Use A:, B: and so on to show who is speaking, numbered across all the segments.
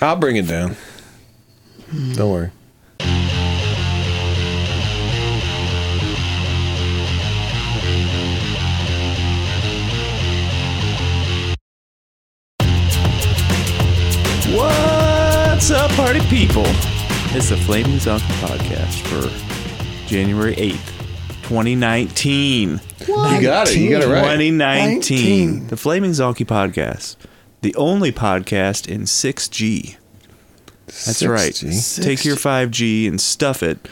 A: I'll bring it down. Don't worry.
B: What's up, party people? It's the Flaming Zonk podcast for January 8th, 2019.
A: You got it. You got it right.
B: 2019.
C: 19.
B: The Flaming Zonky podcast, the only podcast in 6G. That's right.
A: 6G.
B: Take your 5G and stuff it.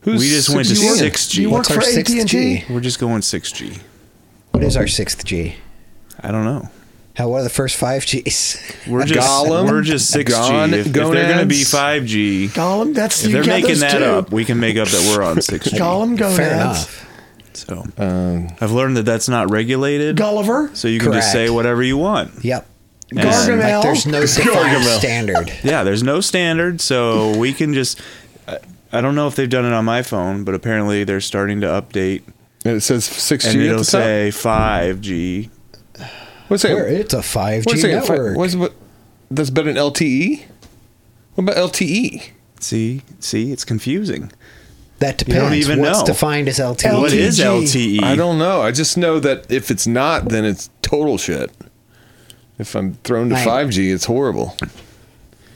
A: Who's
B: We just went to
A: 6G?
B: 6G.
C: You work
B: What's
C: for
B: our
C: AT
B: 6G?
C: and T.
B: We're just going 6G.
C: What is our sixth G?
B: I don't know.
C: Hell, what are the first five Gs?
B: We're just
A: Gollum?
B: we're just 6G.
A: Gon-
B: if, if they're going to be
A: gonads?
B: 5G,
D: Gollum, that's
B: if
D: you
B: they're
D: got
B: making
D: those
B: that
D: two.
B: up, we can make up that we're on 6G.
D: Gollum gonads.
C: Fair enough.
B: So
A: Uh,
B: I've learned that that's not regulated.
D: Gulliver.
B: So you can just
C: Correct.
B: say whatever you want.
C: Yep.
B: Gargamel.
C: Like there's no defined
A: Gargamel.
C: standard.
B: Yeah, there's no standard, so we can just. I, I don't know if they've done it on my phone, but apparently they're starting to update,
A: And it says
B: and
A: 6G at
B: it'll
A: the top.
B: say 5G.
A: What's
C: Where
A: it?
C: it's a five G
A: What's it?
C: network.
A: What's what? That's better than LTE. What about E? LTE?
B: See, see, it's confusing.
C: that depends.
B: don't even
C: What's
B: know.
C: defined as LTE?
B: What is E?
D: LTG?
B: LTE?
A: I don't know. I just know that if it's not, then it's total shit. If I'm thrown to
C: Right.
A: 5G, it's horrible.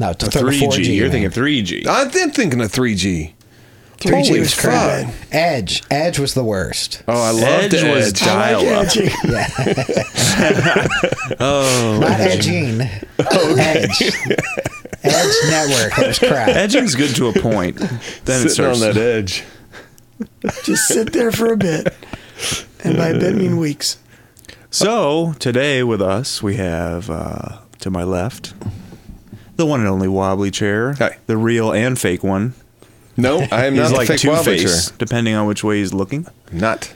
C: No, it's a
B: Three
C: four
B: G.
C: G.
B: You're thinking three G.
A: I'm thinking of 3G.
C: three G
A: Holy
C: was
A: fuck.
C: crap. Edge. Edge was the worst.
A: Oh, I loved
B: Edge was
A: Edge.
B: dial up.
C: Yeah. oh. Not edging. Edge. Edge network. That was crap.
B: Edging's good to a point. Then it
A: Sitting on
B: starts.
A: that edge.
D: Just sit there for a bit. And by a bit, I mean weeks.
B: So today with us we have uh, to my left the one and only wobbly chair,
A: Hi.
B: the real and fake one.
A: No, I am
B: He's
A: not
B: like
A: the fake
B: two
A: wobbly chair.
B: face, depending on which way he's looking.
A: Not.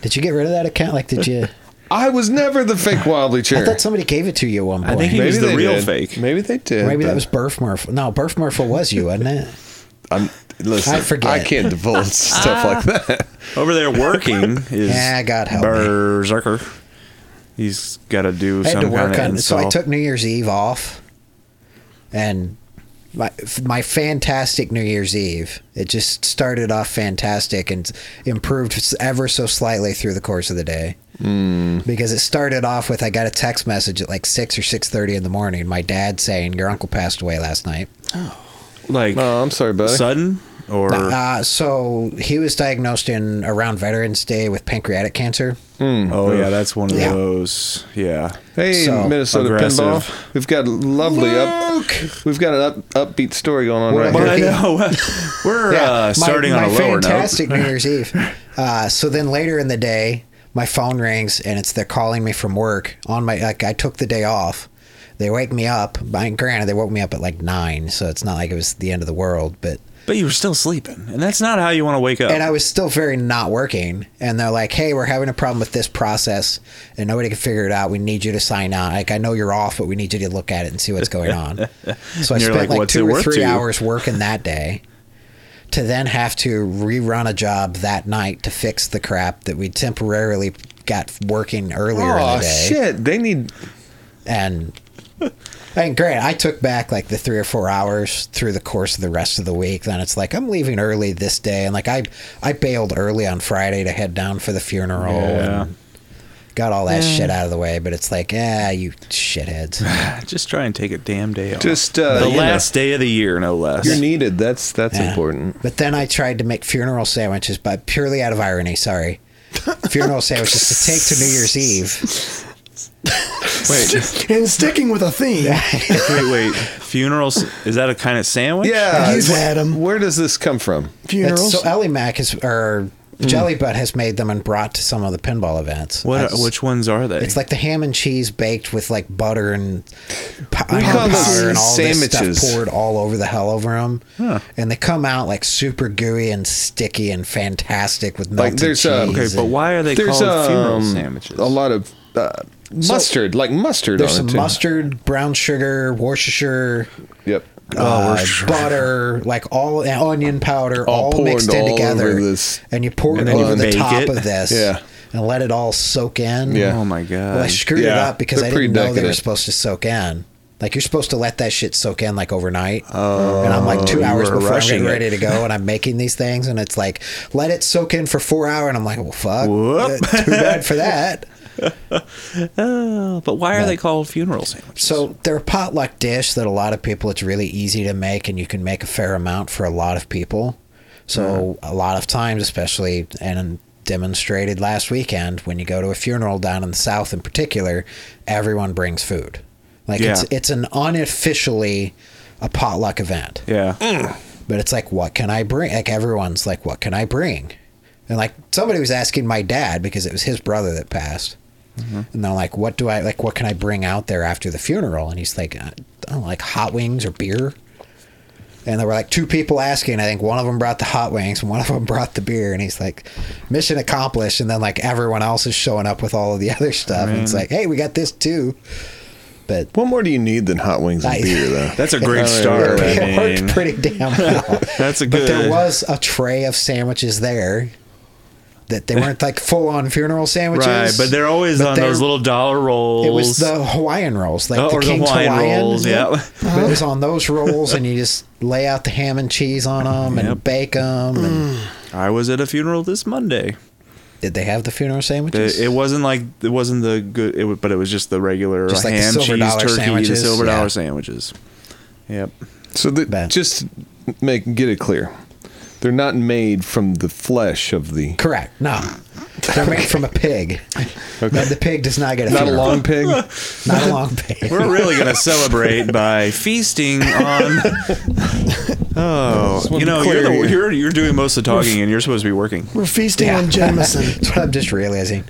C: Did you get rid of that account? Like, did you?
A: I was never the fake wobbly chair.
C: I thought somebody gave it to you at one point.
B: think he- was the
A: they
B: real
A: did.
B: fake.
A: Maybe they did.
C: Maybe
A: but
C: that was Burf Murphy. No, Burf Murphy was you, wasn't it?
A: I'm, listen, I
C: I forget. Ah.
A: can't divulge stuff like that.
B: Over there working is
C: Yeah, God help me.
B: Berserker. He's got to do
C: I had
B: some
C: to
B: kind
C: work
B: of
C: on it. So I
B: install.
C: took New Year's Eve off, and my my fantastic New Year's Eve. It just started off fantastic and improved ever so slightly through the course of the day.
B: Hmm.
C: Mm. Because it started off with I got a text message at like six or six thirty in the morning. My dad saying your uncle passed away last night.
B: like
A: Oh, I'm sorry, buddy.
B: sudden or
C: Uh, so he was diagnosed in around Veterans Day with pancreatic cancer.
B: oh yeah, that's one of
C: Hmm. Yeah.
B: those. Yeah,
A: Hey,
C: So,
A: Minnesota
B: aggressive.
A: pinball. We've got a lovely up. We've got an up, upbeat story going on
C: What
A: right
C: about
B: but I
A: here.
C: Okay.
B: know we're uh, starting on a lower note.
C: fantastic New Year's Eve. Uh, so then later in the day, my phone rings and it's they're calling me from work on my like I took the day off. They wake me up. I, granted, they woke me up at like nine, so it's not like it was the end of the world. But
B: But you were still sleeping, and that's not how you want to wake up.
C: and I was still very not working. And they're like, "Hey, we're having a problem with this process, and nobody can figure it out. We need you to sign on. Like, I know you're off, but we need you to look at it and see what's going on." So I
B: And you're
C: spent
B: like,
C: like,
B: "What's it
C: two or
B: worth to
C: three
B: you?"
C: hours working that day, to then have to rerun a job that night to fix the crap that we temporarily got working earlier in
A: Oh
C: the day.
A: shit! They need.
C: And and great, I took back like the three or four hours through the course of the rest of the week. Then it's like I'm leaving early this day, and like I I bailed early on Friday to head down for the funeral
B: Yeah.
C: and got all that shit out of the way. But it's like, yeah, you shitheads.
B: Just try and take a damn day off.
A: Just, uh,
B: the
A: you
B: last day of the year, no less.
A: You're needed. That's that's
C: Yeah.
A: important.
C: But then I tried to make funeral sandwiches, but purely out of irony. Sorry, funeral sandwiches to take to New Year's Eve.
B: wait,
D: And sticking with a theme.
B: wait, wait. Funerals is that a kind of sandwich?
A: Yeah,
D: He's
A: wh-
D: had 'em.
A: Where does this come from?
C: That's,
D: Funerals.
C: so Ellie Mac is or Jelly Butt has made them and brought to some of the pinball events.
B: Mm. What?
C: That's-
B: which ones are they?
C: It's like the ham and cheese baked with like butter and po- iron
A: call those
C: powder and all this
A: sandwiches.
C: stuff poured all over the hell over them, and they come out like super gooey and sticky and fantastic with melted
A: Like, there's, uh,
C: cheese.
B: okay, but
C: and
B: why are they
A: There's
B: called funeral
A: um,
B: sandwiches?
A: a lot of uh, mustard, like mustard on
C: There's
A: it
C: some
A: too.
C: mustard, brown sugar, Worcestershire,
A: Yep.
C: uh, butter, like all and onion powder,
A: All
C: all,
A: poured
C: mixed in
A: all
C: together,
A: over this
C: and you pour it
B: And then you
C: over the
B: bake
C: top
B: it.
C: of this,
A: Yeah.
C: and let it all soak in.
A: Yeah.
B: Oh my
C: Well, I
B: god!
C: screwed it
A: Yeah,
C: up because
A: they're
C: I
A: pretty
C: didn't know they were
A: decadent.
C: supposed to soak in. Like you're supposed to let that shit soak in like overnight. and I'm like two
A: Oh, you
C: hours
A: were
C: before I'm
A: rushing
C: getting
A: it.
C: ready to go, and I'm making these things, and it's like let it soak in for four hours, and I'm like, well, fuck,
B: Whoop.
C: too bad for that.
B: Oh, but why are they called funeral sandwiches?
C: So they're a potluck dish that a lot of people it's really easy to make and you can make a fair amount for a lot of people. So a lot of times, especially and demonstrated last weekend, when you go to a funeral down in the south in particular, everyone brings food. Like it's
B: Yeah.
C: it's an unofficially a potluck event.
B: Yeah.
C: Mm. But it's like what can I bring? Like everyone's like, what can I bring? And like somebody was asking my dad because it was his brother that passed
B: Mm-hmm.
C: and they're like, "What do I like? What can I bring out there after the funeral?" And he's like, uh, "I don't know, like hot wings or beer." And there were like two people asking. I think one of them brought the hot wings and one of them brought the beer. And he's like, "Mission accomplished." And then like everyone else is showing up with all of the other stuff. And it's like, "Hey, we got this too." But
A: What more do you need than hot wings and
C: I-
A: beer, though?
B: That's a
A: Oh,
B: great
A: yeah,
B: start.
A: yeah,
B: I
A: yeah.
C: it
B: mean.
C: worked pretty damn well.
B: That's a
C: But there
B: good-
C: was a tray of sandwiches there. That they weren't like full on funeral sandwiches.
B: Right, but they're always
C: But
B: on
C: they're-
B: those little dollar rolls.
C: It was the Hawaiian rolls, like
B: Oh,
C: the
B: or the
C: King's
B: Hawaiian
C: Hawaiian,
B: rolls, yeah.
C: But it was on those rolls, and you just lay out the ham and cheese on them and
B: Yep.
C: bake them. And
B: I was at a funeral this Monday.
C: did they have the funeral sandwiches?
B: It, it wasn't like it wasn't the good, it, wa- but it was just the regular
C: Just like the
B: ham,
C: silver
B: cheese,
C: dollar
B: turkey, the
C: sandwiches,
B: silver
C: yeah.
B: dollar sandwiches. Yep.
A: So the,
C: Bad.
A: just make get it clear. They're not made from the flesh of the
C: Correct. No, they're made from a pig. And the pig does not get a
A: not a
C: funeral.
A: long pig.
C: not a long pig.
B: We're really gonna celebrate by feasting on. Oh,
A: wanna
B: you
A: be
B: know you're,
A: clear
B: the,
A: here.
B: you're you're doing most of the talking, and you're supposed to be working.
D: We're feasting
C: Yeah.
D: on Jameson.
C: That's what I'm just realizing.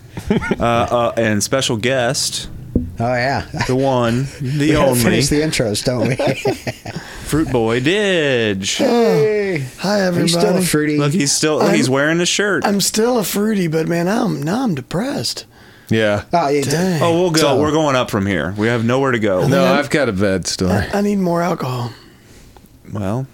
B: Uh, uh, and special guest,
C: Oh yeah,
B: the one,
C: we
B: the
C: gotta
B: only,
C: finish the intros, don't we?
B: Fruit Boy Didge.
C: hey,
D: Hi
C: are you
D: everybody.
C: still a fruity?
B: Look, he's still
D: I'm-
B: he's wearing a shirt.
D: I'm still a fruity, but man, I'm now I'm depressed.
A: Yeah.
C: oh, you
D: Dang.
B: oh, we'll go.
C: So-
B: We're going up from here. We have nowhere to go.
A: No, I've got a bad story.
D: I need more alcohol.
B: Well,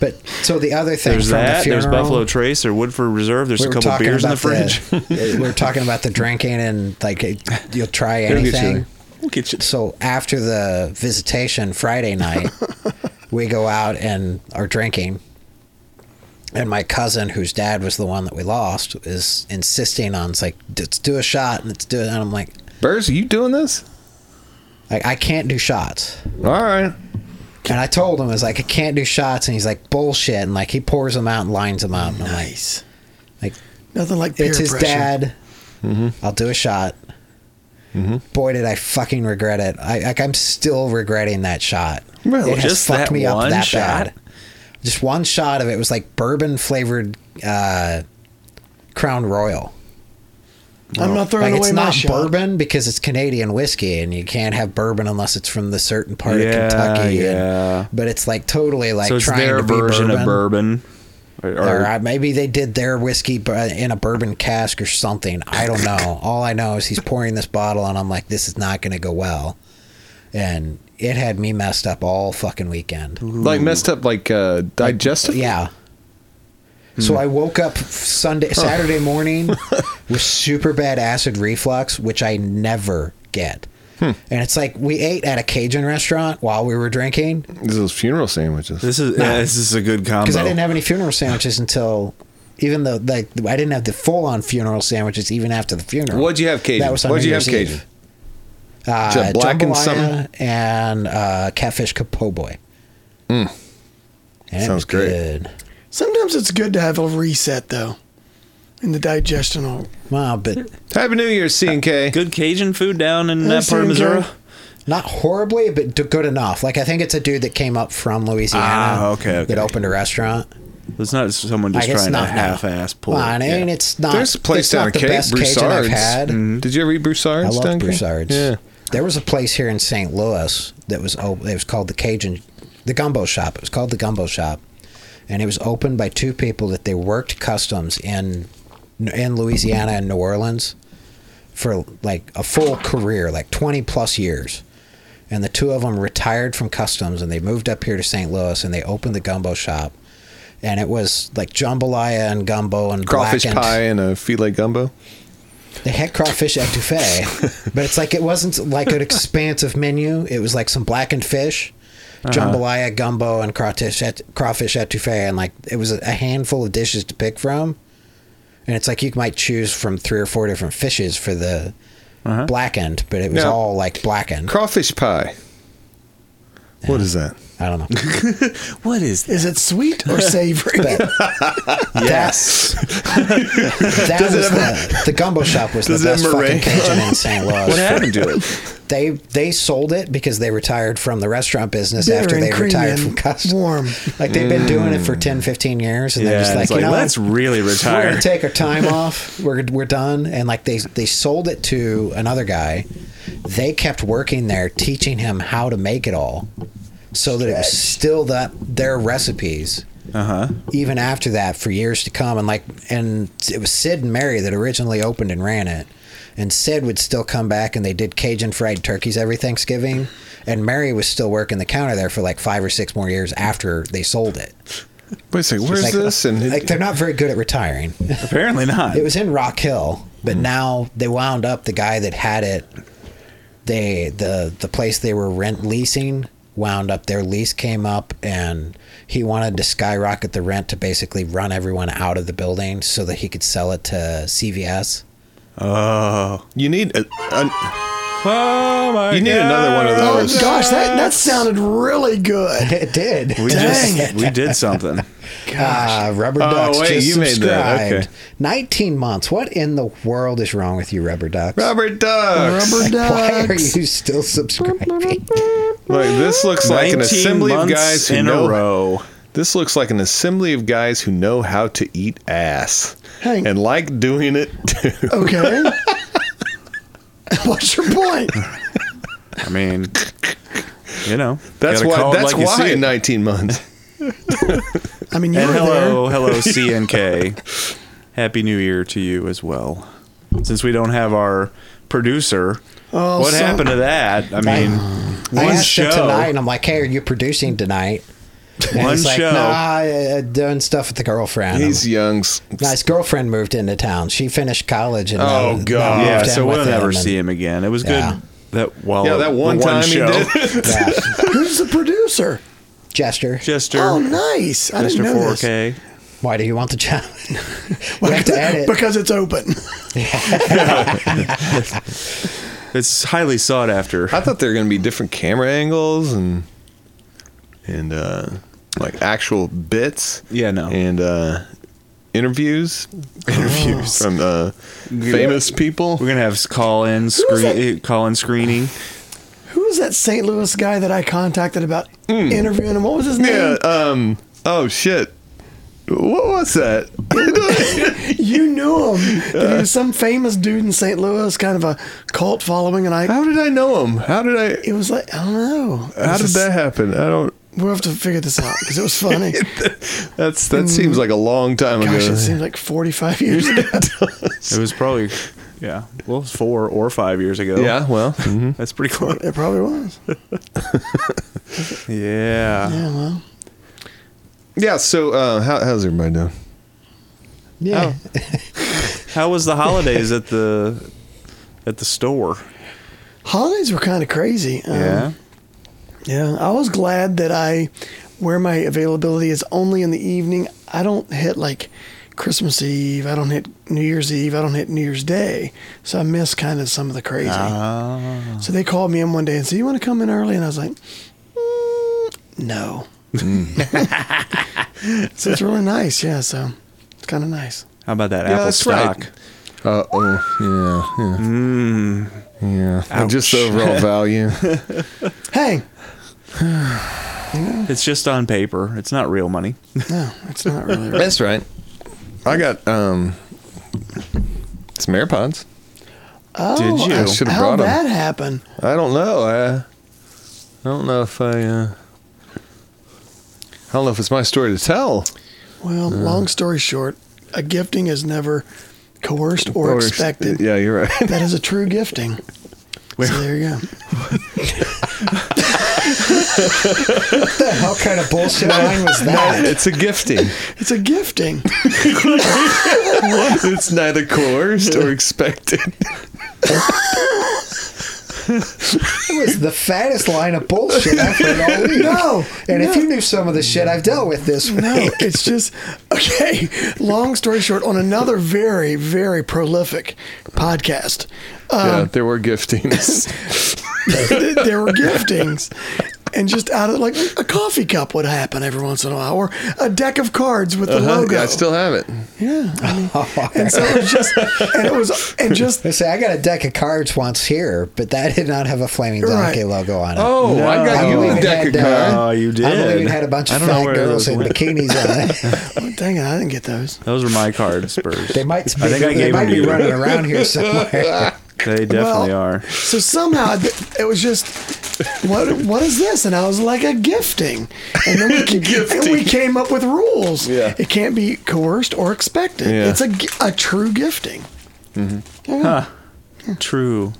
C: But so the other thing
B: there's
C: from the
B: that.
C: funeral,
B: there's Buffalo Trace or Woodford Reserve. There's a
C: were
B: couple
C: talking
B: beers in the
C: about
B: fridge.
C: we were talking about the drinking and like it- you'll try
A: It'll get you
C: anything.
A: there.
B: we'll get you.
C: So after the visitation Friday night, we go out and are drinking. And my cousin, whose dad was the one that we lost, is insisting on it's like let's do a shot and let's do it. And I'm like,
A: Burrs, are you doing this?
C: like I can't do shots.
A: All right.
C: And I told him I was like I can't do shots, and he's like bullshit, and like he pours them out and lines them out. And I'm like,
D: Nice.
C: like
D: Nothing like peer
C: it's his
D: pressure.
C: dad.
B: Mm-hmm.
C: I'll do a shot. Boy, did I fucking regret it. I like I'm still regretting that shot.
A: Really?
C: It has
B: Just
C: fucked
B: that
C: me up
B: one
C: that
B: shot?
C: bad. Just one shot of it was like bourbon flavored uh, Crown Royal.
D: I'm not throwing
C: Like
D: away
C: it's
D: my
C: not
D: shot.
C: bourbon because it's Canadian whiskey, and you can't have bourbon unless it's from the certain part
B: Yeah,
C: of Kentucky. and-
B: yeah.
C: but it's like totally like
B: so it's
C: trying
B: their
C: to be
B: version
C: bourbon.
B: of bourbon. Or,
C: Or,
B: or-
C: uh, maybe they did their whiskey bu- in a bourbon cask or something. I don't know. All I know is he's pouring this bottle, and I'm like, this is not going to go well. And it had me messed up all fucking weekend.
A: Like messed up like uh digestive?
C: Yeah.
A: Hmm.
C: So I woke up Sunday, Saturday morning with super bad acid reflux, which I never get.
A: Hmm.
C: And it's like we ate at a Cajun restaurant while we were drinking.
A: This is funeral sandwiches.
B: this is yeah, this is a good combo.
C: because I didn't have any funeral sandwiches until, even though like I didn't have the full on funeral sandwiches even after the funeral.
A: What'd you have, Cajun?
C: That was on
A: What'd
C: New
A: you have,
C: Year's Eve.
A: Cajun? Is
C: Uh,
A: that black and
C: jambalaya
A: something?
C: and uh, catfish capoboy. Mm.
A: Hmm. Sounds great.
D: Sometimes it's good to have a reset though, in the digestional.
C: Wow, but
A: Happy New Year, CNK.
B: good Cajun food down in uh, that
D: That's
B: part of Missouri.
D: enjoy-
C: not horribly, but d- good enough. Like I think it's a dude that came up from Louisiana.
B: Ah, okay, okay.
C: That opened a restaurant.
B: It's not someone just
C: Like it's
B: trying to
C: not
B: half-ass pull.
C: Well, I
B: Yeah.
C: mean, it's not.
A: There's a place
C: it's
A: down
C: not the
A: Cape,
C: best Cajun I've
A: Broussard's. Mm-hmm.
C: had.
B: Mm.
A: Did you ever eat Broussard's?
C: I love
A: down here?
C: Broussard's.
A: Yeah.
C: There was a place here in St. Louis that was op- it was called the Cajun, the Gumbo Shop. It was called the Gumbo Shop, and it was opened by two people that they worked customs in in Louisiana and New Orleans for like a full career, like twenty plus years. And the two of them retired from customs and they moved up here to St. Louis and they opened the Gumbo Shop. And it was like jambalaya and gumbo and
A: Crawfish
C: blackened-
A: pie and a filet gumbo.
C: They had crawfish at Buffet, but it's like it wasn't like an expansive menu. It was like some blackened fish,
A: Uh-huh.
C: jambalaya, gumbo, and crawfish at crawfish at Buffet, and like it was a a handful of dishes to pick from. And it's like you might choose from three or four different fishes for the blackened, but it was
A: Uh-huh. Now-
C: all like blackened.
A: Crawfish pie. What is that?
C: I don't know.
B: What is
D: Is it sweet or savory?
C: Yes. that
A: Does it
C: was
A: have-
C: the, the gumbo shop was the
A: Does it have
C: best fucking
A: meringue?
C: kitchen in St. Louis.
B: what happened to it?
C: They they sold it because they retired from the restaurant business
D: Bitter
C: after
D: and
C: they
D: creamy
C: retired
D: and
C: from customs.
D: warm.
C: Like they've been doing it for 10, 15 years, and they're
B: Mm. Yeah,
C: just like,
B: it's
C: you know,
B: let's really
C: we're
B: retire.
C: gonna take our time off. We're we're done. And like they they sold it to another guy. They kept working there, teaching him how to make it all, so that it was still that their recipes.
A: Uh-huh.
B: uh huh.
C: even after that for years to come and like and it was sid and mary that originally opened and ran it and sid would still come back and they did cajun fried turkeys every thanksgiving and mary was still working the counter there for like five or six more years after they sold it
A: Wait a second. Where's
C: like,
A: this? And
C: like they're not very good at retiring
B: Apparently not.
C: it was in rock hill but now they wound up the guy that had it they the the place they were rent leasing wound up their lease came up and he wanted to skyrocket the rent to basically run everyone out of the building so that he could sell it to CVS.
B: oh.
A: you need a, an-
B: Oh my
A: you need another one of
D: Oh my
A: those.
D: gosh, that, that sounded really good.
C: It did.
B: We
D: Dang
B: just
D: it.
B: we did something.
C: Ah, rubber
A: Oh,
C: ducks
A: wait,
C: just
A: you made that.
C: subscribed.
A: Okay.
C: 19 months. What in the world is wrong with you, rubber ducks?
A: Rubber ducks.
D: Rubber
C: Why are
D: ducks.
C: you still subscribing?
A: Like this looks like an
B: 19
A: assembly of
B: months
A: guys who
B: in
A: know.
B: a row.
A: This looks like an assembly of guys who know how to eat ass
D: Hank.
A: and like doing it too.
D: Okay. What's your point?
B: I mean, you know,
A: That's
B: gotta
A: why.
B: call it
A: That's
B: like you
A: why
B: see it.
A: in 19 months.
D: I mean, you
B: And
D: were
B: hello, hello, CNK. Happy New Year to you as well. Since we don't have our producer,
D: Oh,
B: what
D: so-
B: happened to that? I mean,
C: I
B: one
C: asked
B: show.
C: him tonight, and I'm like, "Hey, are you producing tonight?" And
B: One
C: he's like,
B: show.
C: Nah, uh, doing stuff with the girlfriend.
A: He's young's.
C: Nah, his girlfriend moved into town. She finished college, and now-
A: Oh,
C: now
A: God.
C: moved
B: yeah,
C: in
B: so
C: with
B: we'll
C: him,
B: never
C: and-
B: see him again. It was
C: Yeah.
B: good that well,
A: Yeah, that one,
B: the
A: time
B: show.
A: he did. it.
C: Yeah,
D: there. Who's the producer?
C: Jester.
B: Jester,
D: Oh, nice. I
B: Jester
D: didn't know
B: 4K.
D: this.
C: Why do you want the job? we have to edit.
D: because it's open.
B: It's highly sought after.
A: I thought there were going to be different camera angles and and uh, like actual bits.
B: Yeah, no.
A: And uh, interviews, interviews from uh, famous people.
B: We're gonna have call in screen, call in screening.
D: Who was that St. Louis guy that I contacted about interviewing him? What was his
A: Hmm. Yeah.
D: name?
A: Um. Oh shit. What was that?
D: You knew him. That he was some famous dude in St. Louis, kind of a cult following, and I.
A: How did I know him? How did I?
D: It was like I don't know. It
A: How
D: was
A: did
D: just-
A: that happen? I don't.
D: We'll have to figure this out because it was funny.
A: That's that seems like a long time
D: Gosh, it
A: ago.
D: seems like 45 years ago.
B: It was probably, yeah, well, it was four or five years ago.
A: Yeah. Well. mhm.
B: that's pretty cool.
D: it probably was.
B: Yeah.
D: Yeah, well,
A: Yeah. So uh, how, how's everybody doing?
C: yeah,
D: Oh.
A: Oh.
B: How was the holidays at the at the store?
D: holidays were kind of crazy. Um,
B: Yeah.
D: Yeah, I was glad that I, where my availability is only in the evening. I don't hit like Christmas Eve. I don't hit New Year's Eve. I don't hit New Year's Day. So I miss kind of some of the crazy.
B: Uh-huh.
D: So they called me in one day and said, "You want to come in early?" And I was like, "Mm, "No." so it's really nice. Yeah, so it's kind of nice.
B: How about that
A: Yeah,
B: Apple
A: that's right.
B: stock?
A: Uh oh. Yeah. Yeah. yeah. And Just the
B: Ouch.
A: overall value.
D: Hey,
B: It's just on paper. It's not real money.
D: no, it's not really. Right.
A: That's right. I got um some AirPods.
D: Oh,
B: Did you?
D: I-
B: I
A: should've
D: How'd
A: brought 'em.
D: that happen?
A: I don't know. I, I don't know if I. Uh, I don't know if it's my story to tell.
D: Well, long story short, a gifting is never coerced or, expected.
A: Yeah, you're right.
D: That is a true gifting. So there you go.
C: What the hell kind of bullshit line was that?
A: It's a gifting.
D: It's a gifting.
A: it's neither coerced or expected.
C: It was the fattest line of bullshit I've heard all week.
D: No,
C: And if
D: no.
C: you knew some of the shit I've dealt with this week,
D: No, it's just okay. Long story short, on another very, very prolific podcast,
A: yeah,
D: um,
A: there were giftings.
D: there were giftings, and just out of like a coffee cup would happen every once in a while, or a deck of cards with the
A: Uh-huh,
D: logo.
A: yeah, I still have it.
D: yeah, I mean, and so it was just, and it was, and just
C: I say I got a deck of cards once here, but that did not have a flaming donkey
D: Right.
C: logo on it.
A: Oh, I got
C: I
A: you
C: believe
A: a
C: it
A: deck of
C: had, uh,
A: cards.
B: Oh, you did.
C: I believe it had a bunch
B: I
C: of
B: don't know
C: fat
B: where
C: girls
B: those
C: in
B: went.
C: bikinis on it.
D: dang it, I didn't get those.
B: Those were my card spurs.
C: They might be,
B: I think I
C: they
B: gave
C: might
B: them to
C: be
B: you.
C: running around here somewhere.
B: They definitely
D: Well,
B: are.
D: So somehow th- it was just what what is this? And I was like a gifting, and then we, ca- And we came up with rules.
A: Yeah.
D: it can't be coerced or expected.
A: Yeah.
D: It's a, gi- a true gifting.
B: True.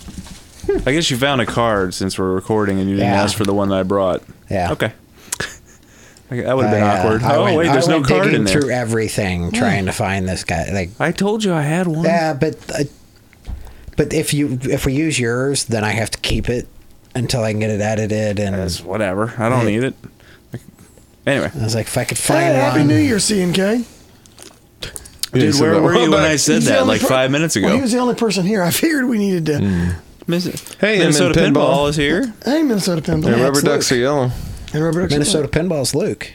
B: I guess you found a card since we're recording and you didn't
C: Yeah.
B: ask for the one that I brought.
C: Yeah.
B: Okay. Okay, that would have been
C: I, uh,
B: awkward.
C: I
B: oh
C: went-
B: wait,
C: I
B: there's no
C: went
B: card
C: digging
B: in there. Hmm.
C: Through everything, trying to find this guy. Like,
B: I told you I had one.
C: yeah, but uh, but if you if we use yours, then I have to keep it until I can get it edited. And
B: It's whatever. I don't need it. Anyway,
C: I was like, if I could
D: Hey,
C: find
D: Happy
C: one,
D: New Year, CNK.
A: Yeah,
B: dude,
A: so
B: where
A: that-
B: were you when I said
D: He's the
B: that?
D: only
B: Like
D: per-
B: five minutes
D: Well,
B: ago. Hmm.
D: he was the only person here. I figured we needed to.
B: Minnes-
A: Hey, I'm in
B: Minnesota pinball
A: pinball.
B: is here.
D: Hey, Minnesota Pinball.
A: And
D: Yeah,
A: rubber
D: it's
A: ducks are
D: Luke.
A: yellow.
D: And rubber ducks. are
C: Minnesota
D: Luke.
C: Pinball's Luke.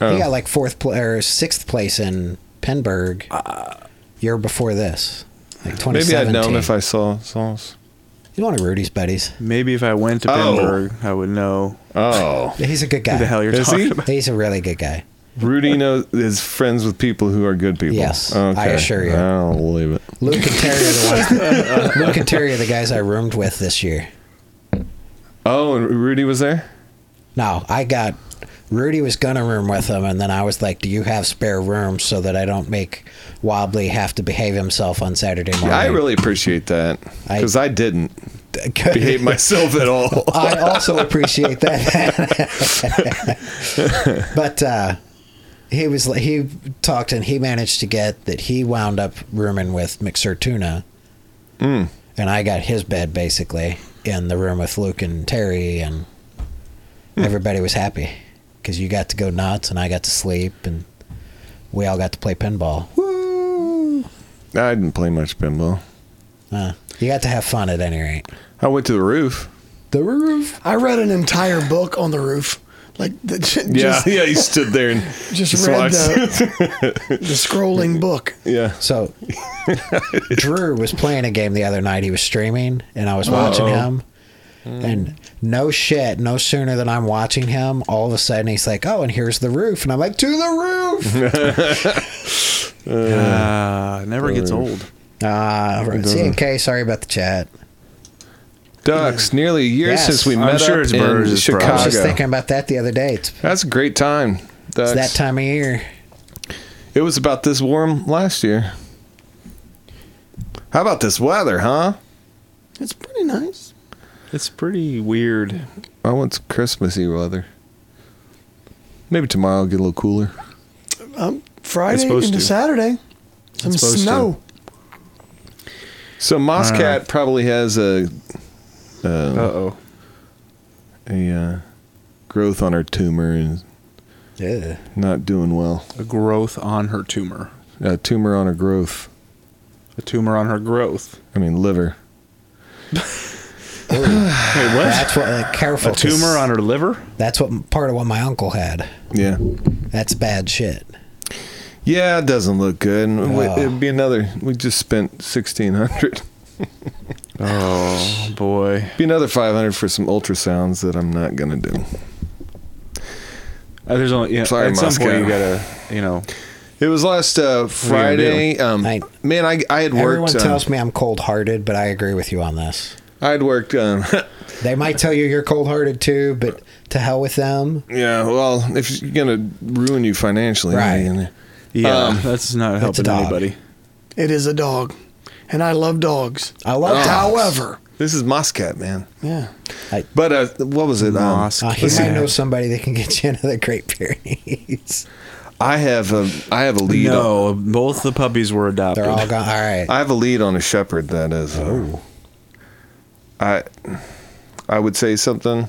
A: Oh.
C: He got like fourth pl- or sixth place in Penberg year before this, like
A: Uh, Maybe I'd
C: 2017.
A: known if I saw sauce.
C: You know one of Rudy's buddies.
B: Maybe if I went to
A: Oh.
B: Pinburg, I would know
A: Oh,
C: He's a good guy.
B: who the hell you're
A: Is
B: talking
A: he?
B: about.
C: He's a really good guy.
A: Rudy knows is friends with people who are good people.
C: Yes, I assure you.
A: I don't believe it.
C: Luke and Terry are the ones. Luke and Terry are the guys I roomed with this year.
A: Oh, and Rudy was there.
C: No, I got. Rudy was gonna room with him, and then I was like, "Do you have spare room so that I don't make Wobbly have to behave himself on Saturday morning?"
A: I really appreciate that
C: I-
A: because I, didn't behave myself at all.
C: I also appreciate that. but uh, he was he talked and he managed to get that he wound up rooming with Mixertuna, mm. and I got his bed basically in the room with Luke and Terry, and everybody was happy because you got to go nuts and I got to sleep and we all got to play pinball.
A: I didn't play much pinball.
C: Uh, you got to have fun at any rate.
A: I went to the roof.
C: The roof.
D: I read an entire book on the roof. Like the, just,
A: yeah, yeah. You stood there and
D: just, read
A: watched.
D: the, the scrolling book.
A: yeah.
C: So Drew was playing a game the other night. He was streaming, and I was watching
A: Uh-oh.
C: him.
B: Hmm.
C: And no shit, no sooner than I'm watching him, all of a sudden he's like, "Oh, and here's the roof," and I'm like, "To the roof!"
B: Ah, never gets old.
C: Ah, uh, CNK, sorry about the chat.
A: Ducks. Nearly a year
C: Yes.
A: since we
B: I'm
A: met
B: sure
A: up
B: it's
A: in
B: Burgess' problem.
A: Chicago.
C: I was just thinking about that the other day. It's,
A: That's a great time.
C: it's
A: Ducks.
C: that time of year.
A: It was about this warm last year. How about this weather, huh?
D: It's pretty nice.
B: It's pretty weird.
A: I want some Christmassy weather. Maybe tomorrow will get a little cooler.
D: Um, Friday
B: supposed
D: into
B: to.
D: Saturday, some
B: supposed to.
D: snow.
A: So Moscat probably has a
B: Uh oh.
A: a uh, growth on her tumor and
C: Ugh.
A: not doing well.
B: A growth on her tumor.
A: A tumor on her growth.
B: A tumor on her growth.
A: I mean liver.
B: Wait, what?
C: That's what. Uh, careful.
B: A tumor on her liver?
C: That's what part of what my uncle had.
A: Yeah.
C: That's bad shit.
A: Yeah, it doesn't look good. And we-
C: Oh.
A: It'd be another. We just spent sixteen hundred.
B: Oh boy.
A: Be another five hundred for some ultrasounds that I'm not gonna do.
B: Uh, there's only yeah,
A: Sorry,
B: at some
A: Moscow.
B: point you gotta you know
A: It was last uh,
B: gonna do?
A: Friday. Um,
C: I-
A: man, I I had
C: Everyone
A: worked. um,
C: tells me I'm cold-hearted, but I agree with you on this.
A: I had worked. Um,
C: They might tell you you're cold hearted too, but to hell with them.
A: yeah. Well, if you're gonna ruin you financially,
C: Right.
A: you know.
B: Yeah,
A: Um,
B: that's not helping
C: dog.
B: anybody.
D: It is a dog, and I love dogs.
A: Oh.
C: I love dogs.
D: However,
A: This is Moscat, man.
D: Yeah.
A: But uh, what was it? Um,
B: Moscat.
C: Uh, he
B: Listen,
C: might know somebody that can get you another Great Pyrenees.
A: I have a I have a lead. On,
B: No, both the puppies were adopted.
C: They're all gone. All right.
A: I have a lead on a shepherd that is. uh, I I would say something.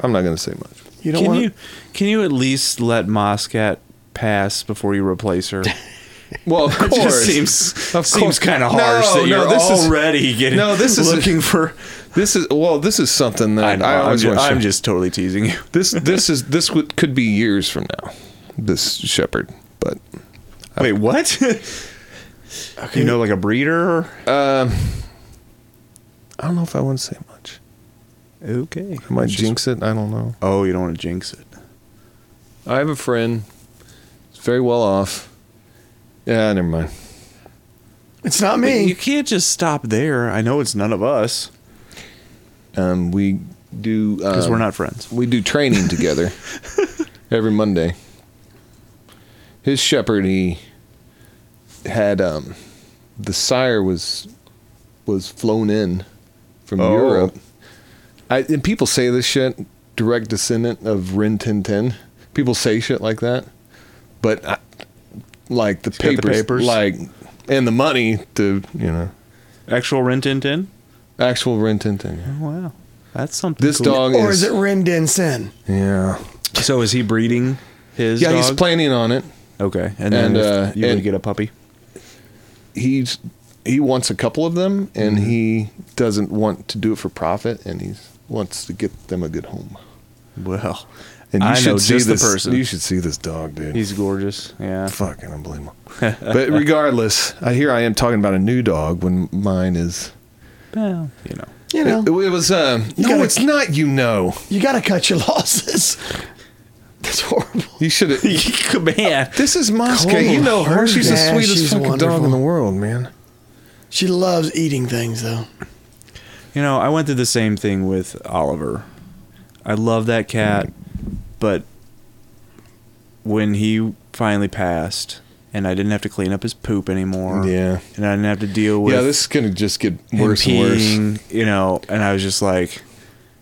A: I'm not going to say much.
D: You don't
B: Can
D: want
B: you can you at least let Moscat pass before you replace her?
A: Well, of
B: It
A: course.
B: just seems
A: Of
B: seems
A: course.
B: kind of
A: No,
B: harsh that
A: no,
B: you're
A: this is-
B: already getting
A: no, this is-
B: looking for.
A: this is well. This is something that I,
B: I know, I'm,
A: always
B: just,
A: want to.
B: I'm just totally teasing you.
A: this this is this would, could be years from now. This shepherd, but
B: Wait, what? You know, like a breeder.
A: I don't know if I want to say much.
B: Okay.
A: I might jinx it. I don't know.
B: Oh, you don't want to jinx it.
A: I have a friend. He's very well off. Yeah, never mind.
D: It's not
B: But
D: me.
B: you can't just stop there. I know it's none of us
A: Um, we do
B: because
A: um,
B: we're not friends.
A: We do training together every Monday. His shepherd, he had um, the sire was was flown in from
B: Oh.
A: Europe. I, and people say this shit, direct descendant of Rin Tin Tin. People say shit like that, but I, like the
B: got the
A: papers,
B: papers.
A: like and the money to you know
B: Actual Rin Tin Tin.
A: actual Rin Tin Tin. yeah.
B: Wow, that's something.
A: This
B: cool.
A: dog
D: or
A: is,
D: is it Ren Din Sin?
A: yeah
B: So is he breeding his?
A: yeah he's
B: dog?
A: planning on it.
B: Okay, and then
A: And,
B: if
A: uh,
B: you
A: and-
B: would get a puppy.
A: he's he wants a couple of them and he doesn't want to do it for profit and he wants to get them a good home.
B: Well,
A: And you
B: I
A: should
B: know
A: see
B: just
A: this
B: the person.
A: you should see this dog, dude. He's
B: He's gorgeous. Yeah.
A: fucking unbelievable. but regardless, I here I am talking about a new dog when mine is
B: Well, you know.
D: You know,
A: It, it was um
D: You
A: no
D: gotta-
A: it's not you know.
D: you got to cut your losses. That's horrible.
A: You should have
B: Man,
A: This is Mosca.
D: Cold
A: You know her.
D: hearted.
A: She's the
D: Yeah,
A: sweetest
D: she's
A: fucking dog
D: wonderful.
A: in the world, man.
D: She loves eating things, though.
B: you know, I went through the same thing with Oliver. I love that cat, but when he finally passed and I didn't have to clean up his poop anymore.
A: Yeah.
B: And I didn't have to deal with
A: yeah, this is gonna just get
B: him
A: worse and worse.
B: peeing, you know, and I was just like,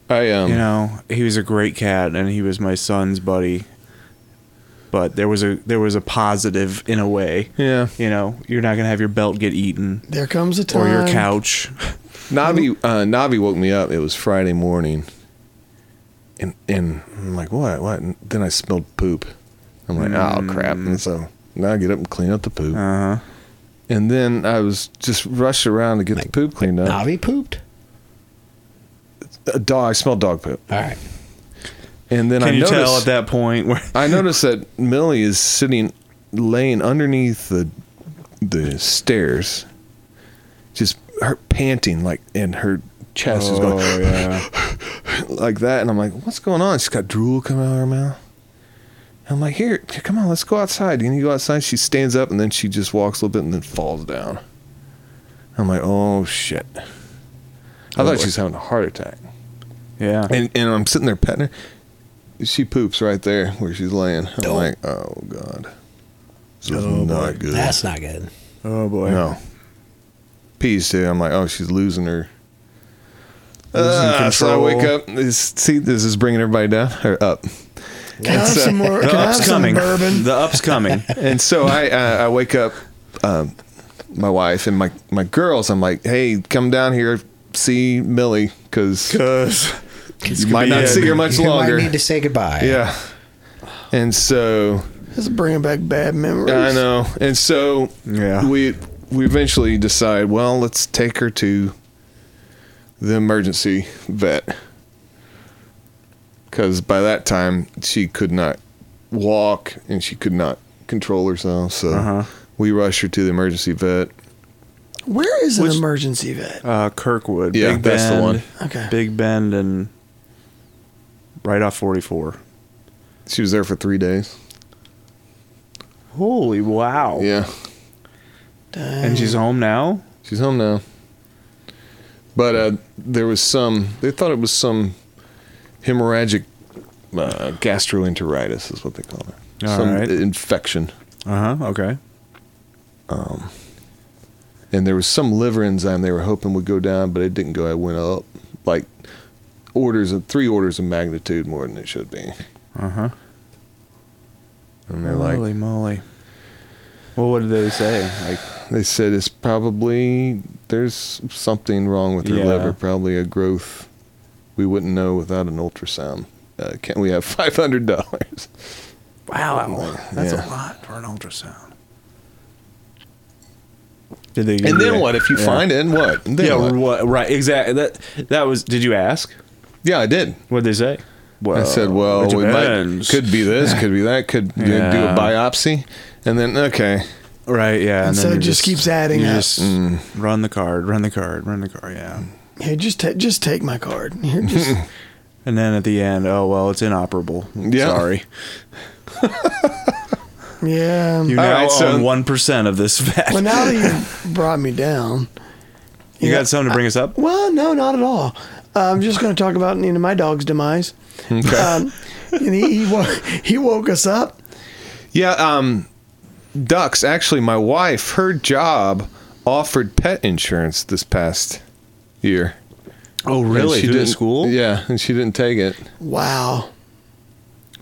A: I um
B: you know, he was a great cat and he was my son's buddy. But there was a there was a positive in a way.
A: Yeah.
B: You know, you're not gonna have your belt get eaten
D: There comes a time.
B: or your couch.
A: Navi uh, Navi woke me up. It was Friday morning, and and I'm like, what, what? And then I smelled poop. I'm like,
B: Mm.
A: oh crap! And so now I get up and clean up the poop,
B: Uh huh.
A: and then I was just rushed around to get the poop cleaned up.
C: Navi pooped?
A: A dog, I smelled dog poop,
C: All right.
A: and then
B: Can
A: I
B: you
A: noticed
B: tell at that point where
A: I noticed that Millie is sitting, laying underneath the the stairs, just her panting like, and her chest is going.
B: Oh, yeah.
A: like that, and I'm like, "What's going on?" She's got drool coming out of her mouth. I'm like, "Here, come on, let's go outside." And you go outside. She stands up, and then she just walks a little bit, and then falls down. I'm like, "Oh shit!" I thought she was having a heart attack,
B: Yeah.
A: and and I'm sitting there petting her. She poops right there where she's laying. I'm
C: Don't.
A: like, "Oh god, this is not good."
C: That's not good.
B: oh boy.
A: no. Peas too. I'm like, "Oh, she's losing her." Ah, so I wake up. This, see, this is bringing everybody down or up.
D: Can I have
A: uh,
D: some more?
B: The
D: Can I have
B: up's
D: some
B: coming.
D: bourbon?
B: The up's coming.
A: and so I uh, I wake up um, my wife and my my girls. I'm like, hey, come down here, see Millie, because
B: Cause
A: you might not see her much
C: you
A: longer.
C: might need to say goodbye.
A: yeah. And so
D: This is bringing back bad memories.
A: I know. And so
B: Yeah.
A: we we eventually decide, well, let's take her to the emergency vet. Cuz by that time she could not walk and she could not control herself, so
B: Uh-huh.
A: we rushed her to the emergency vet.
D: Where is an
B: Which-
D: emergency vet?
B: Uh, Kirkwood.
A: Yeah,
B: Big
A: that's the
B: Bend,
A: one.
D: Okay.
B: Big Bend and right off 44.
A: She was there for 3 days.
B: Holy wow.
A: Yeah.
B: And she's home now?
A: She's home now. But uh, there was some. They thought it was some hemorrhagic uh, gastroenteritis, is what they call it.
B: All
A: some
B: right.
A: infection.
B: Uh huh. Okay.
A: and there was some liver enzyme they were hoping would go down, but it didn't go. It went up like orders of three orders of magnitude more than it should be.
B: Uh huh.
A: And they're
B: Holy
A: like,
B: moly. Well, what did they say? Like,
A: they said it's probably there's something wrong with her
B: Yeah.
A: liver, probably a growth we wouldn't know without an ultrasound. Uh, can we have five hundred dollars?
B: wow, that's
A: Yeah.
B: a lot for an ultrasound. Did they?
A: And then what if you
B: Yeah.
A: find it? And what? And then
B: yeah,
A: what?
B: what? Right, exactly. That that was. Did you ask?
A: yeah, I did.
B: What would they say? Well,
A: I said, "Well,
B: it
A: we might
B: depends.
A: could be this, could be that, could you know, do a
B: Yeah.
A: biopsy, and then okay,
B: right, yeah."
D: And so
B: then
D: it
B: you
D: just keeps adding
B: you
D: up.
B: Just
A: Mm.
B: Run the card, run the card, run the card. Yeah,
D: Hey, just ta- just take my card. Here, just
B: and then at the end, oh well, it's inoperable.
A: Yeah.
B: Sorry,
D: yeah.
B: you
A: All
B: now
A: right, so-
B: own one percent of this fact.
D: well, now that you brought me down,
B: you
D: yeah,
B: got something to bring us up?
D: Well, no, not at all. I'm just going to talk about you know, my dog's demise.
A: okay,
D: Um, and he he, wo- he woke us up.
A: yeah." Um, ducks. Actually, my wife, her job offered pet insurance this past year.
B: Oh,
A: And
B: really?
A: She
B: Through the
A: didn't-
B: school?
A: Yeah, and she didn't take it.
D: Wow,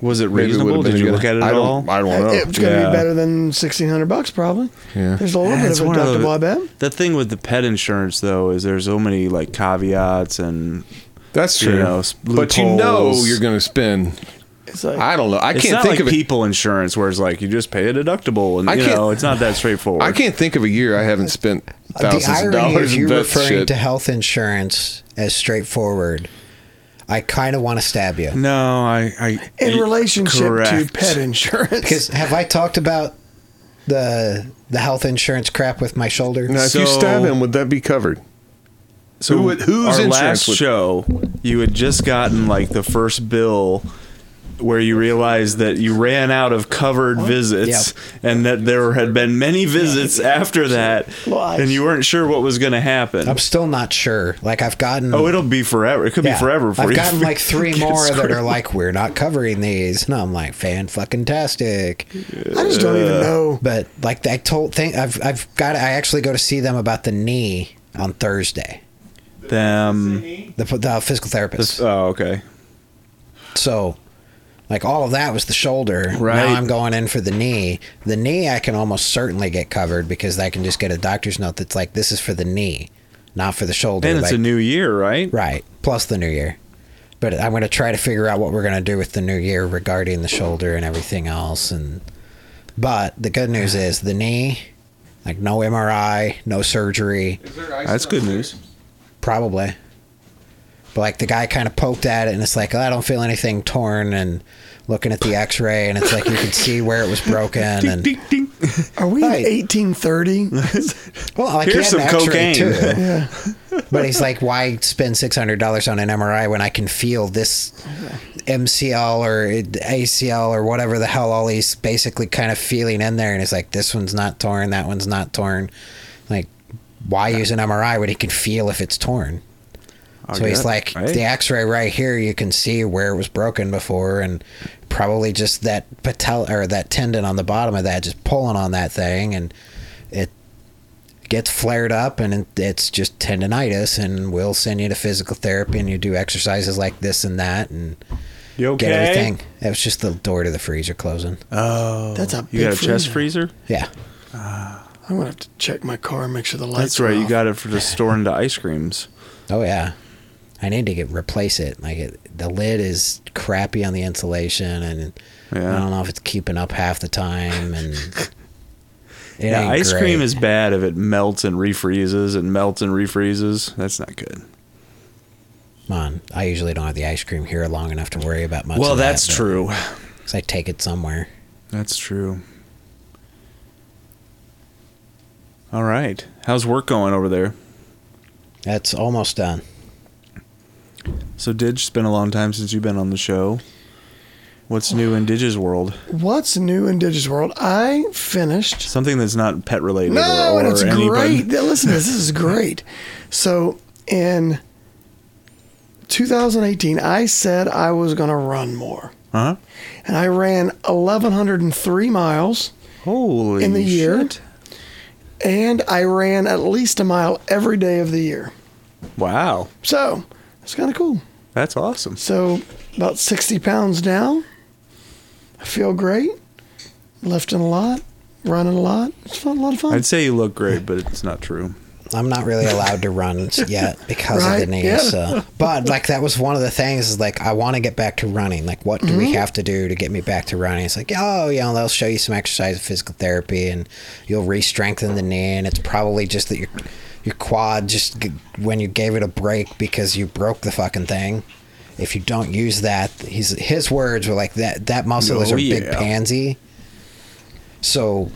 B: Was it
A: Maybe it would've
B: reasonable?
A: been
B: Did you
A: good-
B: look at it
A: I
B: at
A: don't,
B: all?
A: I don't know.
D: it was going to
B: Yeah.
D: be better than sixteen hundred bucks probably.
A: Yeah.
D: There's a little
B: Yeah,
D: bit
B: it's
D: of
B: one of
D: deductible, I bet.
B: The thing with the pet insurance though is there's so many like caveats and
A: That's
B: you
A: true.
B: know, s-
A: but you know
B: loopholes.
A: you're going to spend.
D: It's like
A: I don't know. I
B: it's
A: can't
B: not
A: think
B: like
A: of it.
B: people insurance where it's like you just pay a deductible and
A: I
B: you
A: can't-
B: know it's not that straightforward.
A: I can't think of a year I haven't spent
C: the
A: thousands of
C: irony
A: dollars
C: is
A: in
C: you're
A: that
C: referring
A: shit.
C: to health insurance as straightforward. I kind of want to stab you
B: No, I. I
D: in
B: y-
D: relationship
B: correct.
D: to pet insurance.
C: because have I talked about the the health insurance crap with my shoulder?
A: now, if you
B: So-
A: stab him, would that be covered?
B: So
A: Who would- whose
B: our
A: insurance
B: last
A: would-
B: show, you had just gotten like the first bill where you realized that you ran out of covered visits and that there had been many visits after that
D: Lies.
B: and you weren't sure what was going to happen.
C: I'm still not sure. Like I've gotten
B: oh, it'll be forever. It could
C: yeah,
B: be forever for
C: I've
B: you.
C: gotten like three
B: Get
C: more that
B: screwed.
C: are like we're not covering these, and I'm like fan fucking tastic.
D: I just don't
B: uh,
D: even
B: Oh.
D: know.
C: But like I told, think I've I've got I actually go to see them about the knee on Thursday.
B: them.
C: The, the physical therapist.
B: Oh, okay. uh,
C: So, like all of that was the shoulder.
B: Right.
C: Now I'm going in for the knee. The knee I can almost certainly get covered because I can just get a doctor's note that's like this is for the knee, not for the shoulder.
B: And it's
C: Like-
B: a new year, right?
C: right. Plus the new year. But I'm going to try to figure out what we're going to do with the new year regarding the shoulder and everything else. And but the good news is the knee, like no MRI, no surgery.
B: That's good news.
C: Probably. But like the guy kind of poked at it and it's like, "Oh, I don't feel anything torn and looking at the x ray and it's like you can see where it was broken and
B: Ding, ding.
D: Are we
C: Right.
D: in 1830?
C: well like
B: Here's
C: he
B: some
C: had an
B: cocaine.
C: x-ray too.
D: yeah.
C: But he's like, Why spend six hundred dollars on an MRI when I can feel this MCL or ACL or whatever the hell all these basically kind of feeling in there and it's like this one's not torn, that one's not torn. Like why use an MRI when he can feel if it's torn?
B: I
C: So he's
B: got it,
C: like,
B: right?
C: the x ray right here, you can see where it was broken before, and probably just that patella or that tendon on the bottom of that just pulling on that thing, and it gets flared up, and it- it's just tendonitis. And we'll send you to physical therapy, and you do exercises like this and that, and
B: You okay?
C: get everything. It was just the door to the freezer closing.
B: Oh,
D: That's a
B: you got a
D: big
B: chest freezer.
C: Yeah.
D: I'm going to have to check my car and make sure the lights
B: That's
D: are
B: right. You
D: off.
B: got it for just storing the ice creams.
C: Oh yeah. I need to get replace it. Like it, the lid is crappy on the insulation, and
B: Yeah.
C: I don't know if it's keeping up half the time. And it
B: Yeah,
C: ain't
B: ice cream
C: great.
B: is bad if it melts and refreezes and melts and refreezes. That's not good.
C: Come on, I usually don't have the ice cream here long enough to worry about much.
B: well,
C: of
B: that's
C: that,
B: true.
C: Because I take it somewhere.
B: That's true. All right. How's work going over there?
C: That's almost done.
B: So, Didge, it's been a long time since you've been on the show. What's new in Didge's world?
D: What's new in Digi's world? I finished
B: Something that's not pet related
D: No,
B: or,
D: and
B: or
D: it's
B: anybody.
D: great. Now, Listen, to this This is great. So in 2018, I said I was going to run more,
B: Huh?
D: and I ran 1,103 miles
B: Holy
D: in the year.
B: shit.
D: and I ran at least a mile every day of the year.
B: Wow.
D: So it's kind of cool.
B: That's awesome.
D: So about 60 pounds down. I feel great. Lifting a lot, running a lot. It's fun, a lot of fun.
B: I'd say you look great, but it's not true.
C: I'm not really allowed to run yet because of
D: Right,
C: the knee.
D: yeah.
C: So. But like that was one of the things is like I want to get back to running. Like what do
D: Mm-hmm.
C: we have to do to get me back to running? It's like oh you know they'll show you some exercise and physical therapy and you'll re-strengthen the knee and it's probably just that your your quad just g- when you gave it a break because you broke the fucking thing. If you don't use that, his his words were like that that muscle is
B: Oh,
C: a big
B: yeah.
C: pansy. So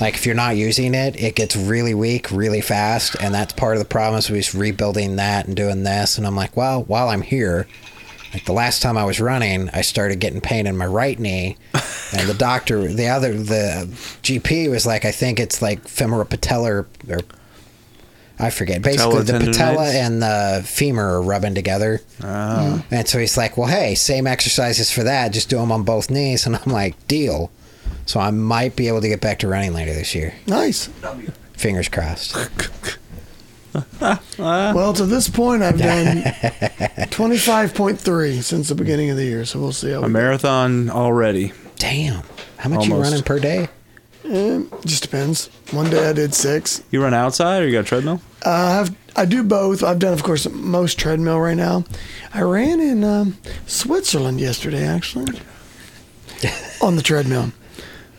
C: like if you're not using it, it gets really weak really fast, and that's part of the problem. Is we're just rebuilding that and doing this, and I'm like, well, while I'm here, like the last time I was running, I started getting pain in my right knee, and the doctor, the other, the GP was like, I think it's like femoral patellar or I forget. Basically, the
B: Patella
C: patella
B: tendonitis? Oh.
C: and the femur are rubbing together. And so he's like, well, hey, same exercises for that. Just do them on both knees. And I'm like, deal. So I might be able to get back to running later this year.
D: nice.
C: Fingers crossed.
D: Well, to this point, I've done 25.3 since the beginning of the year. So we'll see how
B: A
D: we
B: marathon already.
C: Damn. How much you
B: Almost.
C: running per day?
D: Um, Just depends. One day I did six.
B: You run outside or you got a treadmill?
D: Uh, I've I do both. I've done, of course, most treadmill right now. I ran in um, Switzerland yesterday, actually, on the treadmill.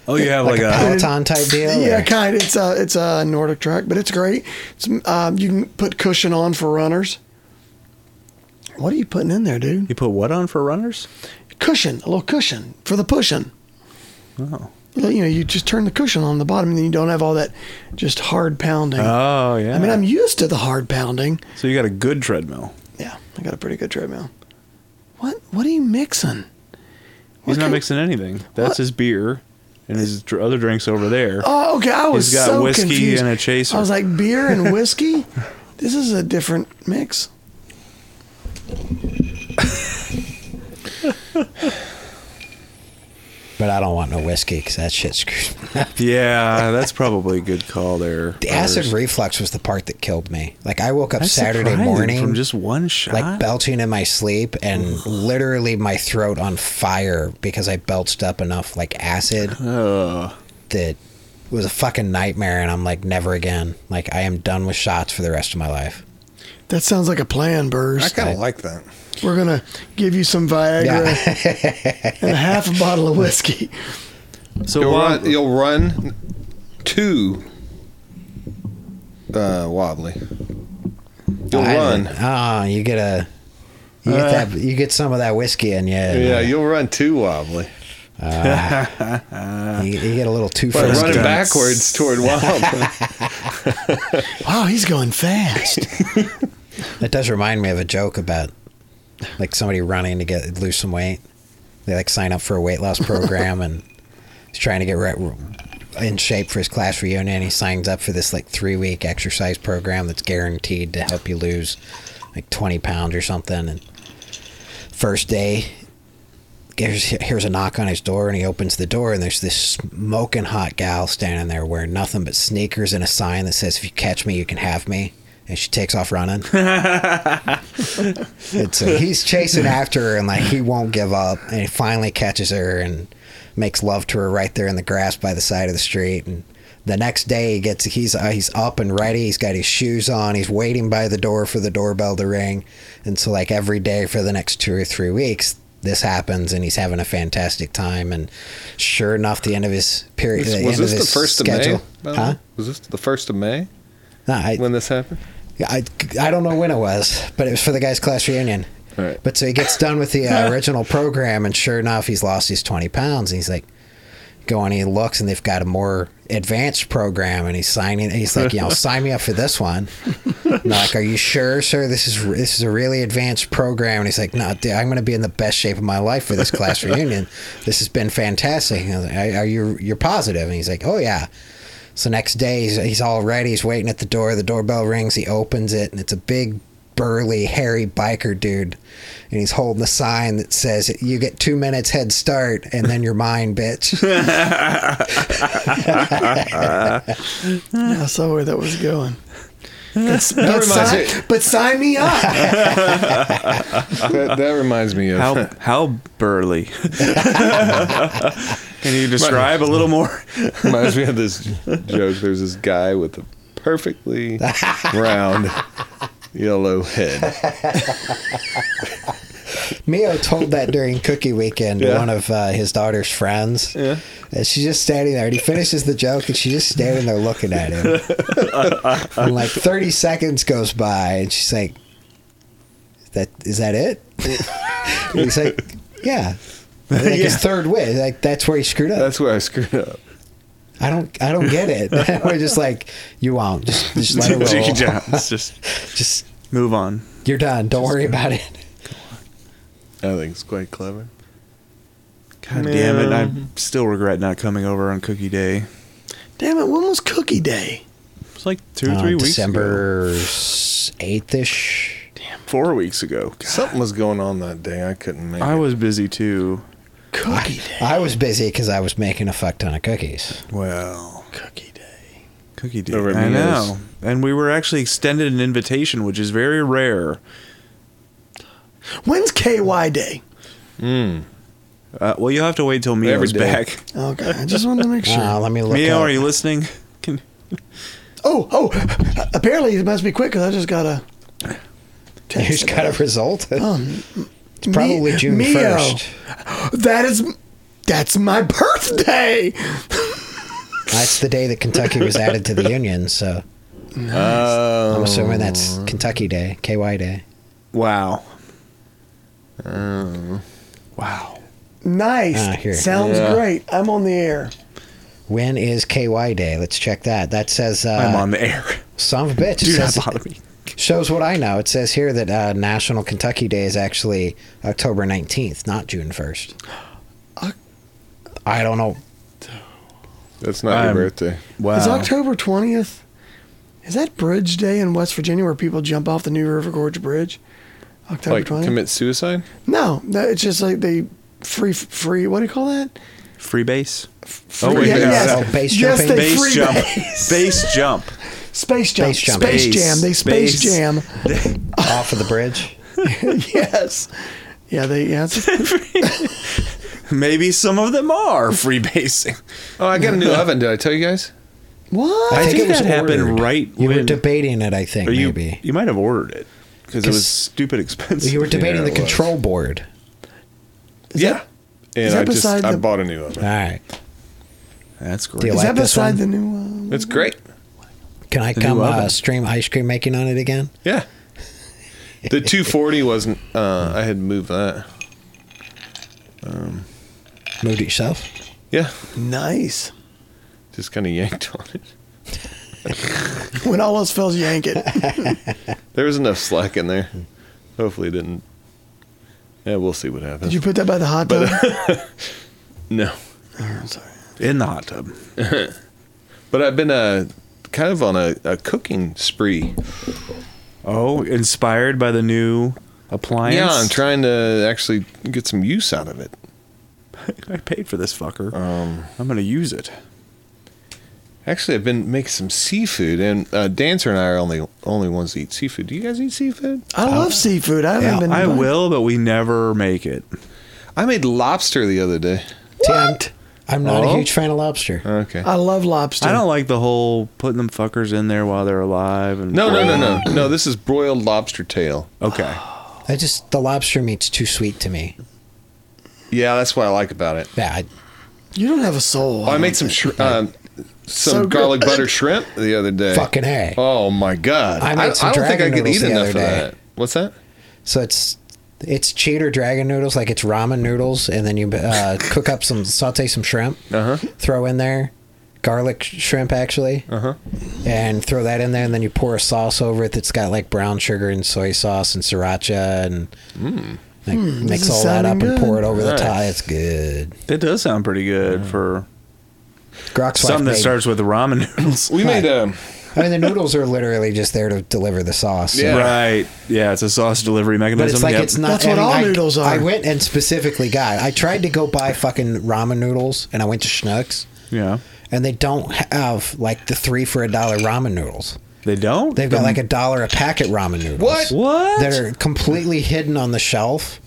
B: Oh, you have
C: Like,
B: like,
C: a
B: a.
C: Peloton type deal?
D: Yeah,
C: or-
D: kind. Of, it's a it's a Nordic track, but it's great. It's, um, you can put cushion on for runners. What are you putting in there, dude?
B: You put what on for runners?
D: Cushion, a little cushion for the pushing.
B: Oh.
D: You know, you just turn the cushion on the bottom, and then you don't have all that just hard pounding.
B: Oh, yeah.
D: I mean, I'm used to the hard pounding.
B: so you got a good treadmill.
D: Yeah, I got a pretty good treadmill. What What are you
B: He's
D: mixing? What
B: not
D: kind-
B: mixing anything. That's
D: What?
B: his beer and his dr- other drinks over there.
D: Oh, okay. I was
B: He's got
D: so
B: whiskey
D: confused.
B: and a chaser.
D: I was like, beer and whiskey. this is a different mix.
C: But I don't want no whiskey because that shit screwed me.
B: Yeah, that's probably a good call there.
C: The acid reflux was the part that killed me. Like I woke up Saturday morning.
B: from just one shot.
C: like belching in my sleep and literally my throat on fire because I belched up enough like acid that was a fucking nightmare and I'm like never again. Like I am done with shots for the rest of my life.
D: That sounds like a plan,
A: I
D: Burrs.
A: kind of like that.
D: We're gonna give you some Viagra and a half a bottle of whiskey.
B: so
A: You'll
B: while,
A: run, you'll run to uh, wobbly. You'll
C: I-
A: run. Uh,
C: Ah, you get a you get that you get some of that whiskey in you.
A: Yeah,
C: and,
A: you'll run to wobbly.
C: uh, you, you get a little too
A: But
C: frisky.
A: running
B: guns.
A: backwards toward wobbly.
D: Wow, he's going fast.
C: That does remind me of a joke about like somebody running to get lose some weight. They like sign up for a weight loss program and he's trying to get re- in shape for his class reunion. And he signs up for this like three week exercise program that's guaranteed to help you lose like twenty pounds or something. And first day, here's, here's a knock on his door and he opens the door and there's this smoking hot gal standing there wearing nothing but sneakers and a sign that says if you catch me you can have me and she takes off running and so he's chasing after her and like he won't give up and he finally catches her and makes love to her right there in the grass by the side of the street and the next day he gets he's uh, he's up and ready he's got his shoes on he's waiting by the door for the doorbell to ring and so like every day for the next two or three weeks this happens and he's having a fantastic time and sure enough the end of his period the
A: was
C: end
A: this
C: of
A: the
C: his
A: first
C: schedule
A: of May? by the
C: huh
A: way? Was this the first of May
C: no, I,
A: when this happened?
C: I, I don't know when it was, but it was for the guy's class reunion.
A: All right.
C: But so he gets done with the uh, original program, and sure enough, he's lost his 20 pounds. And he's like, going, he looks, and they've got a more advanced program, and he's signing. And he's like, you know, sign me up for this one. And they're like, are you sure, sir? This is this is a really advanced program. And he's like, no, dude, I'm going to be in the best shape of my life for this class reunion. This has been fantastic. And I was like, are, are you you're positive? And he's like, oh yeah. So next day, he's, he's all ready. He's waiting at the door. The doorbell rings. He opens it, and it's a big burly, hairy biker dude, and he's holding a sign that says, "You get two minutes head start, and then you're mine, bitch."
D: I saw where that was going.
A: That reminds
D: sign-
A: me.
C: but sign me up.
A: That, that reminds me of.
B: How how burly? Can you describe a little more?
A: reminds me of this joke. There's this guy with a perfectly round yellow head.
C: Mio told that during Cookie Weekend to
A: Yeah.
C: one of uh, his daughter's friends.
A: Yeah.
C: And she's just standing there, and he finishes the joke, and she's just standing there looking at him. and like 30 seconds goes by, and she's like, "That is that it?" And he's like, "Yeah." And Like his
B: Yeah.
C: third win, like that's where he screwed up.
A: That's where I screwed up.
C: I don't, I don't get it. We're just like, you won't. Just, just let it roll.
B: Let's just
C: Just
B: move on.
C: you're done. Don't worry about it.
A: I think it's quite clever.
B: God damn it! I still regret not coming over on Cookie Day.
D: Damn it! When was Cookie Day?
B: It's like two
C: Uh,
B: three weeks ago.
C: December eighth ish.
B: Four weeks ago.
A: Something was going on that day. I couldn't make.
B: I
A: it.
B: was busy too.
D: Cookie Day.
C: I was busy because I was making a fuck ton of cookies.
B: Well,
D: Cookie Day.
B: Cookie Day.
A: Over at
B: I
A: Mia's.
B: know. And we were actually extended an invitation, which is very rare.
D: When's KY Day?
B: Uh, well, you'll have to wait till Mio's
A: Every day.
B: back.
D: Okay, I just wanted to make sure.
C: Uh, let me look.
B: Mio,
C: up.
B: are you listening? Can
D: oh, oh! Apparently it must be quick because I just got a.
C: Who's
D: text.
C: got a result?
B: Oh,
D: Um, it's
C: Probably June first.
D: That is, that's my birthday.
C: That's the day that Kentucky was added to the Union. So I'm
A: Oh,
C: assuming that's Kentucky Day, KY Day.
B: Wow. Wow.
D: Nice.
C: Ah, here.
D: Sounds
A: Yeah.
D: great. I'm on the air.
C: When is KY Day? Let's check that. That says uh,
B: I'm on the air.
C: son of a bitch. It
B: Do not
C: says,
B: bother me.
C: shows what I know. It says here that uh, National Kentucky Day is actually October 19th, not June 1st. I don't know.
A: that's not
B: I'm-
A: your birthday.
B: Wow.
D: Is October 20th? Is that Bridge Day in West Virginia where people jump off the New River Gorge Bridge? October
A: Like
D: 20th?
A: commit suicide?
D: no, that, it's just like they free, free, what do you call that?
B: Freebase?
D: Free,
B: wait, no.
C: Oh, base
D: yes,
C: jumping?
D: they
B: Base
D: free
B: jump.
D: base.
B: Base jump.
D: Space jump.
C: Base
D: Space,
C: jump.
B: Base.
D: jam. They
B: Base.
D: space jam.
C: Off of the bridge.
D: yes. Yeah, they, yeah, it's-
B: Maybe some of them are freebasing.
A: Oh, I got a new oven. Did I tell you guys?
D: what?
B: I think,
C: it was
B: that happened
C: ordered.
B: right
C: You were
B: when-
C: debating it, I think,
B: or you,
C: maybe.
B: you might have ordered it because it
C: 'Cause
B: was stupid expensive.
C: You were debating
A: Yeah,
C: the
A: it was.
C: control board.
A: yeah. and
D: is that
A: I just
D: beside
A: I
D: the-
A: bought a new oven.
C: All right.
B: That's great.
C: Do you
D: Is
C: like
D: that
C: this one?
D: beside the new one?
A: It's great.
C: Can I
B: The
C: come
B: new
C: uh,
B: oven.
C: stream ice cream making on it again?
A: Yeah. The 240 wasn't. Uh, I had moved that.
C: Moved it yourself?
A: Yeah,
D: Nice.
A: just kind of yanked on it.
D: When all else fails, yank it.
A: There was enough slack in there. Hopefully, it didn't. Yeah, we'll see what happens.
D: Did you put that by the hot tub?
A: But- uh, no,
D: I'm sorry.
B: In the hot tub.
A: but I've been uh, kind of on a, a cooking spree.
B: Oh, inspired by the new appliance.
A: Yeah, I'm trying to actually get some use out of it.
B: I paid for this fucker.
A: Um,
B: I'm gonna use it.
A: Actually, I've been making some seafood, and uh, Dancer and I are only only ones that eat seafood. Do you guys eat seafood?
D: I love seafood. I haven't
C: Yeah,
D: been.
B: I
D: invited.
B: will, but we never make it.
A: I made lobster the other day.
C: See, I'm- I'm, not a
A: Oh.
C: huge fan of lobster.
A: Okay.
D: I love lobster.
B: I don't like the whole putting them fuckers in there while they're alive. And
A: No, no, no, no, no. This is broiled lobster tail.
B: Okay.
C: I just the lobster meat's too sweet to me.
A: Yeah, that's what I like about it.
C: Yeah, I,
D: You don't have a soul.
A: Oh, I made some shri- um, some
D: good.
A: garlic butter shrimp the other day.
C: Fucking A.
A: Oh my god!
C: I made some dragon noodles the other day.
A: What's that?
C: so it's it's cheater dragon noodles, like it's ramen noodles, and then you uh, cook up some saute some shrimp,
A: Uh huh.
C: throw in there garlic shrimp actually,
A: Uh huh.
C: and throw that in there, and then you pour a sauce over it that's got like brown sugar and soy sauce and sriracha and like, mix
D: Hmm, is
C: all that up
D: sounding
C: and pour it over the top.
A: Nice.
C: It's good.
B: That does sound pretty good for
C: Grok's wife
B: something that
C: made-
B: starts with ramen noodles.
A: We
C: Hi.
A: made um,
C: I mean, the noodles are literally just there to deliver the sauce. so-
A: Yeah.
B: Right. Yeah, it's a sauce delivery mechanism.
C: But it's like
B: Yep.
C: it's not.
D: That's what
C: I mean,
D: all
C: I-
D: noodles are.
C: I went and specifically got. I tried to go buy fucking ramen noodles, and I went to Schnucks,
B: Yeah.
C: and they don't have like the three for a dollar ramen noodles.
B: They don't?
C: They've got like a dollar a packet ramen noodles.
A: What?
B: Um, What?
C: That are completely hidden on the shelf.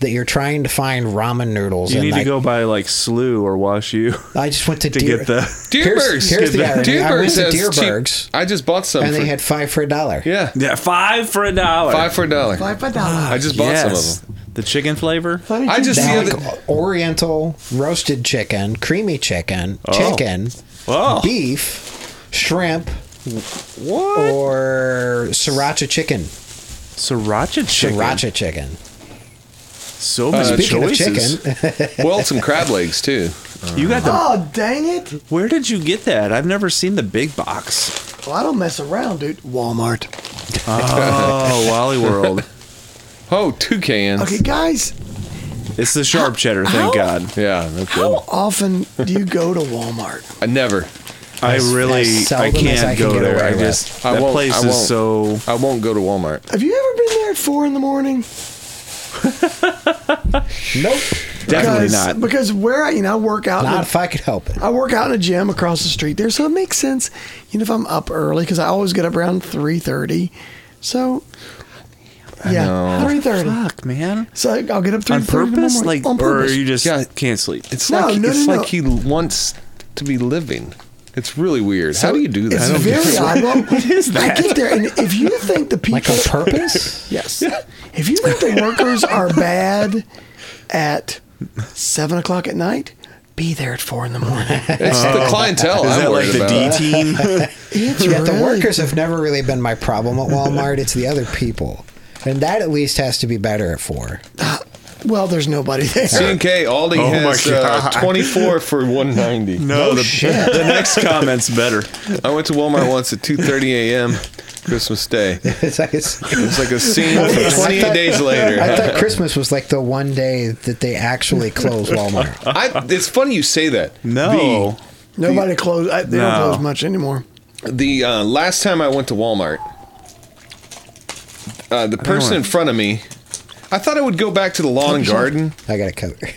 C: That you're trying to find ramen noodles.
B: you
C: and
B: need
C: like,
B: to go by like Slew or Wash U
C: I just went to,
B: to
C: Deer-
B: get the.
A: Deerbergs.
C: Here's, here's the
B: Get
C: irony.
B: that.
C: I went
A: Deerbergs
C: to
A: has cheap-
C: Deerbergs,
A: I just bought some.
C: and
A: for,
C: they had five for a dollar.
A: yeah,
B: Yeah, five for a dollar.
A: five for a dollar.
D: Five by dollar.
A: I just bought
B: yes.
A: some
B: The chicken flavor?
D: Why did
A: I
D: you
A: just
D: do
A: the
C: Now,
A: other-
C: like, Oriental roasted chicken, creamy chicken, chicken,
B: Oh.
C: beef, shrimp,
B: What?
C: or sriracha chicken.
B: Sriracha chicken.
C: Sriracha chicken.
B: So many
C: Speaking
B: choices.
C: of chicken,
A: of them. Well, some crab legs too.
B: You got the.
D: Oh dang it!
B: Where did you get that? I've never seen the big box.
D: Well, I don't mess around, dude. Walmart.
B: Oh, Wally World.
A: Oh, two cans.
D: Okay, guys,
B: It's the sharp cheddar,
D: How-
B: thank God.
A: Yeah, no
D: how
A: kidding.
D: often do you go to Walmart?
A: I never.
B: I
C: As-
B: really
C: as
B: I
C: seldom as
B: can't
C: I can
B: go
C: get
B: there.
C: away
B: I
C: with.
B: just
A: I
B: that
A: won't-
B: place
A: I
B: is so
A: I won't go to Walmart.
D: Have you ever been there at four in the morning?
C: nope.
B: definitely
D: because,
B: not.
D: Because where I, you know, I work out. in
C: Not
D: a-
C: if I could help it.
D: I work out in a gym across the street there, so it makes sense. You know, if I'm up early, because I always get up around three thirty. So, yeah,
A: know.
D: three thirty.
B: Fuck, man.
D: So I'll get up three
B: On
D: thirty in the
B: purpose?
D: morning.
B: Like
D: on purpose.
B: or you just
A: Yeah.
B: can't sleep.
A: It's
D: No,
A: like
D: no,
A: it's
D: no, no.
A: like he wants to be living. It's really weird. how do you do that?
D: It's very odd. Well,
B: is
D: I
B: that?
D: get there, and if you think the people
C: Like on purpose?
D: Yes. If you think the workers are bad at seven o'clock at night, be there at four in the morning.
A: It's
C: Oh.
A: the clientele.
B: Is
A: I'm
B: that like
A: worried
B: the
A: about.
B: D team?
D: It's
C: Yeah, the
D: really-
C: workers have never really been my problem at Walmart. It's the other people. And that at least has to be better at four.
D: Well, there's nobody there.
A: C&K Aldi
B: Oh my
A: has uh,
B: God.
A: 24 for 190.
B: No, the,
C: shit.
B: the next comment's better.
A: I went to Walmart once at 2:30 a.m. Christmas Day. It
C: It's like it's,
A: was like a scene from 28 days later.
C: I thought Christmas was like the one day that they actually close Walmart.
A: I, it's funny you say that.
B: No.
D: Nobody close. I, they
B: No.
D: don't close much anymore.
A: The, the, uh, last time I went to Walmart, uh, the person in
B: wanna-
A: front of me, I thought I would go back to the lawn and garden.
C: I got it covered.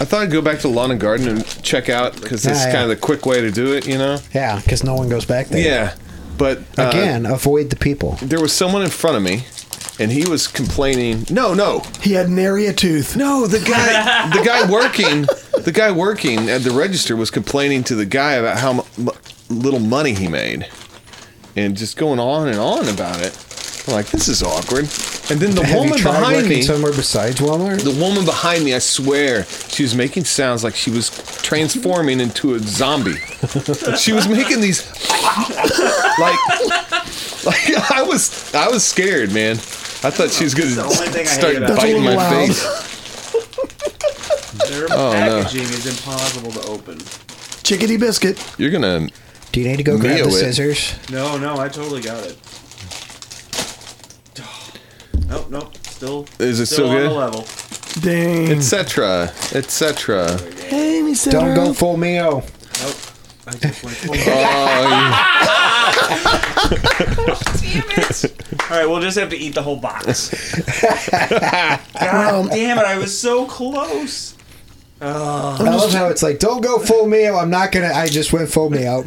A: I thought I'd go back to lawn and garden and check out because that's
C: Yeah, yeah.
A: kind of the quick way to do it, you know.
C: Yeah, because no one goes back there.
A: Yeah, but uh,
C: Again, avoid the people.
A: there was someone in front of me, and he was complaining. No, no,
D: He had nary a tooth.
A: No, the guy, the guy working, the guy working at the register was complaining to the guy about how mu- mu- little money he made, and just going on and on about it. I'm like, this is awkward. And then the
C: Have you
A: woman
C: tried
A: behind
C: working
A: me,
C: somewhere besides Walmart?
A: the woman behind me, I swear, she was making sounds like she was transforming into a zombie. she was making these, like, like I was, I was scared, man. I thought she was gonna
B: only thing I hate
A: start
B: about it.
D: That's a
A: biting my
D: little loud.
A: face.
B: Their
A: Oh, packaging
B: is impossible to open.
D: Chickadee biscuit.
A: You're gonna
C: Do you need to go grab
A: Neo
C: the
A: it.
C: scissors?
B: No, no, I totally got it. Oh, Nope, nope. Still,
A: Is it still still on good? the
B: level.
D: Dang.
A: etc. etc.
D: hey, me
C: Don't go full Mio.
B: Nope. I just went All right, we'll just have to eat the whole box.
D: Um,
B: God damn it! I was so close.
C: I love how it's like, don't go full Mio. I'm not gonna. I just went full Mio.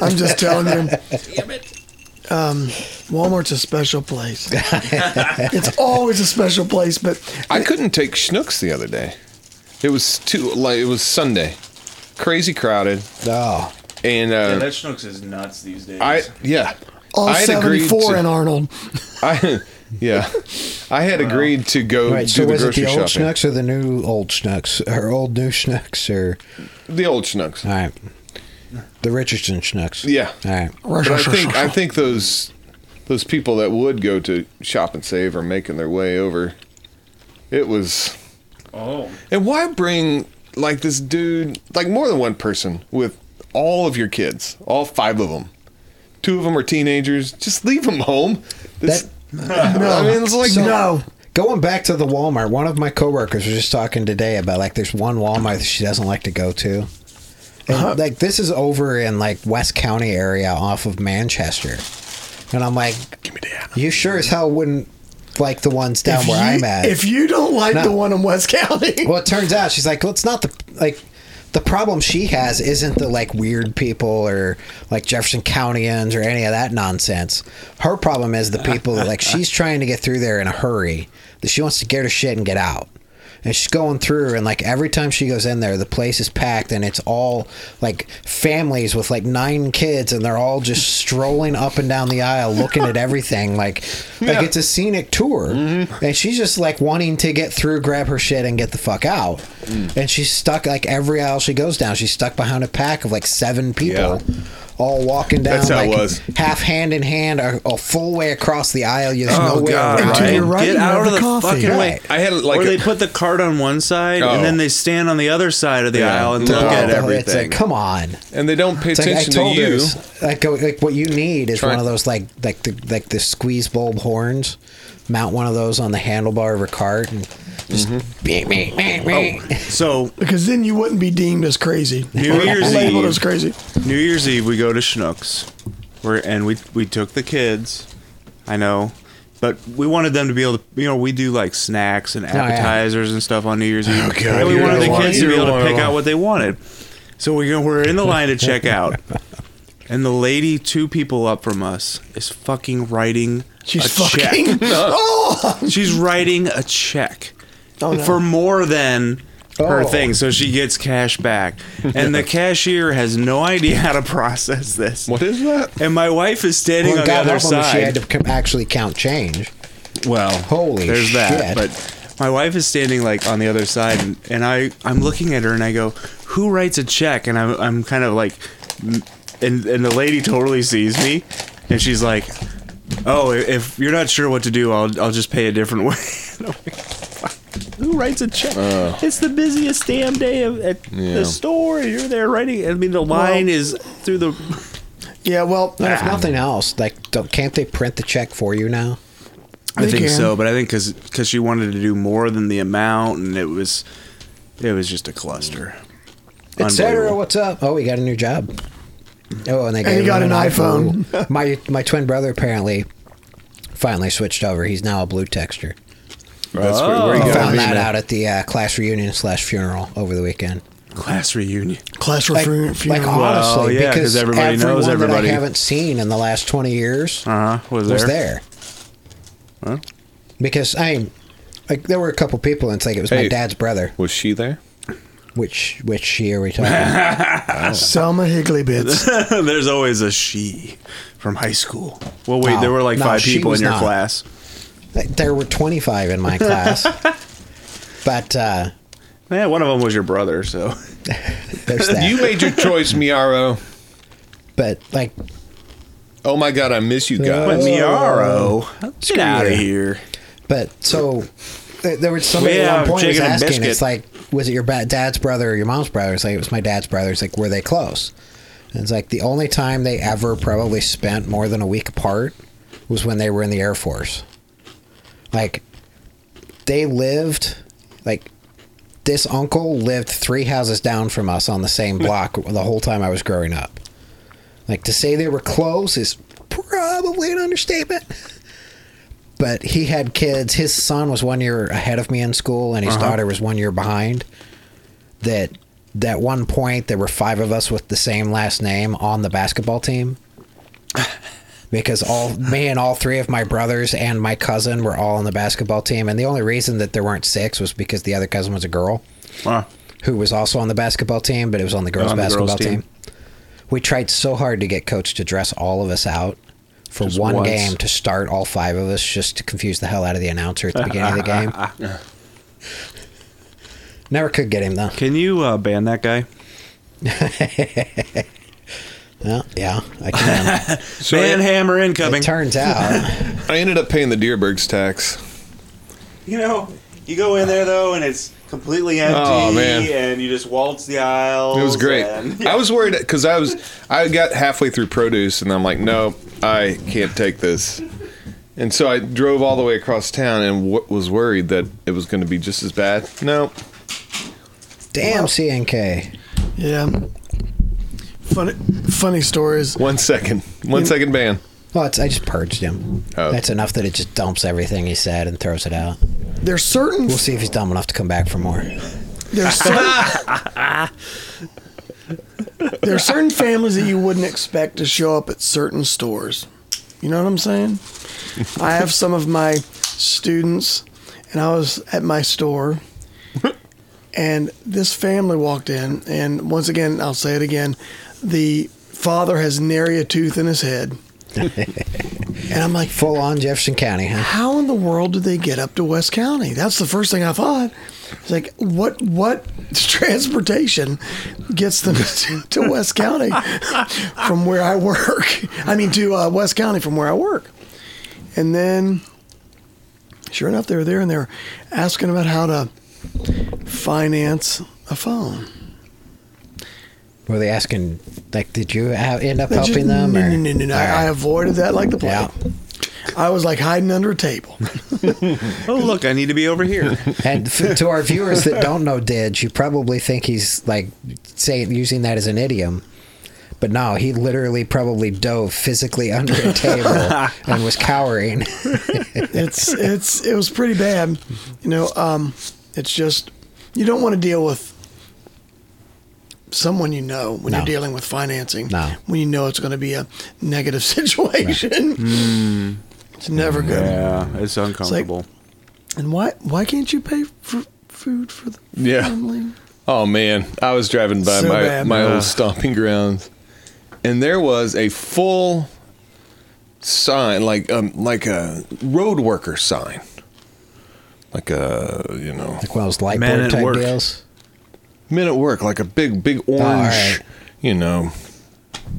D: I'm just telling you, Um,
B: Damn it!
D: Walmart's a special place. it's always a special place, but
A: I couldn't take Schnucks the other day. It was too like it was Sunday, crazy crowded,
C: oh,
A: and uh,
B: that schnooks is nuts these days.
A: I yeah,
D: all
A: I had agreed
D: 74
A: to-
D: in Arnold.
A: I yeah, I had agreed to go
C: All
A: do
C: right. So
A: the
C: was it
A: grocery
C: the old
A: shopping.
C: Schnucks or the new old Schnucks or old new Schnucks or
A: The old Schnucks.
C: all right, the Richardson Schnucks?
A: Yeah,
C: All right.
A: but I think I think those those people that would go to shop and save are making their way over. It was
B: oh,
A: And why bring like this dude, like more than one person with all of your kids, all five of them? Two of them are teenagers. Just leave them home. This, no, I mean it's like
D: no.
C: Going back to the Walmart, one of my coworkers was just talking today about like there's one Walmart that she doesn't like to go to. And,
D: Huh.
C: Like this is over in like West County area off of Manchester, and I'm like,
D: Give me that.
C: you sure as hell wouldn't like the ones down
D: if
C: where
D: you,
C: I'm at.
D: If you don't like
C: No.
D: the one in West County,
C: well, it turns out she's like, well, it's not the like the problem she has isn't the like weird people or like Jefferson Countyans or any of that nonsense. Her problem is the people that like she's trying to get through there in a hurry that she wants to get her shit and get out. And she's going through, and like every time she goes in there, the place is packed, and it's all like families with like nine kids, and they're all just strolling up and down the aisle, looking at everything, like like it's a scenic tour. And she's just like wanting to get through, grab her shit, and get the fuck out. And she's stuck like every aisle she goes down, she's stuck behind a pack of like seven people. All walking down,
A: That's how it
C: like,
A: was.
C: half hand in hand, a, a full way across the aisle. There's
B: Oh,
C: no
A: Oh,
C: way around.
D: Ryan.
B: Ryan,
D: your right,
B: get
D: you
B: out
D: have
B: of
D: the
B: the
D: coffee.
B: fucking way.
C: Right.
A: I had like
B: or they
A: a-
B: put the cart on one side
A: Oh.
B: and then they stand on the other side of the
A: Yeah.
B: aisle and
A: No.
B: look at
A: Oh,
B: everything.
C: It's like, come on.
A: and they don't pay
C: It's like I
A: attention
C: told
A: to
C: her,
A: you.
C: it's like go- like what you need is
A: Try-
C: one of those like like the like the squeeze bulb horns. Mount one of those on the handlebar of a cart and just
B: Mm-hmm.
C: beep, beep, beep, beep.
B: Oh, So
D: because then you wouldn't be deemed as crazy.
B: New
D: Or
B: Year's
D: labeled
B: Eve.
D: as crazy.
B: New Year's Eve, we go to Schnucks, where and we we took the kids. I know, but we wanted them to be able to. You know, we do like snacks and
C: yeah.
B: appetizers and stuff on New Year's Eve,
A: Oh, God,
B: and we
A: you're
B: wanted
A: the
B: the
A: one-
B: kids to
A: you're
B: be
A: the
B: able
A: one
B: to pick
A: alone.
B: out what they wanted. So we go- we're in the line to check out, and the lady, two people up from us, is fucking writing.
D: She's
B: a
D: fucking.
B: Check.
D: Oh,
B: She's writing a check
D: Oh, no.
B: for more than her
C: Oh.
B: thing, so she gets cash back. And the cashier has no idea how to process this.
A: What is that?
B: And my wife is standing
C: Well,
B: on the
C: God
B: other
C: help 'em if she had
B: side.
C: to c- actually count change.
B: Well,
C: Holy
B: there's that.
C: shit.
B: But my wife is standing like on the other side, and, and I I'm looking at her and I go, "Who writes a check?" And I'm I'm kind of like, m- and and the lady totally sees me, and she's like, "Oh, i- if you're not sure what to do, I'll I'll just pay a different way." And I'm like, "Fuck, Who writes a check? it's the busiest damn day of, at
A: Yeah.
B: the store. and You're there writing. I mean, the line is through the.
D: yeah. Well, ah.
C: But if nothing else, like don't, can't they print the check for you now?
B: I
D: They
B: think
D: can.
B: so, but I think because she wanted to do more than the amount, and it was it was just a cluster.
C: Etc.
B: Unbelievable.
C: What's up? Oh, he got a new job. Oh, and they
D: he
C: gave
D: got
C: him
D: an
C: iPhone. my my twin brother apparently finally switched over. He's now a blue texter.
A: That's where,
B: Oh,
A: where you
C: I
A: got
C: found
A: me,
C: that
A: man.
C: out at the uh, class reunion slash funeral over the weekend.
B: Class reunion.
D: class
C: Like,
D: refer-
C: like
D: funeral.
C: honestly,
B: Well, yeah, 'cause
C: because
B: everybody knows
C: everyone
B: everybody.
C: that I haven't seen in the last twenty years
B: Uh huh. Was there?
C: was there.
B: Huh?
C: Because I, mean, like, there were a couple people, and it's like it was my
A: Hey.
C: dad's brother.
A: Was she there?
C: Which which she are we talking? about?
D: Selma Higley bits.
B: There's always a she from high school. Well, wait,
C: No.
B: there were like
C: No,
B: five
C: she
B: people
C: was
B: in your
C: not.
B: class.
C: Like, there were twenty five in my class, but uh,
B: Man, one of them was your brother. So
C: there's that.
A: You made your choice, Miaro.
C: but like
A: Oh my god, I miss you
B: but
A: guys.
B: Miaro, get out of
C: you.
B: here.
C: But so th- there was somebody
B: Yeah,
C: at one point was
B: chicken and
C: asking,
B: biscuit.
C: it's like, was it your ba- dad's brother or your mom's brother? It's like, it was my dad's brother. It's like, were they close? And it's like, the only time they ever probably spent more than a week apart was when they were in the Air Force. Like, they lived, like, this uncle lived three houses down from us on the same block the whole time I was growing up. Like, to say they were close is probably an understatement but he had kids. His son was one year ahead of me in school, and his
B: Uh-huh.
C: daughter was one year behind. That that one point there were five of us with the same last name on the basketball team. Because all me and all three of my brothers and my cousin were all on the basketball team, and the only reason that there weren't six was because the other cousin was a girl
B: Uh,
C: who was also on the basketball team, but it was on the girls'
B: On the girls'
C: basketball
B: team.
C: team. We tried so hard to get coach to dress all of us out for
B: Just
C: one
B: once.
C: game to start all five of us just to confuse the hell out of the announcer at the beginning of the game. Never could get him though.
B: can you uh, ban that guy?
C: Well, yeah, I can.
A: So
B: ban
A: I,
B: hammer incoming.
C: it turns out
A: I ended up paying the Deerberg's tax.
B: You know, you go in there though, and it's completely empty,
A: Oh, man.
B: and you just waltz the aisle.
A: It was great. I was worried because I was I got halfway through produce and I'm like, no, I can't take this. And so I drove all the way across town and w- was worried that it was going to be just as bad. No,
C: damn CNK.
D: yeah. Funny, funny stories.
A: One second. One second ban.
C: Well, it's, I just purged him.
A: Oh.
C: That's enough that it just dumps everything he said and throws it out.
D: There's certain
C: We'll see if he's dumb enough to come back for more.
D: there's certain, there's certain families that you wouldn't expect to show up at certain stores. You know what I'm saying? I have some of my students, and I was at my store, and this family walked in, and once again, I'll say it again, the father has nary a tooth in his head, and I'm like,
C: Full on Jefferson County, huh?
D: how in the world did they get up to West County? That's the first thing I thought. It's like, what what transportation gets them to, to West County from where I work? I mean, to uh, West County from where I work. And then, sure enough, they were there and they were asking about how to finance a phone.
C: Were they asking, like, did you ha- end up
D: They just-
C: helping them?
D: No,
C: or-
D: no, no, no, no.
C: All
D: I, I
C: right.
D: avoided that like the plague.
C: Yeah.
D: I was like hiding under a table.
B: Oh, look, I need to be over here.
C: And f- to our viewers that don't know Didge, you probably think he's like saying using that as an idiom. But no, he literally probably dove physically under a table and was cowering.
D: it's it's it was pretty bad. You know, um, it's just you don't want to deal with someone you know when
C: No.
D: you're dealing with financing.
C: No.
D: When you know it's going to be a negative situation. Hmm. It's never good.
B: yeah, it's uncomfortable.
D: And why why can't you pay for food for the
A: Yeah.
D: family?
A: Oh man, I was driving by
D: So
A: my
D: bad.
A: my
B: Ugh.
A: old stomping grounds, and there was a full sign, like um, like a road worker sign, like a you know
C: Like one of those light
B: Man
C: bulb
B: at
C: type
B: work.
C: deals.
A: men at work, like a big big orange,
C: all right.
A: you know,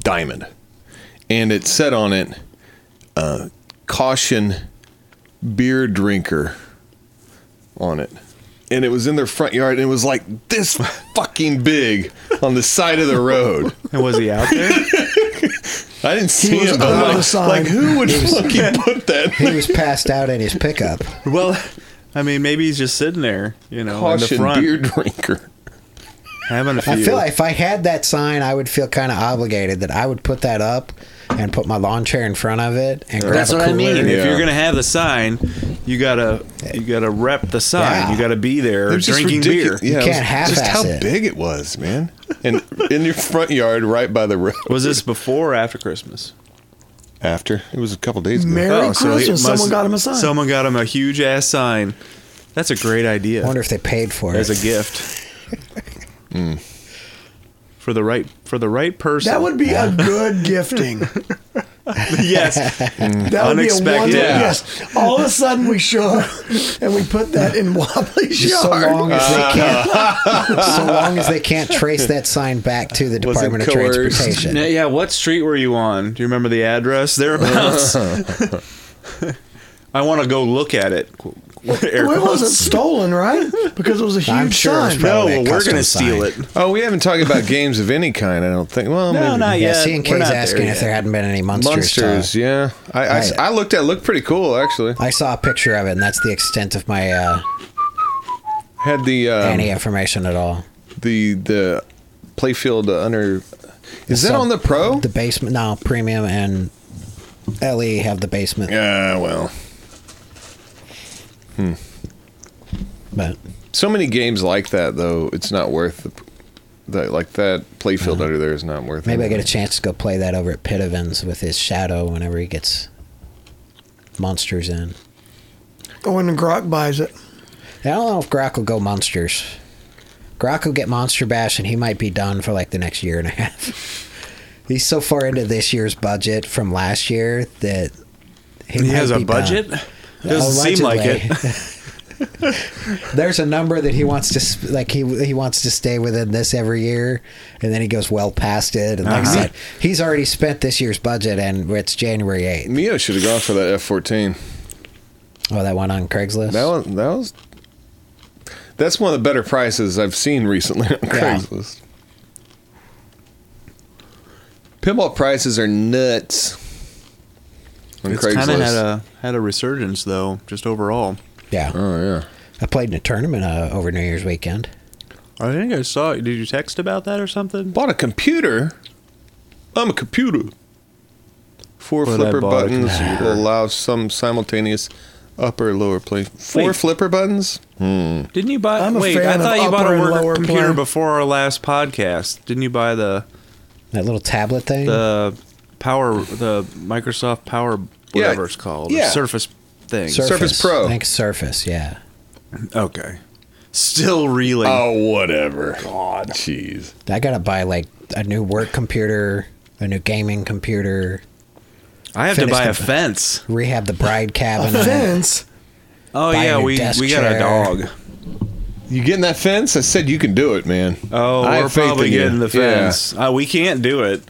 A: diamond, and it said on it, uh, "Caution, beer drinker," on it. And it was in their front yard, and it was like this fucking big on the side of the road.
B: And was he out there?
A: I didn't see
D: was
A: him. but
D: under
A: like,
D: the sign.
A: like, who would fucking put that?
C: He was passed out in his pickup.
B: well, I mean, maybe he's just sitting there, you know, in the
A: Caution,
B: front,
A: beer drinker.
B: having a few.
C: I feel like if I had that sign, I would feel kind of obligated that I would put that up and put my lawn chair in front of it and grab
B: That's
C: a
B: what
C: cooler.
B: I mean.
A: Yeah.
B: If you're gonna have the sign, you gotta you gotta rep the sign.
C: Yeah.
B: You gotta be there
A: They're just
B: drinking beer.
A: ridiculous. Yeah, it
C: can't
A: was
C: half-ass
A: Just how
C: it.
A: big it was, man. And in your front yard, right by the road.
B: Was this before or after Christmas?
A: After it was a couple days ago.
D: Merry
B: he
D: Christmas! someone got him a sign.
B: Someone got him a huge ass sign. That's a great idea.
C: I wonder if they paid for
B: as
C: it.
B: a gift. For the right for the right person.
D: that would be a good gifting.
B: yes.
D: That would be a
B: Unexpected.
D: wonderful
B: Yeah.
D: yes. All of a sudden we show up and we put that in Wobbly's
C: Just so
D: yard.
C: long as
A: Uh,
C: they can't, so long as they can't trace that sign back to the
A: Wasn't
C: Department of
A: coerced.
C: Transportation.
B: Yeah, yeah, what street were you on? Do you remember the address thereabouts? I want to go look at it. Air
D: Well, it
B: quotes.
D: wasn't stolen, right? Because it was a huge
C: I'm sure it was
D: sign.
C: probably-
B: No,
C: a
B: well, we're
C: custom
B: gonna steal
C: sign.
B: it.
A: Oh, we haven't talked about games of any kind. I don't think. Well,
B: No,
A: maybe
B: not
C: Yeah,
B: yet.
C: C and
B: We're
C: K's
B: not
C: asking
B: there
C: if there
B: yet.
C: hadn't been any monsters. uh,
A: monsters.
C: taught.
A: Yeah, I, I,
C: Right.
A: I looked at. it Looked pretty cool actually.
C: I saw a picture of it, and that's the extent of my uh,
A: Had the um,
C: any information at all.
A: the the playfield under. Is that
C: So,
A: on the pro?
C: The basement, no, premium and LE have the basement,
A: Yeah, Ah, well,
C: but
A: so many games like that though. It's not worth the, that like that playfield under there is not worth.
C: maybe I
A: it.
C: get a chance to go play that over at Pitivans with his shadow whenever he gets monsters in.
D: When Grok buys it,
C: I don't know if Grok will go monsters. Grok will get monster bash, and he might be done for like the next year and a half. He's so far into this year's budget from last year that he,
B: He
C: might
B: has a
C: be done.
B: budget? Doesn't seem like it.
C: Allegedly. There's a number that he wants to sp- like. He he wants to stay within this every year, and then he goes well past it. And like I
B: Uh-huh.
C: said, he's already spent this year's budget, and it's January eighth.
A: Mio should have gone for that F fourteen.
C: Oh, that one on Craigslist.
A: That was, that was that's one of the better prices I've seen recently on Craigslist. Pinball prices are nuts. On
B: It's kind of
A: Craigslist.
B: had a had a resurgence though, just overall.
C: yeah,
A: oh yeah.
C: I played in a tournament uh, over New Year's weekend.
B: I think I saw. Did you text about that or something?
A: Bought a computer. I'm a computer. Four
B: But I
A: flipper
B: bought a
A: buttons
B: computer.
A: will allow some simultaneous upper and lower play. Four
B: Wait.
A: flipper buttons?
B: Didn't you buy?
D: I'm a
B: wait,
D: fan
B: I
D: of
B: thought you bought
D: upper
B: a
D: and
B: work
D: lower
B: computer
D: plan.
B: before our last podcast. Didn't you buy the
C: That little tablet thing.
B: the power the Microsoft Power
A: Yeah.
B: whatever it's called the
A: Yeah.
B: Surface thing?
A: Surface Pro.
C: I think Surface. Yeah.
B: okay, still reeling.
A: Oh, whatever. God, jeez.
C: I gotta buy like a new work computer, a new gaming computer,
B: I have to
C: Finish
B: buy
C: the-
B: a fence.
C: rehab the bride
D: A
C: cabin.
D: fence.
B: Oh
C: Buy a
B: yeah,
C: new
B: we
C: desk
B: we got a
C: chair.
B: dog.
A: You getting that fence? I said you can do it, man.
B: Oh,
A: I have
B: we're
A: faith
B: probably
A: in you.
B: getting the
A: Yeah.
B: fence. Uh, we can't do it,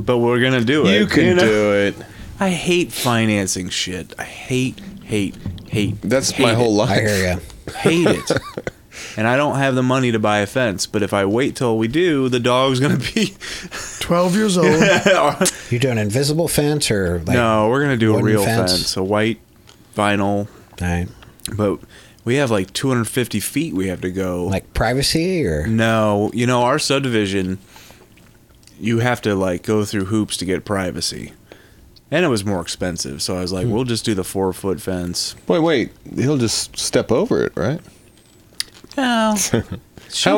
B: but we're gonna do it.
A: You can
B: know?
A: do it.
B: I hate financing shit. I hate, hate, hate.
A: That's
B: hate
A: my
B: it.
A: whole life.
C: I hear you.
B: hate it. and I don't have the money to buy a fence, but if I wait till we do, the dog's gonna be.
D: 12 years old.
A: Oh.
C: You do an invisible fence or like?
B: no, we're gonna do a
C: wooden
B: real
C: fence?
B: fence. a white vinyl.
C: All right.
B: But we have like 250 feet we have to go.
C: Like privacy or?
B: no, you know our subdivision. You have to like go through hoops to get privacy, and it was more expensive. So I was
A: Hmm.
B: like, we'll just do the four foot fence.
A: Wait, wait. He'll just step over it, right? How
B: No,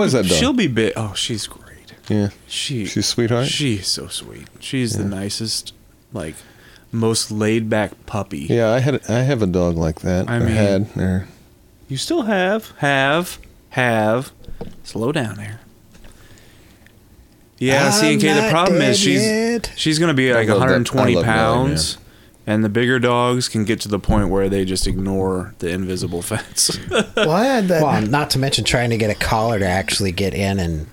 A: is that done?
B: She'll be big. Oh, she's great.
A: Yeah.
B: She
A: She's sweetheart?
B: She's so sweet. She's the nicest, like, most laid back puppy.
A: Yeah, I had I have a dog like that.
B: I
A: I
B: mean-
A: had or
B: You still have, have, have. Slow down there. Yeah, see,
C: I'm
B: and Kay, the
C: not
B: problem is
C: dead
B: she's
C: yet.
B: she's gonna be like
A: love that- I
B: 120
A: love Millie,
B: pounds, and the bigger dogs can get to the point where they just ignore the invisible fence.
D: well, I had that.
C: Well, not to mention trying to get a collar to actually get in and.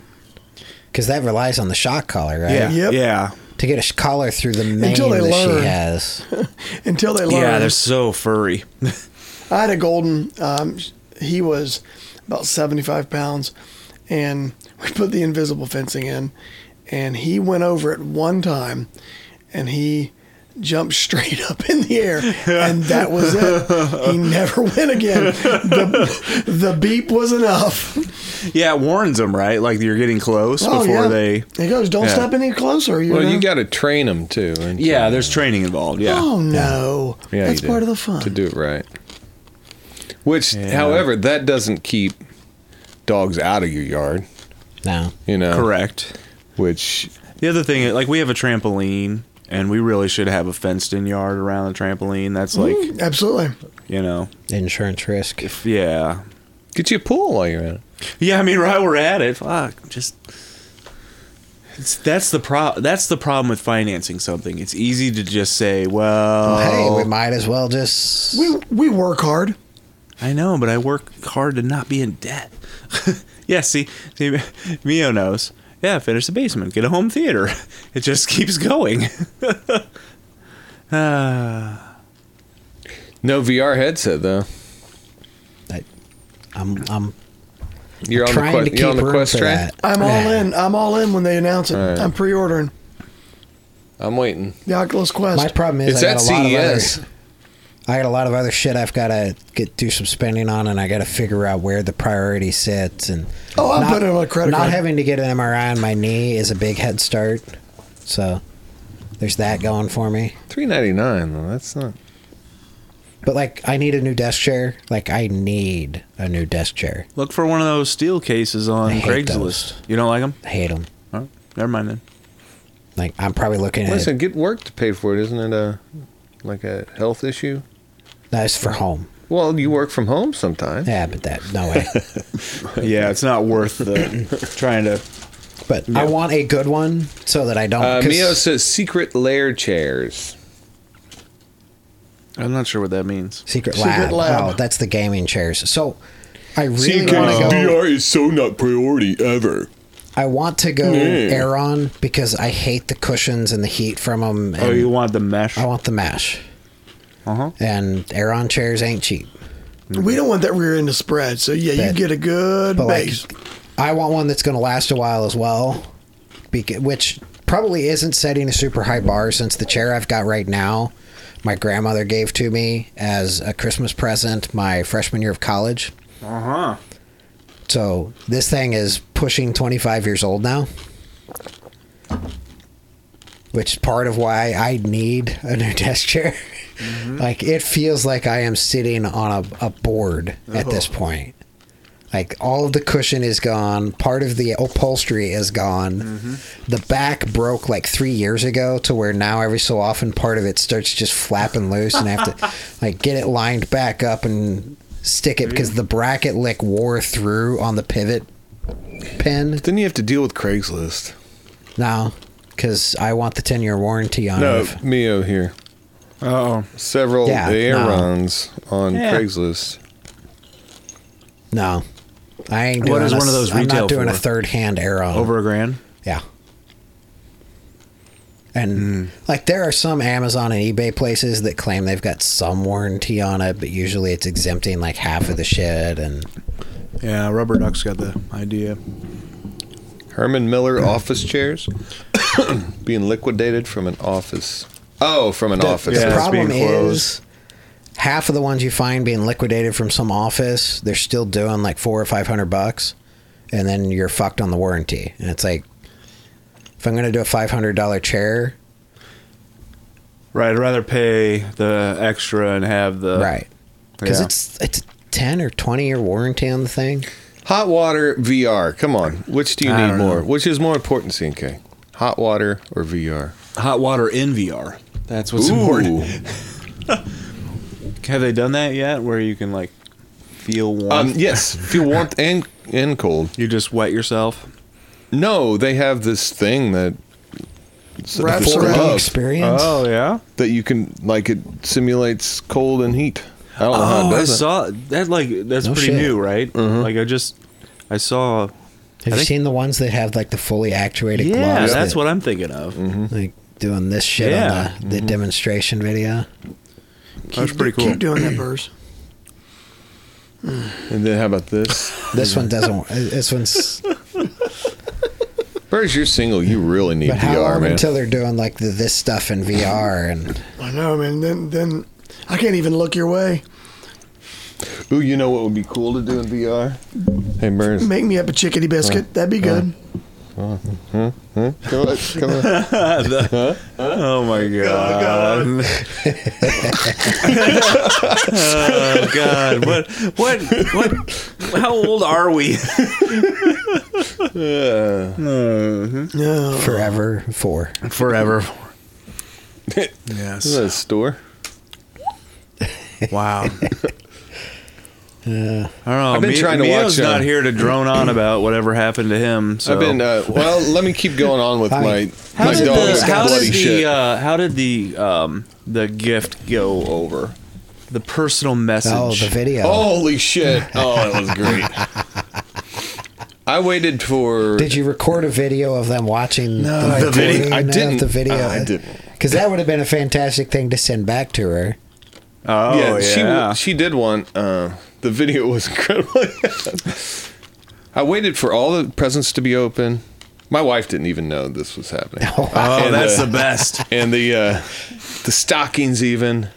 C: Because that relies on the shock collar, right?
B: yeah,
D: Yep.
B: yeah,
C: To get a sh- collar through the mane
D: Until they
C: that
D: learn.
C: she has.
D: until they learn.
B: yeah. They're so furry.
D: I had a golden. Um, he was about 75 pounds, and we put the invisible fencing in, and he went over it one time, and he jumped straight up in the air, and that was it. He never went again. The, the beep was enough.
B: yeah, it warns them right, like you're getting close
D: Oh,
B: before
D: yeah.
B: they.
D: He goes, don't
B: Yeah.
D: step any closer. You
A: Well,
D: know?
A: you got to train him too. and-
B: Yeah, there's training involved. Yeah.
D: Oh no,
A: Yeah, you
D: that's
A: do.
D: part of the fun.
A: to do it right. Which,
B: Yeah.
A: however, that doesn't keep dogs out of your yard.
C: No.
A: You know,
B: Correct.
A: Which
B: The other thing, like we have a trampoline, and we really should have a fenced-in yard around the trampoline. That's like
D: Mm. Absolutely.
B: you know,
C: Insurance risk.
B: yeah,
A: get you a pool while you're at it.
B: yeah. I mean, right, we're at it. Fuck, just it's, that's the pro. That's the problem with financing something. It's easy to just say, well,
C: Hey, we might as well just.
D: We we work hard.
B: I know, but I work hard to not be in debt. yeah, see, see, Mio knows. Yeah, finish the basement, get a home theater. It just keeps going. Ah,
A: No VR headset though.
C: I, I'm, I'm
A: You're on the
C: trying
A: quest.
C: to keep
A: you're on the
C: room
A: quest
C: for
A: train.
C: that.
D: I'm all in. I'm all in when they announce it.
A: Alright.
D: I'm pre-ordering
A: I'm waiting.
D: the Oculus Quest.
C: My problem is
A: It's
C: I
A: at E
C: got a lot
A: CES.
C: of other. I got a lot of other shit I've got to get do some spending on, and I got to figure out where the priority sits. And
D: Oh, I'm
C: not-
D: putting it on a credit
C: Not
D: card.
C: having to get an MRI on my knee is a big head start. So there's that going for me.
A: Three ninety nine though. That's not.
C: But like, I need a new desk chair. Like, I need a new desk chair.
B: Look for one of those steel cases on
C: I hate
B: Craigslist.
C: those.
B: You don't like them?
C: I hate them.
B: All right, never mind then.
C: Like, I'm probably looking at
A: Listen,
C: it.
A: get work to pay for it. Isn't it a like a health issue?
C: That's for home.
A: Well, you work from home sometimes.
C: Yeah, but that no way.
B: yeah, it's not worth the trying to.
C: But I want a good one so that I don't.
A: Uh,
C: 'cause-
A: Mio says secret lair chairs.
B: I'm not sure what that means.
C: Secret
D: Secret
C: Lab.
D: Lab.
C: Oh, that's the gaming chairs. So I really want to go.
A: is so not priority ever.
C: I want to go
A: Mm.
C: Aeron because I hate the cushions and the heat from them.
B: Oh, you want the mesh?
C: I want the mesh.
B: Uh
C: Uh-huh.
B: huh.
C: And Aeron chairs ain't cheap.
D: we don't want that rear end to spread. So yeah, you
C: But-
D: get a good
C: But like,
D: base.
C: I want one that's going to last a while as well, beca- which probably isn't setting a super high bar since the chair I've got right now, my grandmother gave to me as a Christmas present my freshman year of college.
B: Uh huh.
C: So this thing is pushing 25 years old now. which is part of why I need a new desk chair. like it feels like I am sitting on a, a board at this point. Like all of the cushion is gone, part of the upholstery is gone.
B: Mm-hmm.
C: The back broke like three years ago to where now every so often part of it starts just flapping loose, and I have to like get it lined back up and stick it because the bracket lick wore through on the pivot pin.
A: Then you have to deal with Craigslist.
C: No, because I want the 10 year warranty on
A: No,
C: it.
A: Mio here.
B: Oh,
A: Several
C: Yeah, no.
A: Aerons on
B: Yeah.
A: Craigslist.
C: No. I ain't doing
B: What does
C: a-
B: one of those
C: I'm
B: retail
C: not doing a
B: for?
C: third hand arrow.
B: over a grand.
C: Yeah. And like there are some Amazon and eBay places that claim they've got some warranty on it, but usually it's exempting like half of the shit and
B: Yeah, Rubber Duck's got the idea.
A: Herman Miller office chairs being liquidated from an office. Oh, from an office.
B: yeah.
C: the
B: it's
C: problem
B: being
C: is half of the ones you find being liquidated from some office they're still doing like four or five hundred bucks and then you're fucked on the warranty and it's like if i'm gonna do a five hundred dollar chair
B: Right, I'd rather pay the extra and have the
C: right because
B: Uh, Yeah.
C: it's it's a 10 or 20 year warranty on the thing
A: Hot water VR. Come on. Which do you
B: I
A: need
B: don't know.
A: more? Which is more important, CNK? Hot water or VR?
B: hot water in VR. That's what's important. Have they done that yet? Where you can like feel warm?
A: Um, yes, feel warmth and and cold.
B: You just wet yourself.
A: No, they have this thing that s-
D: Wraps
A: for
D: around
A: love,
C: experience
B: Oh, yeah.
A: that you can like it simulates cold and heat. I don't know how
B: Oh,
A: it
B: I
A: does it.
B: saw that. Like that's
C: Uh-huh, No
B: pretty
C: shit. Mm-hmm.
B: new, right? Like I just I saw.
C: have
B: I
C: you
B: think-
C: seen the ones that have like the fully actuated
B: Yeah,
C: gloves
B: that's
C: that,
B: what I'm thinking of.
C: like doing this shit
B: Yeah.
C: on the, the demonstration video
B: That's
D: Keep-
B: pretty cool.
D: Keep doing that, Burrs.
A: And then how about this?
C: this one doesn't this one's
A: Burrs, you're single. You really need
C: But how
A: VR,
C: long
A: man.
C: until they're doing like the, this stuff in VR and
D: I know, man. Then, then I can't even look your way.
A: Ooh, you know what would be cool to do in VR? Hey, Burrs,
D: Make me up a chickadee biscuit. That'd be good.
A: come on, come on.
B: Oh my god. oh god. What what what how old are we?
D: No.
C: forever four.
B: Forever.
A: Is
B: Yes.
A: that a store?
B: Wow. I don't know.
A: I've been
B: Mi-
A: trying to
B: Mio's
A: watch, uh,
B: not here to drone on about whatever happened to him. So
A: I've been. Uh, well, let me keep going on with
C: Hi.
A: my
B: how
A: my
B: did
A: dog's
B: the, how
A: bloody
B: did
A: shit.
B: the uh, how did the um the gift go over? The personal message.
C: Oh, the video.
A: Holy shit! Oh, that was great. I waited for.
C: Did you record a video of them watching no,
A: I didn't. I didn't.
C: the video?
A: Uh, I didn't.
C: Because that would have been a fantastic thing to send back to her.
B: Oh yeah.
A: she she did one. Uh, the video was incredible. I waited for all the presents to be open. My wife didn't even know this was happening.
B: oh,
A: and,
B: that's
A: uh,
B: the best.
A: and the uh, the stockings, even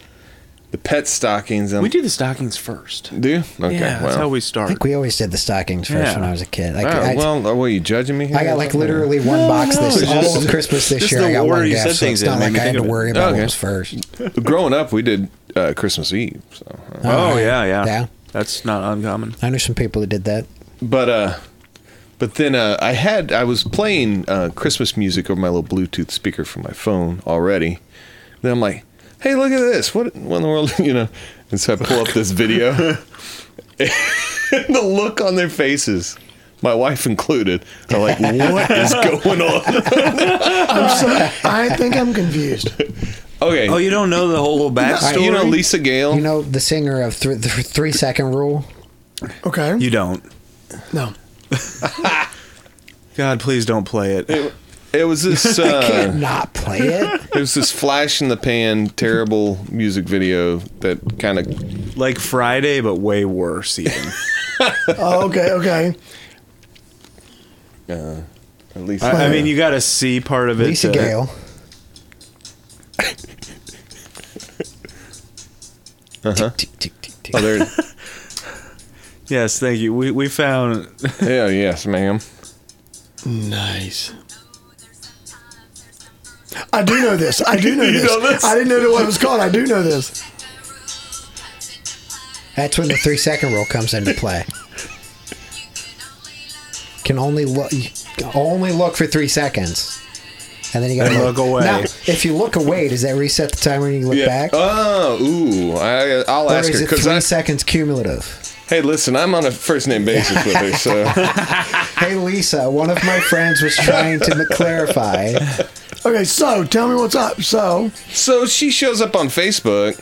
A: the pet stockings. I'm,
B: We do the stockings first.
A: do. you? Okay,
B: yeah, that's
A: well.
B: how we
C: I
B: start.
C: think we always did the stockings first
B: Yeah.
C: when I was a kid. Like,
A: All right,
C: I,
A: well, are you judging me? Here
C: I got like literally one
B: No,
C: box
B: no,
C: this
B: it's
C: all
B: just-
C: of Christmas this
B: just
C: year. I
B: the
C: got
B: order
C: one
B: you
C: gift,
B: said
C: so it's
B: things that
C: not
B: made
C: like
B: me
C: I had
B: think
C: to
B: of it.
C: worry about
A: Okay.
C: what was first.
A: Growing up, we did uh, Christmas Eve. So.
B: Oh,
C: Uh,
B: yeah, yeah,
C: yeah.
B: That's not uncommon.
C: I knew some people that did that.
A: but uh but then uh, I had I was playing uh, Christmas music over my little Bluetooth speaker from my phone already. Then I'm like, "Hey, look at this! What, what in the world?" You know. And so I pull up this video. and the look on their faces, my wife included, are like, "What is going on?"
D: I'm so, I think I'm confused.
A: okay.
B: Oh, you don't know the whole little backstory.
A: you know Lisa Gale.
C: You know, the singer of th- the Three Second Rule?
D: Okay.
B: You don't.
D: no.
B: God, please don't play it.
A: it was this.
C: Can't
A: Uh,
C: not play it.
A: it was this flash in the pan, terrible music video that kind of
B: Like Friday, but way worse. Even.
D: Oh, okay. Okay.
A: at least.
B: I, I mean, you got to see part of it.
C: Lisa
B: to-
C: Gale.
A: Uh-huh.
C: Tick, tick, tick, tick.
A: Oh, there.
B: Yes, thank you. We we found.
A: Yeah, yes, ma'am.
D: Nice. I do know this. I do know,
B: You
D: this.
B: know this?
D: I didn't know what it was called. I do know this.
C: That's when the three second rule comes into play. Can only look, only look for three seconds, and then you gotta
B: And look away.
C: Now, if you look away, does that reset the timer and you look back?
A: Oh, ooh. I, I'll
C: or
A: ask
C: is
A: her
C: it three
A: because I.
C: seconds cumulative?
A: Hey, listen, I'm on a first name basis with her, so
C: Hey, Lisa, one of my friends was trying to clarify.
D: Okay, so tell me what's up. So
A: so she shows up on Facebook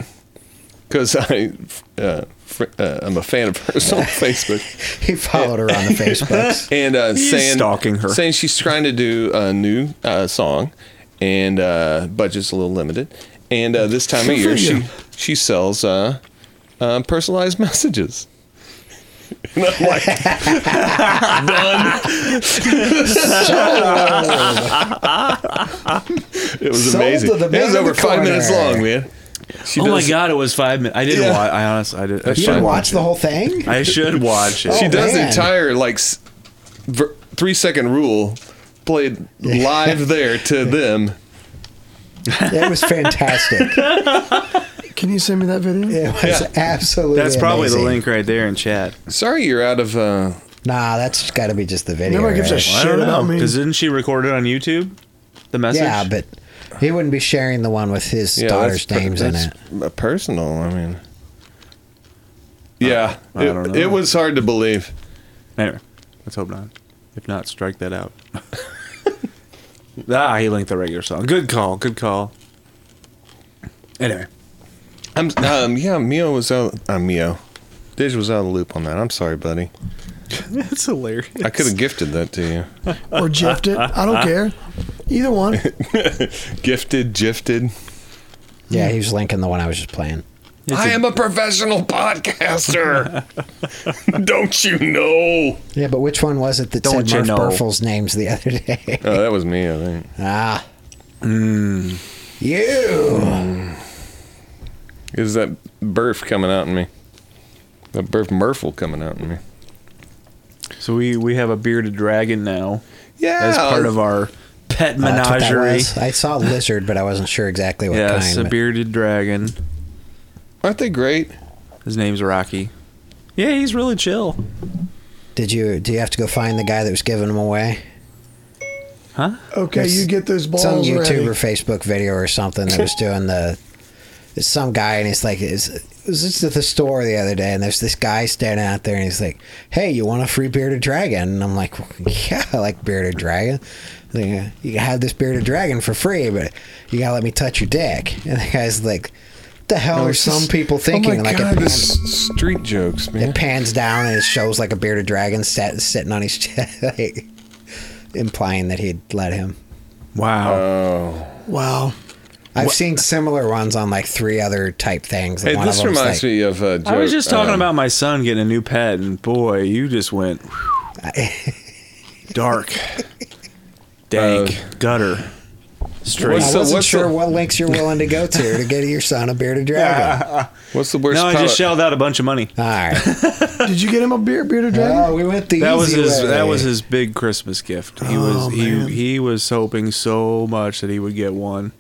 A: because I, uh, fr- uh, I'm a fan of hers on Facebook,
C: He followed her on the Facebooks.
A: and uh,
B: He's
A: saying
B: stalking her.
A: saying she's trying to do a new uh, song, and uh, budget's a little limited, and uh, this time of
D: Good for
A: year she
D: you.
A: she sells uh, uh, personalized messages. And I'm like, it was
C: Sold
A: amazing.
C: to the man
A: it was
C: in
A: over
C: the
A: five minutes
C: corner.
A: long, man. She
B: oh my
A: does-
B: god, it was five minutes. I didn't
A: Yeah.
B: watch. I honestly, I did. I
A: You
C: You
B: should
C: didn't watch the whole thing?
B: I should watch it.
C: Oh,
A: She does
C: man.
A: the entire like s- ver- three second rule played live there to them.
C: It was fantastic.
D: can you send me that video?
C: It was absolutely.
B: That's probably
C: amazing.
B: the link right there in chat.
A: Sorry, you're out of. Uh,
C: Nah, that's got to be just the video.
D: Nobody gives a
C: right?
D: sh-
B: Well, I
D: Shit
B: don't know
D: about me.
B: because didn't she record it on YouTube? The message.
C: Yeah, but he wouldn't be sharing the one with his
A: yeah,
C: daughter's
A: that's per-
C: names in
A: that's
C: it.
A: a personal. I mean, yeah,
B: I don't
A: it,
B: know.
A: it was hard to believe.
B: anyway, let's hope not. If not, strike that out. ah, he linked the regular song. Good call. Good call. Anyway,
A: I'm um, yeah, Mio was out. Uh, Mio, Dij was out of the loop on that. I'm sorry, buddy.
B: that's hilarious.
A: I could have gifted that to you.
D: Or gift it? I don't care. Either one.
A: Gifted, gifted.
C: Yeah, he was linking the one I was just playing.
A: I am a professional podcaster. Don't you know?
C: Yeah, but which one was it that
B: Don't you
C: said Murph
B: know?
C: Burfle's names the other day?
A: Oh, that was me, I think.
C: ah.
B: Hmm.
C: You.
A: Is that burf coming out in me? That burf murfle coming out in me?
B: So we we have a bearded dragon now
A: Yeah,
B: as part of our pet
C: That's what that
B: menagerie.
C: was. I saw lizard, but I wasn't sure exactly what
B: Yes,
C: kind.
B: a bearded dragon.
A: aren't they great?
B: His name's Rocky. Yeah, he's really chill.
C: Did you? Do you have to go find the guy that was giving them away?
B: Huh?
D: Okay,
C: There's
D: you get those balls
C: some YouTube
D: ready.
C: or Facebook video or something that was doing the. It's some guy and he's like, it's, it was just at the store the other day and there's this guy standing out there and he's like, hey, you want a free bearded dragon? And I'm like, yeah, I like bearded dragon. He's like, "Yeah, you can have this bearded dragon for free, but you gotta let me touch your dick. And the guy's like, the hell are
A: it's
C: some
A: just-
C: people thinking?
A: Oh my
C: And, like
A: God,
C: it,
A: this
C: pans,
A: street jokes, man.
C: it pans down and it shows like a bearded dragon sat, sitting on his chest, like, implying that he'd let him.
B: Wow.
A: Oh,
D: Wow.
C: I've seen similar ones on like three other type things. and
A: hey,
C: one
A: this
C: of them's
A: reminds
C: like,
A: me of. Uh,
B: I was
A: joke,
B: just talking
A: um,
B: about my son getting a new pet, and boy, you just went dark, dank,
C: Uh,
B: gutter, straight.
A: What's
C: I
A: the-
C: wasn't
A: what's
C: sure
A: the-
C: what links you're willing to go to to get your son a bearded dragon.
A: What's the worst?
B: no, I
A: product?
B: just shelled out a bunch of money.
C: All right.
D: Did you get him a beer, bearded dragon?
C: Well, we went the
B: That
C: easy
B: was his.
C: way.
B: That was his big Christmas gift. He was.
D: Oh,
B: He
D: man.
B: he was hoping so much that he would get one.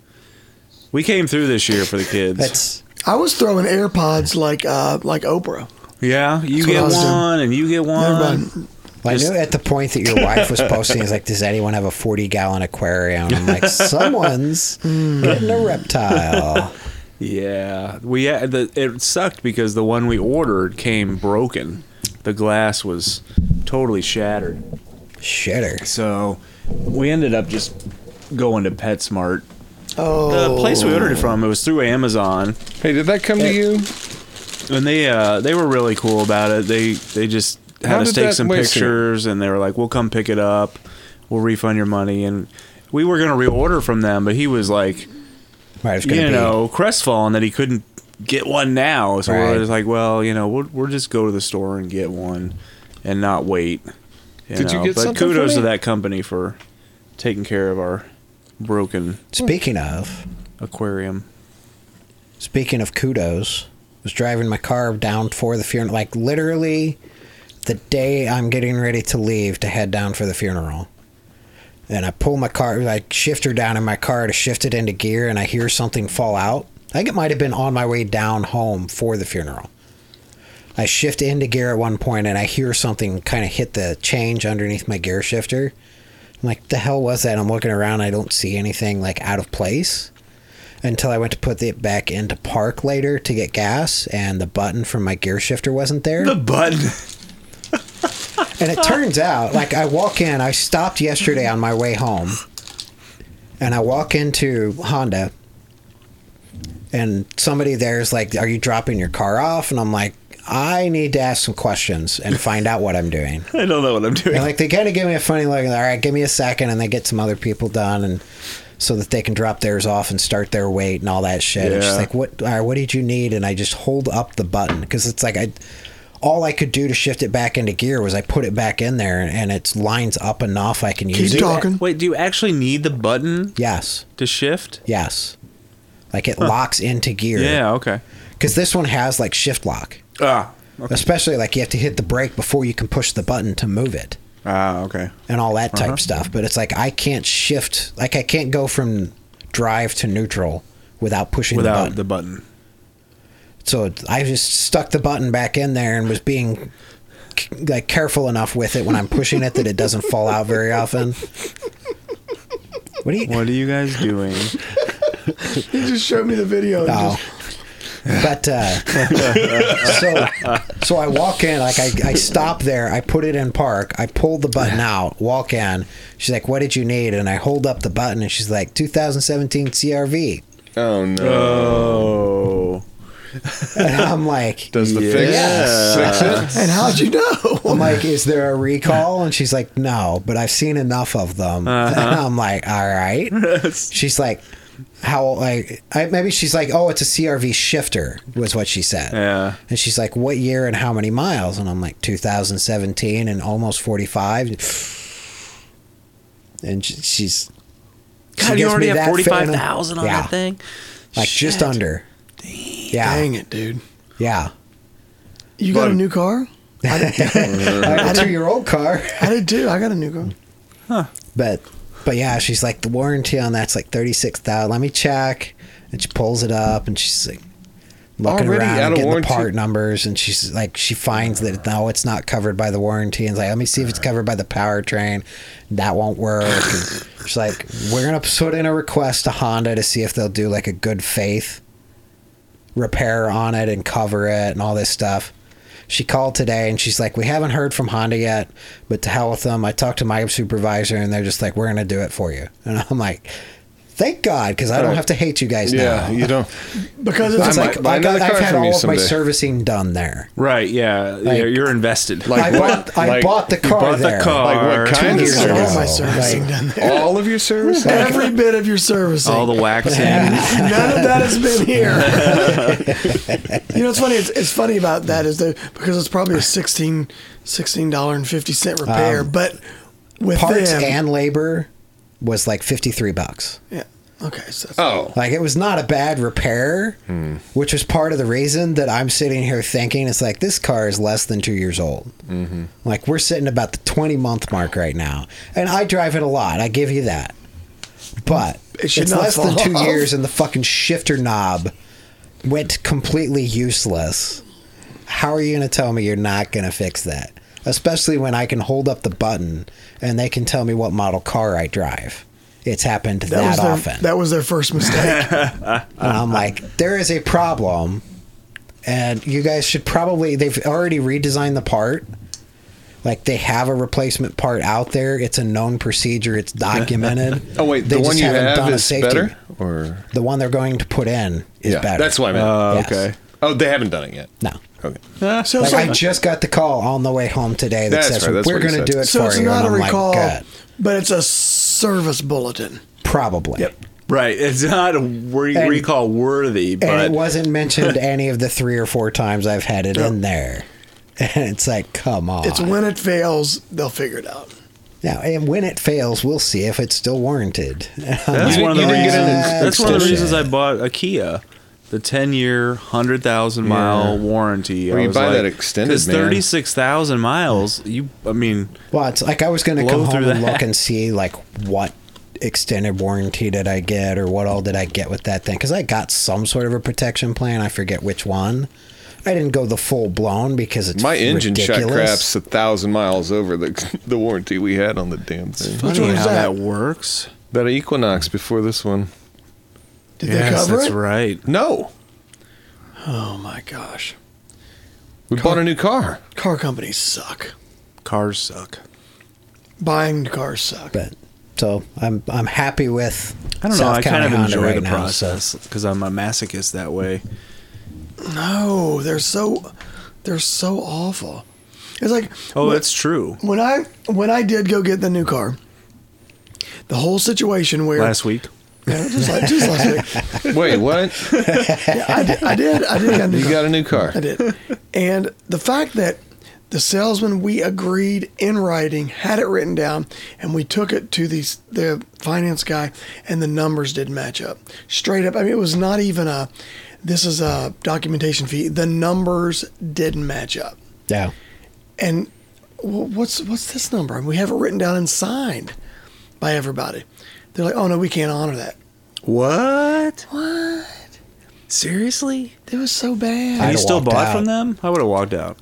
B: We came through this year for the kids.
C: That's
D: I was throwing AirPods like uh, like Oprah.
B: yeah, you
D: what
B: get
D: I was doing.
B: one, and you get one.
D: Everybody-
C: well, I
B: Just-
C: knew at the point that your wife was posting. Is like, does anyone have a 40 gallon aquarium? I'm like, someone's
B: Hmm.
C: getting a reptile.
B: Yeah, we had the, it sucked because the one we ordered came broken. The glass was totally shattered.
C: Shitter.
B: So we ended up just going to PetSmart. The
D: Oh,
B: place we ordered it from, it was through Amazon,
A: Hey, did that come to you?
B: and they uh, they were really cool about it. They they just had
A: How
B: us
A: did
B: take
A: that-
B: some
A: wait a second.
B: pictures, and they were like, "We'll come pick it up. We'll refund your money." And we were gonna reorder from them, but he was like,
C: Right, it's gonna
B: you
C: be.
B: know, crestfallen that he couldn't get one now. So
C: Right.
B: we're just like, well, you know, we'll, we'll just go to the store and get one and not wait.
A: Did you
B: know.
A: get
B: But
A: something for
B: kudos to
A: me?
B: that company for taking care of our broken
C: Speaking of,
B: aquarium.
C: Speaking of kudos, was driving my car down for the funeral. Like literally, the day I'm getting ready to leave to head down for the funeral, and I pull my car, I shift her down in my car to shift it into gear, and I hear something fall out. I think it might have been on my way down home for the funeral. I shift into gear at one point, and I hear something kind of hit the change underneath my gear shifter. I'm like, the hell was that? I'm looking around, I don't see anything like out of place until I went to put it back into park later to get gas, and the button from my gear shifter wasn't there.
B: The button.
C: And it turns out, like, I walk in, I stopped yesterday on my way home, and I walk into Honda, and somebody there's like, Are you dropping your car off? And I'm like, I need to ask some questions and find out what I'm doing.
B: I don't know what I'm doing.
C: And like they kind of give me a funny look. and, All right, give me a second, and they get some other people done, and so that they can drop theirs off and start their weight and all that shit. And she's
B: Yeah.
C: like, "What? All right, what did you need?" And I just hold up the button because it's like I, all I could do to shift it back into gear was I put it back in there, and it lines up enough I can use
D: Keep
C: it.
D: talking.
B: Wait, do you actually need the button
C: Yes,
B: to shift?
C: yes. Like it locks into gear.
B: Yeah, okay.
C: Because this one has like shift lock,
B: Ah. Okay.
C: especially like you have to hit the brake before you can push the button to move it.
B: Ah, okay.
C: and all that type stuff. But it's like I can't shift, like I can't go from drive to neutral without pushing
B: Without
C: the
B: the button.
C: button. So I just stuck the button back in there and was being c- like careful enough with it when I'm pushing it that it doesn't fall out very often. What do you?
B: What are you guys doing?
D: You just showed me the video. and
C: Oh.
D: just-
C: But uh, so so I walk in, like I, I stop there, I put it in park, I pull the button out, walk in. She's like, "What did you need?" And I hold up the button, and she's like, "2017 CRV."
A: Oh no.
B: oh.
C: And I'm like,
A: Does the
C: Yes.
A: fix fix it?
D: and how'd you know?
C: I'm like, "Is there a recall?" And she's like, "No, but I've seen enough of them." And I'm like, "All right." She's like, "How?" Like, I, maybe she's like, "Oh, it's a CRV shifter," was what she said.
B: Yeah.
C: And she's like, "What year and how many miles?" And I'm like, "2017 and almost 45." And she- she's she
B: God, you
C: gives
B: already
C: me
B: have
C: that
B: forty five thousand on
C: yeah,
B: that thing.
C: like just
B: Shit.
C: under. Yeah,
D: Dang it, dude.
C: yeah.
D: You got a
A: But-
D: new car?
C: I have a two-year-old car,
D: I did too. I got a new car.
C: but but yeah, she's like, "The warranty on that's like 36,000. Let me check." And she pulls it up, and she's like. Looking
A: Already out
C: around,
A: of
C: getting
A: warranty?
C: the part numbers, and she's like, she finds that no, it's not covered by the warranty, and is like, let me see if it's covered by the powertrain. That won't work. And she's like, we're gonna put in a request to Honda to see if they'll do like a good faith repair on it and cover it and all this stuff. She called today and she's like, we haven't heard from Honda yet, but to hell with them. I talked to my supervisor and they're just like, we're gonna do it for you, and I'm like. Thank God, because I don't
A: Right.
C: have to hate you guys
A: Yeah,
C: now.
A: you don't.
D: Because
C: It's
D: it's
A: I
D: like,
A: might
C: like,
A: buy
C: like
A: another
C: I've
A: car
C: had
A: from
C: all
A: you
C: of my
A: someday.
C: servicing done there.
B: Right, yeah.
C: Like-
B: yeah you're invested.
A: Like
C: I
A: what?
C: bought I
A: Like-
C: bought the
B: you
C: car
B: bought
C: there.
B: the car.
A: Like what kind of
C: years
D: all
C: ago.
A: service?
D: my servicing
C: Like-
D: done there.
A: All of your service?
D: Every bit of your servicing.
B: All the waxing.
D: None of that has been here. you know, it's funny. It's, it's funny about that is that because it's probably a 16 dollar and fifty cent repair, but with
C: Um, Parts
D: them,
C: and labor was like fifty three bucks.
D: yeah. Okay, so that's,
A: Oh,
C: Like it was not a bad repair,
D: Hmm.
C: which was part of the reason that I'm sitting here thinking it's like this car is less than two years old. Mm-hmm. Like we're sitting about the twenty month mark right now, and I drive it a lot. I give you that, but
D: It should
C: it's
D: not
C: less than
D: fall
C: two
D: off.
C: years, and the fucking shifter knob went completely useless. How are you going to tell me you're not going to fix that? Especially when I can hold up the button and they can tell me what model car I drive. It's happened that,
D: that, was their,
C: often.
D: that was their first mistake.
C: And I'm like, there is a problem, and you guys should probably. They've already redesigned the part. Like they have a replacement part out there. It's a known procedure. It's documented.
A: oh wait,
C: They
A: the
C: just
A: one you
C: haven't
A: have
C: done a
A: is
C: safety-
A: better, or
C: The one they're going to put in is better.
A: That's what I meant.
B: Uh,
C: Yes.
B: okay.
A: oh, they haven't done it yet.
C: No.
A: Okay.
D: so
C: Like,
D: it's
C: I
D: like,
C: just got the call on the way home today that
A: That's
C: says
A: right, that's
C: we're
A: what he
C: going to
A: said.
C: do it
D: so
C: for
D: it's
C: you.
D: not a
C: and I'm
D: recall,
C: like, God,
D: but it's a service bulletin.
C: probably. Yep.
B: Right. It's not a re-
C: And-
B: recall worthy,
C: And
B: but
C: it wasn't mentioned any of the three or four times I've had it
D: Yep.
C: in there. And it's like, come on.
D: It's when it fails, they'll figure it out.
C: Now, and when it fails, we'll see if it's still warranted.
B: that's
A: You
B: one of the
A: didn't- you didn't
B: reasons.
A: get an
B: That's one of the
C: extension.
B: reasons I bought a Kia the ten year, hundred thousand mile
A: Yeah.
B: warranty.
A: Or
B: I
A: you
B: was
A: buy
B: like,
A: that extended,
B: Because
A: man."
B: thirty six thousand miles, you. I mean,
C: Well, it's like I was going to
B: Blow
C: come home
B: through
C: and
B: that.
C: look and see like what extended warranty did I get or what all did I get with that thing because I got some sort of a protection plan. I forget which one. I didn't go the full blown because it's
A: My engine shot
C: ridiculous.
A: craps a thousand miles over the the warranty we had on the damn thing.
D: Which
B: funny
D: one is
B: how
D: that?
B: that works.
A: That Equinox before this one.
D: Did they
B: Yes,
D: cover
B: that's
D: it?
B: right.
A: No,
D: Oh my gosh.
A: we bought a new car.
D: Car companies suck.
B: Cars suck.
D: Buying cars suck.
C: But so I'm I'm happy with.
B: I don't know.
C: South
B: I
C: County
B: kind of
C: Honda
B: enjoy
C: right
B: the
C: now, so-
B: process because I'm a masochist that way.
D: No, they're so they're so awful. It's like
B: Oh,
D: when-
B: that's true.
D: when I when I did go get the new car. The whole situation where
B: Last week,
D: Yeah, just, like, just last week.
A: Wait, what?
D: Yeah, I, did, I did I did get a new
A: You
D: car.
A: got a new car?
D: I did. And the fact that the salesman we agreed in writing had it written down, and we took it to the the finance guy, and the numbers didn't match up. Straight up, I mean, it was not even a. This is a documentation fee. The numbers didn't match up,
C: Yeah.
D: and wh- what's what's this number? And we have it written down and signed by everybody. They're like, oh no, we can't honor that.
B: what?
D: What?
B: Seriously?
D: It was so bad.
C: I'd
B: you
C: have
B: still
C: walked
B: bought
C: out.
B: from them? I would have walked out.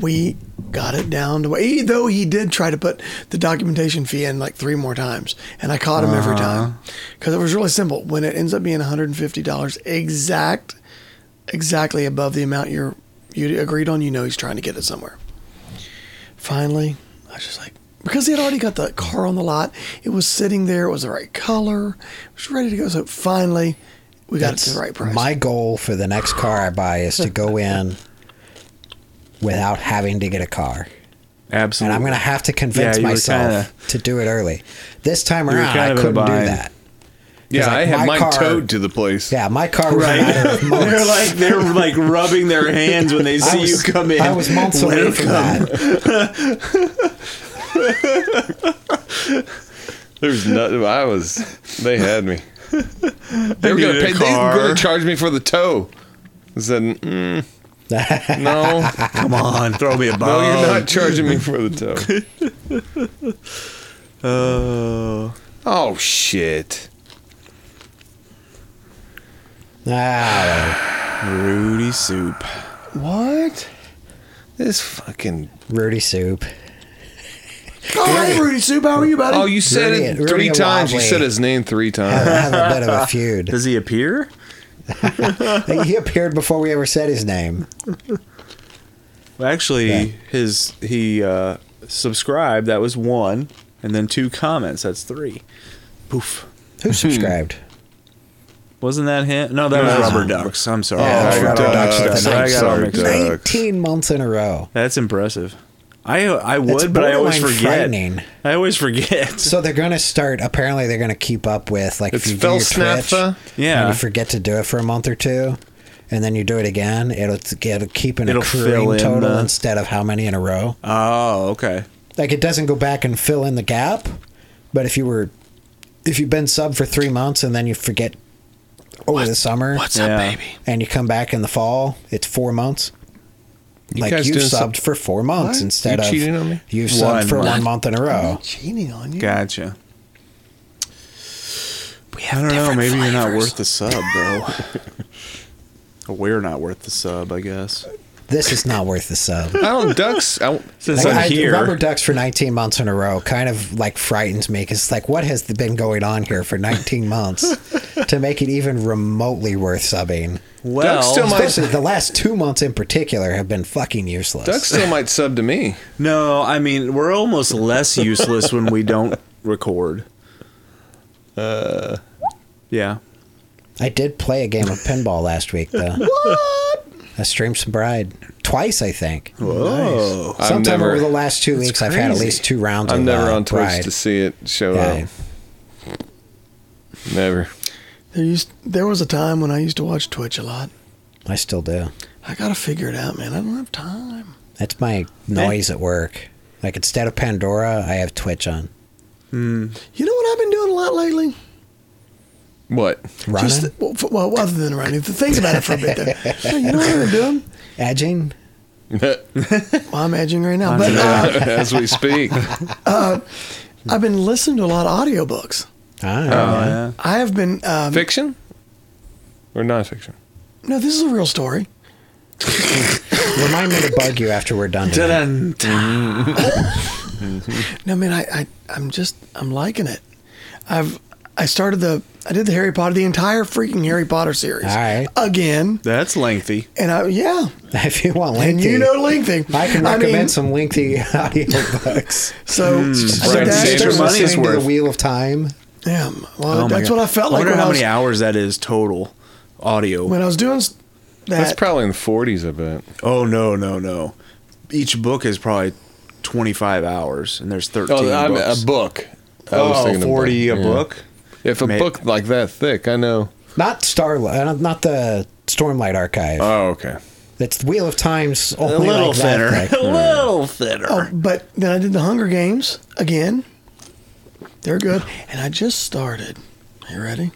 D: we got it down to he, though he did try to put the documentation fee in like three more times and i caught him every time because it was really simple when it ends up being $150 exact exactly above the amount you're you agreed on you know he's trying to get it somewhere finally i was just like because he had already got the car on the lot it was sitting there it was the right color it was ready to go so finally we got it to the right price
C: My goal for the next car I buy is to go in without having to get a car. And
B: Absolutely.
C: I'm going to have to convince
B: you were
C: myself
B: kinda-
C: to do it early. This time
B: were
C: around,
B: kind
C: I
B: of in a
C: couldn't do
B: bind.
C: that.
A: Yeah,
C: like
A: I had
C: my
A: mine
C: car-
A: towed to the place.
C: Yeah, my car was
B: Right.
C: a matter of months.
B: They're like they're like rubbing their hands when they
C: I
B: see
C: was-
B: you come in.
C: I was months away from that.
A: There was nothing. I was. They had me. They were gonna
B: needed a
A: pay. They were
B: car.
A: gonna charge me for the tow. I said, "Mm, no,
B: Come on, throw me a bone.
A: no, you're not charging me for the tow.
B: Oh,
A: Oh shit!
C: Ah,
B: Rudy Soup.
A: What? This fucking.
C: Rudy Soup.
D: oh hey rudy soup how are you buddy
A: Oh, you said
C: Rudy-
A: it
C: Rudy
A: three times. You
C: Watley.
A: said his name three
C: I
A: times.
C: have a bit of a feud.
B: Does he appear?
C: He appeared before we ever said his name.
B: Actually,
C: Yeah.
B: his he uh, subscribed. That was one, and then two comments. That's three. Poof.
C: Who subscribed?
B: Wasn't that him? No, that
A: No.
B: was Rubber Ducks. I'm sorry. Oh,
C: Yeah,
B: I
C: that's
B: got
C: Rubber
B: all
C: Ducks.
B: mixed up. I got all
A: Sorry,
B: mixed up.
A: Ducks.
C: 19 months in a row.
B: That's impressive. I I would,
C: That's
B: but I always
C: borderline
B: forget.
C: frightening.
B: I always forget.
C: So they're going to start. Apparently, they're going to keep up with like
A: It's
C: if you do your Twitch,
A: Felsnapfa?
B: Yeah.
C: and you forget to do it for a month or two, and then you do it again. It'll, it'll keep an
B: It'll fill
C: accruing
B: in
C: total
B: the-
C: instead of how many in a row.
B: oh, okay.
C: Like it doesn't go back and fill in the gap, but if you were, if you've been sub for three months and then you forget over the summer
D: what's
B: Yeah.
D: up baby
C: and you come back in the fall, it's four months. like
A: guys
C: you
A: doing
C: subbed
A: some-
C: for four months
A: What?
C: instead
A: You
C: of
A: cheating on me?
C: you've subbed
B: One
C: for one
B: month.
C: month in a row.
D: cheating on you
B: Gotcha. I don't know. Maybe you're not worth the sub, bro. Or We're not worth the sub, I guess.
C: This is not worth the sub.
A: I don't Oh, ducks. I,
B: Since
C: Like,
B: I'm
C: I-
B: here,
C: Rubber ducks for 19 months in a row kind of like frightens me because like what has been going on here for 19 months to make it even remotely worth subbing?
B: well,
A: Ducks still might-
C: Especially the last two months in particular have been fucking useless.
A: ducks still might sub to me.
B: no. I mean, we're almost less useless when we don't record. Uh, yeah.
C: I did play a game of pinball last week though. what? I streamed some bride twice, I think.
B: Whoa.
A: I've
C: Oh, Sometime
A: never-
C: over the last two weeks, I've had at
B: crazy.
C: least two rounds.
A: I'm
C: of,
A: never
C: uh,
A: on Twitch
C: bride.
A: to see it show
C: Yeah.
A: up. Never.
D: There used there was a time when I used to watch Twitch a lot.
C: I still do.
D: I gotta figure it out, man. I don't have time.
C: That's my noise at work. Like instead of Pandora, I have Twitch on.
D: You know what I've been doing a lot lately?
A: What?
C: Running,
D: Just well, f- well, other than running, think about it for a bit. There, Hey, you know what I'm doing?
C: edging.
D: Well, I'm edging right now, but uh,
A: As we speak.
D: I've been listening to a lot of audiobooks.
C: Ah,
B: yeah.
D: I have been. Um,
A: Fiction? Or nonfiction?
D: no, this is a real story. Oh.
C: Remind me to bug you after we're done. Tonight.
D: No, man, I, I I'm just I'm liking it. I've I started the I did the Harry Potter the entire freaking Harry Potter series
C: All right.
D: again,
B: That's lengthy.
D: and I yeah,
C: If you want
D: and
C: lengthy,
D: you know lengthy.
C: I can
D: mean,
C: recommend some lengthy audiobooks.
D: So I
A: Right,
D: did
A: save
D: that,
A: your
C: Start
B: money's
C: listening to
B: worth.
C: the Wheel of Time.
D: yeah, well,
B: Oh my
D: that's
B: God.
D: what I felt like
B: wonder
D: when
B: how
D: I was
B: many hours that is total audio.
D: when I was doing s-
A: That's
D: that.
A: probably in the 40s, I bet.
B: oh no, no, no. Each book is probably 25 hours and there's 13 books.
A: book.
B: oh, 40 a
A: yeah.
B: book.
A: If a
B: Ma-
A: book like that thick, I know.
C: Not Starlight, uh, not the Stormlight Archive.
D: Uh,
A: Oh, okay.
C: That's Wheel of Time's only
B: A little
C: like that
B: thinner.
C: thick.
B: A little thinner.
D: oh, but then I did the Hunger Games again. They're good, and I just started. You ready?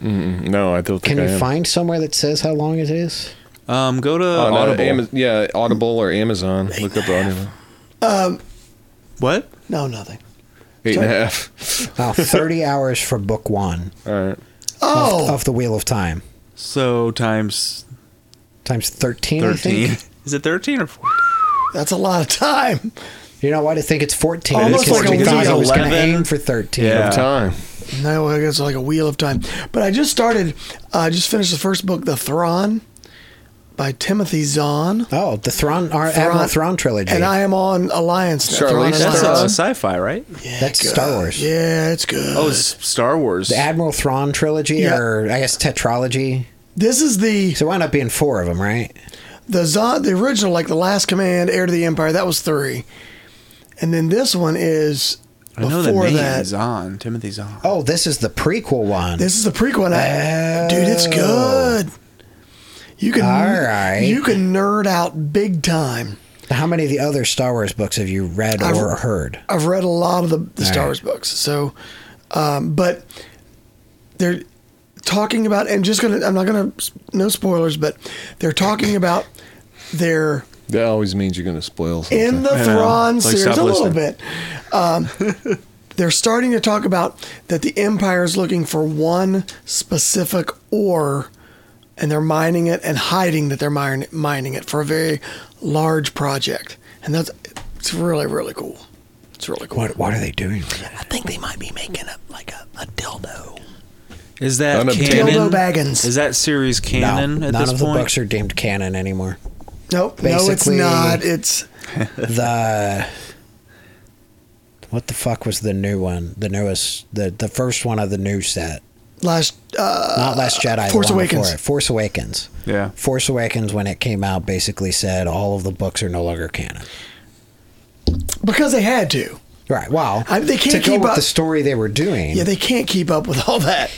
A: No, I don't think
C: Can
A: I
C: you
A: am.
C: find somewhere that says how long it is?
B: Um, go to
A: Oh, no,
B: Audible.
A: Ama- yeah, Audible or Amazon. Look up Audible.
B: what?
D: Um, No, nothing.
A: Eight and a half.
C: Oh, 30 hours for book one
A: All right.
D: Oh,
C: of the Wheel of Time.
B: So times
C: Times 13, I
B: 13.
C: think.
B: Is it 13 or 14?
D: Oh, that's a lot of time.
C: You know what? I think it's 14.
D: Almost
C: because
D: like a
C: we thought
D: Wheel.
C: it was going to
B: 11.
C: aim for 13.
B: Yeah.
A: Time.
D: No, I guess like a wheel of time. But I just started. uh, I just finished the first book, The Thrawn, by Timothy Zahn.
C: Oh, the Thrawn, our Admiral Thrawn trilogy.
D: And I am on Alliance. now.
A: Charlize
D: Thrawn
A: Theron.
B: That's
D: Alliance.
B: uh, sci-fi, right?
D: Yeah,
C: That's
D: good.
C: Star Wars.
D: Yeah, it's good.
B: Oh, it's Star Wars.
C: the Admiral Thrawn trilogy,
D: Yeah.
C: or I guess tetralogy.
D: this is the
C: So it wound up being four of them, right?
D: the Zahn, the original, like the Last Command, Heir to the Empire. That was three, and then this one is
B: I know the
D: before
B: name
D: that.
B: Zahn, Timothy Zahn.
C: Oh, this is the prequel one.
D: This is the prequel. And I,
C: Oh.
D: Dude, it's good. You can
C: All right.
D: you can nerd out big time.
C: How many of the other Star Wars books have you read
D: I've-
C: or heard?
D: I've read a lot of the, the
C: All
D: Star
C: right.
D: Wars books. So, um, but they're talking about, and just gonna, I'm not gonna, no spoilers, but they're talking about their
A: That always means you're going to spoil something.
D: in the
B: know.
D: Thrawn
B: It's like,
D: series
B: stop
D: a little
B: listening.
D: bit. Um, they're starting to talk about that the Empire is looking for one specific ore, and they're mining it and hiding that they're min- mining it for a very large project, and that's it's really really cool. It's really cool.
C: What What are they doing? with that?
D: I think they might be making a like a, a dildo.
B: Is that
A: Unobtainable.
B: canon?
D: Dildo Baggins.
B: Is that series canon at
C: none
B: this
C: of the
B: point?
C: books are deemed canon anymore.
D: Nope. no, it's
C: Basically-
D: not. It's
C: the what the fuck was the new one? The newest, the the first one of the new set.
D: last. Uh,
C: Not Last Jedi. the
D: Force
C: one before
D: Awakens.
C: it. Force Awakens.
B: Yeah.
C: Force Awakens, when it came out, basically said all of the books are no longer canon.
D: because they had to.
C: Right. Wow.
D: I- they can't
C: to go
D: keep
C: with
D: up-
C: the story they were doing.
D: Yeah, they can't keep up with all that.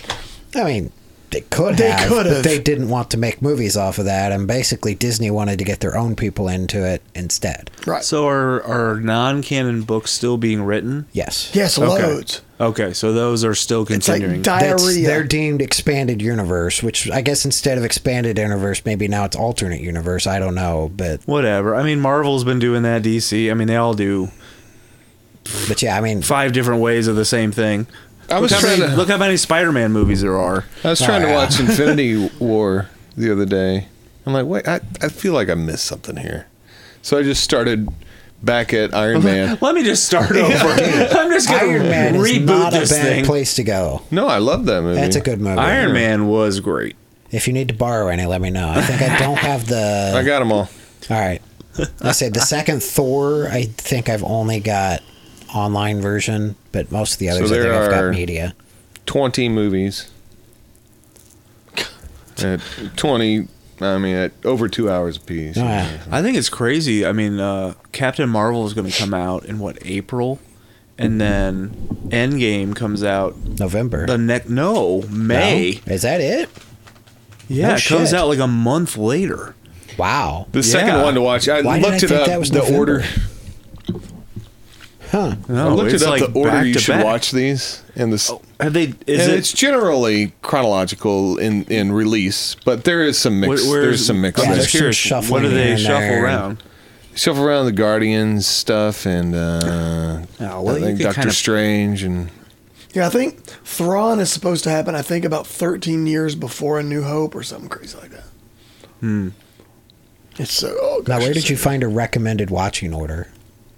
C: I mean, they could
D: They
C: have,
D: could have.
C: but they didn't want to make movies off of that, and basically Disney wanted to get their own people into it instead.
D: Right.
B: So are are non-canon books still being written?
C: Yes.
D: yes, loads.
B: Okay, so those are still
D: It's like
B: continuing.
C: That's,
D: diarrhea.
C: they're deemed expanded universe, which I guess instead of expanded universe, maybe now it's alternate universe. I don't know, but
B: Whatever. I mean, Marvel's been doing that. DC. I mean, they all do
C: but yeah, I mean,
B: five different ways of the same thing.
A: I was
B: look, how
A: trying
B: many,
A: to-
B: look how many Spider-Man movies there are.
A: I was trying
C: Oh,
A: to
C: yeah.
A: watch Infinity War the other day. I'm like, wait, I, I feel like I missed something here. So I just started back at
C: Uh-huh.
A: Iron Man.
B: Let me just start over. I'm just gonna
C: Iron Man is
B: reboot
C: not a bad
B: this thing.
C: place to go.
A: No, I love that movie.
C: That's a good movie.
B: Iron Man was great.
C: If you need to borrow any, let me know. I think I don't have the.
A: I got them all.
C: All right. I said the second Thor. I think I've only got online version, but most of the others I
A: there
C: think I've
A: are-
C: got media.
A: 20 movies. At 20, I mean, at over two hours apiece.
C: Oh, yeah.
B: I think it's crazy. I mean, uh, Captain Marvel is going to come out in what April, and then Endgame comes out
C: November.
B: the next no May.
C: No? Is that it?
B: Yeah,
C: No
B: it comes
C: shit.
B: out like a month later.
C: Wow.
A: The second
B: Yeah.
A: one to watch, I
C: Why did
A: looked
C: I
A: it
C: think
A: up.
C: that was
A: the
C: November?
A: order.
C: Huh.
B: No,
A: I looked
B: Oh, it's
A: it up
B: like
A: the order
B: back
A: you
B: to
A: should
B: back.
A: watch these, and this
B: Have they? Is
A: and
B: it?
A: it's generally chronological in, in release, but there is some mix.
B: where-
A: there's some mix.
B: I'm
C: Yeah,
A: there.
B: just
C: there's some
B: curious. What
C: shuffling
B: do they
C: here and
B: shuffle
C: there.
B: around?
A: Shuffle around the Guardians stuff and uh,
B: Oh, well,
A: I
B: you
A: think
B: could
A: Doctor
B: kind of-
A: Strange and
D: Yeah, I think Thrawn is supposed to happen. I think about 13 years before A New Hope or something crazy like that. Hmm. It's so. Oh,
C: Now,
D: gosh,
C: where
D: it's
C: did you
D: so-
C: find a recommended watching order?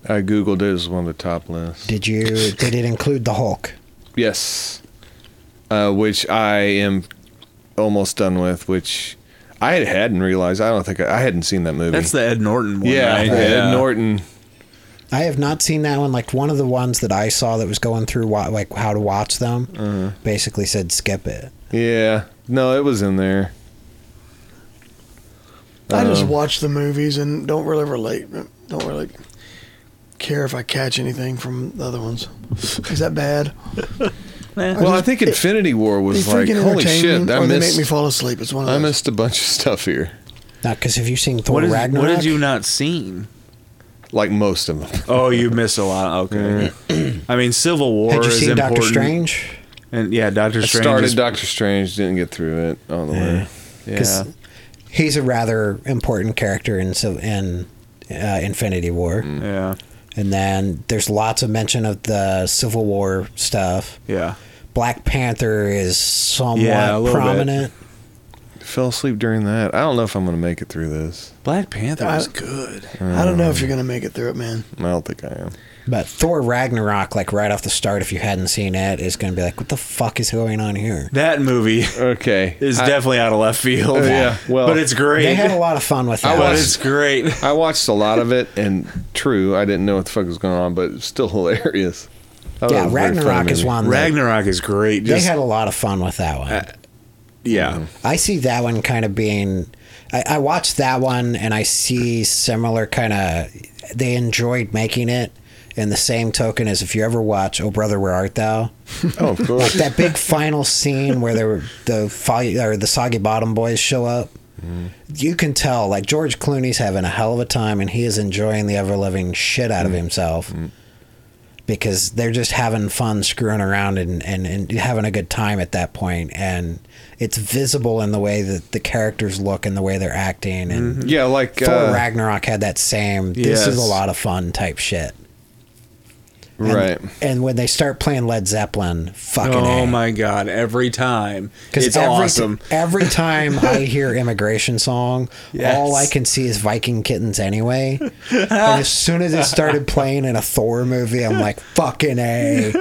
A: I googled it. It was one of the top lists.
C: Did you? did it include the Hulk?
A: Yes. Uh, which I am almost done with, which I hadn't realized. I don't think I, I hadn't seen that movie.
B: That's the Ed Norton one.
A: yeah,
B: right?
A: Ed
B: Yeah.
A: Norton.
C: I have not seen that one. Like one of the ones that I saw that was going through wa- like how to watch them,
B: Uh-huh.
C: basically said skip it.
A: Yeah. No, it was in there.
D: I just
A: Um,
D: watch the movies and don't really relate. Don't really care if I catch anything from the other ones. Is that bad?
B: Eh.
A: Well, I think Infinity War was
D: They
A: like,
D: freaking
A: holy
D: entertain
A: shit,
D: me,
A: I
D: or they make
A: missed,
D: me fall asleep. It's one of
A: I
D: those.
A: missed a bunch of stuff here.
C: Now, because have you seen Thor
B: What, is, what
C: Ragnarok?
B: did you not seen?
A: Like most of them.
B: Oh, you missed a lot. Okay. I mean, Civil War
C: Had you
B: is
C: seen
B: important.
C: Doctor Strange?
B: And yeah, Doctor
A: I
B: Strange.
A: started
B: is-
A: Doctor Strange, didn't get through it all the way.
B: yeah.
C: 'Cause he's a rather important character in Civ- in uh, Infinity War,
B: Yeah.
C: and then there's lots of mention of the Civil War stuff.
B: Yeah.
C: Black Panther is somewhat
B: Yeah, a little bit.
C: prominent.
A: Fell asleep during that. I don't know if I'm going to make it through this.
B: Black Panther
D: I-
B: was good.
D: I don't know
A: Uh.
D: if you're gonna make it through it, man.
A: I don't think I am.
C: But Thor Ragnarok, like right off the start, if you hadn't seen it, is going to be like, what the fuck is going on here?
B: That movie
A: Okay.
B: is
A: I-
B: definitely out of left field.
A: Oh, yeah. Well,
B: but it's great.
C: They had a lot of fun with that.
B: but
A: watched-
B: it's great.
A: I watched a lot of it, and true, I didn't know what the fuck was going on, but it's still hilarious. I thought it
C: yeah,
A: was a very funny
C: Ragnarok is
A: movie.
C: one. That
B: Ragnarok is great.
C: they
B: Just,
C: had a lot of fun with that one.
B: yeah.
C: I see that one kind of being. I, I watched that one and I see similar kind of. They enjoyed making it. In the same token as if you ever watch Oh Brother Where Art Thou,
A: Oh, of course.
C: that big final scene where they were, the fi- or the Soggy Bottom Boys show up,
B: Mm.
C: you can tell like George Clooney's having a hell of a time and he is enjoying the ever living shit out
B: Mm.
C: of himself because they're just having fun screwing around and, and, and having a good time at that point and it's visible in the way that the characters look and the way they're acting and
A: yeah, like
C: Thor
A: uh,
C: Ragnarok had that same this is a
B: Mm-hmm. Yes.
C: lot of fun type shit. And-
A: right.
C: And when they start playing Led Zeppelin, fucking
B: Oh
C: A.
B: my god! Every time,
C: Because
B: it's
C: every,
B: awesome.
C: Every time I hear immigration song,
B: Yes.
C: all I can see is Viking kittens anyway. and as soon as it started playing in a Thor movie, I'm like, fucking A.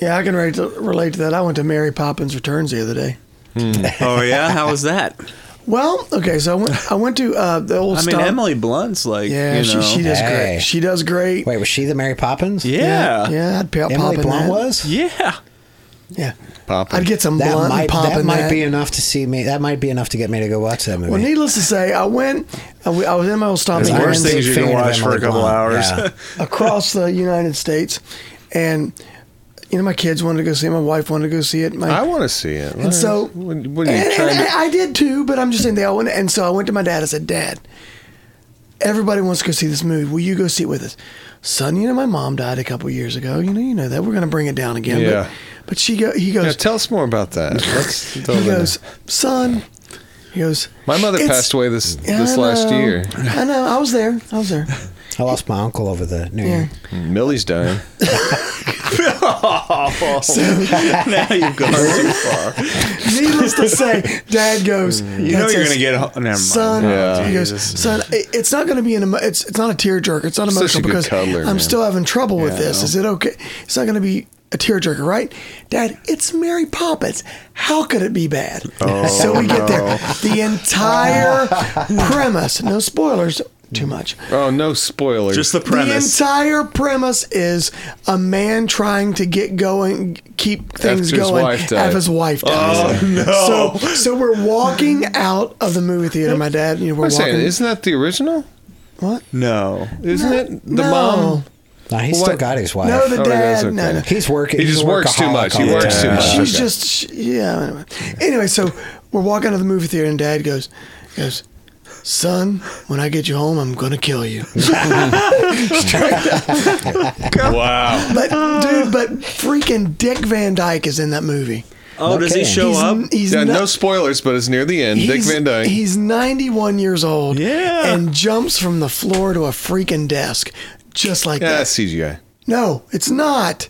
D: Yeah, I can relate to, relate to that. I went to Mary Poppins Returns the other day.
B: oh yeah, how was that?
D: Well, okay, so I went. I went to uh, the old.
B: I mean,
D: Stomp-
B: Emily Blunt's like,
D: Yeah,
B: you
D: she,
B: know,
D: she does
C: Hey.
D: great. She does great.
C: Wait, was she the Mary Poppins?
B: yeah, yeah,
D: yeah, I'd pop,
C: Emily
D: pop in
C: Blunt
D: that.
C: was?
B: yeah.
D: Yeah,
A: Pop.
D: I'd get some
C: That
D: blunt
C: might
D: and pop
C: that
D: in
C: might
D: that.
C: be enough to see me. That might be enough to get me to go watch that movie.
D: well, needless to say, I went. I w- I was in my old
C: There's
D: stomping
C: I'm
B: Worst
C: a
B: things
D: grounds
B: you
C: fan
B: can
C: of
B: watch for
C: Emily
B: a couple
C: Blunt,
B: hours.
C: yeah.
D: across the United States, and you know, my kids wanted to go see it. My wife wanted to go see it. My
A: I want to see it. What-
D: so-
A: what, what are
D: and,
A: you
D: and
A: trying to?
D: I I did too, but I'm just saying they all went. And so I went to my dad. I said, Dad, everybody wants to go see this movie. Will you go see it with us? Son, you know my mom died a couple years ago. You know, you know that we're gonna bring it down again. But-
A: Yeah.
D: But, she go. He
A: Yeah,
D: goes.
A: tell us more about that. Let's tell
D: he
A: them.
D: goes, son. He goes.
A: My mother
D: "It's-
A: passed away this
D: I
A: this last
D: know.
A: year.
D: I know. I was there. I was there.
C: I lost my uncle over the New
D: Yeah.
C: Year.
A: Millie's dying.
B: now you've gone too far.
D: Needless to say, Dad goes.
B: You know you're gonna get. ho- Never mind.
D: Son,
A: Yeah.
D: he goes,
B: Jesus.
D: son, it- it's not going to be an emo- it's it's not a tearjerker. It's not
A: Such a
D: emotional
A: good
D: because
A: cuddler,
D: I'm
A: man.
D: still having trouble with this.
B: Yeah.
D: Is it okay? It's not going to be a tearjerker, right? Dad, it's Mary Poppins. How could it be bad?
A: Oh,
D: so we get there. The entire premise, no spoilers, too much.
A: Oh no, spoilers.
B: Just the premise.
D: The entire premise is a man trying to get going, keep things
A: After his
D: going.
A: wife died.
D: After his wife dies. Oh no! So, so we're walking out of the movie theater. My dad, you know, we're
A: I'm saying,
D: walking.
A: isn't that the original?
D: what?
B: no.
A: Isn't it the
D: no.
A: mom?
C: No, he's
A: What?
C: still got his wife.
D: No,
A: Oh,
D: the
A: my
D: dad.
A: God, it's
D: No,
A: okay.
D: no.
C: he's working.
A: He
C: he's
A: just
C: a
A: works too
C: workaholic
A: much.
C: all
A: He
C: the
A: works too
C: time.
A: much.
D: She's
A: Okay.
D: just she, yeah. Anyway. anyway, so we're walking out of the movie theater, and Dad goes, goes, son, when I get you home, I'm gonna kill you.
B: Wow.
D: But dude, but freaking Dick Van Dyke is in that movie.
B: Oh, does he
C: Okay.
B: show
D: he's,
B: up?
D: He's
A: yeah,
D: not-
A: no spoilers, but it's near the end. Dick
D: he's-
A: Van Dyke.
D: He's 91 years old.
B: Yeah.
D: And jumps from the floor to a freaking desk, just like
A: yeah,
D: that.
A: that's CGI.
D: No, it's not.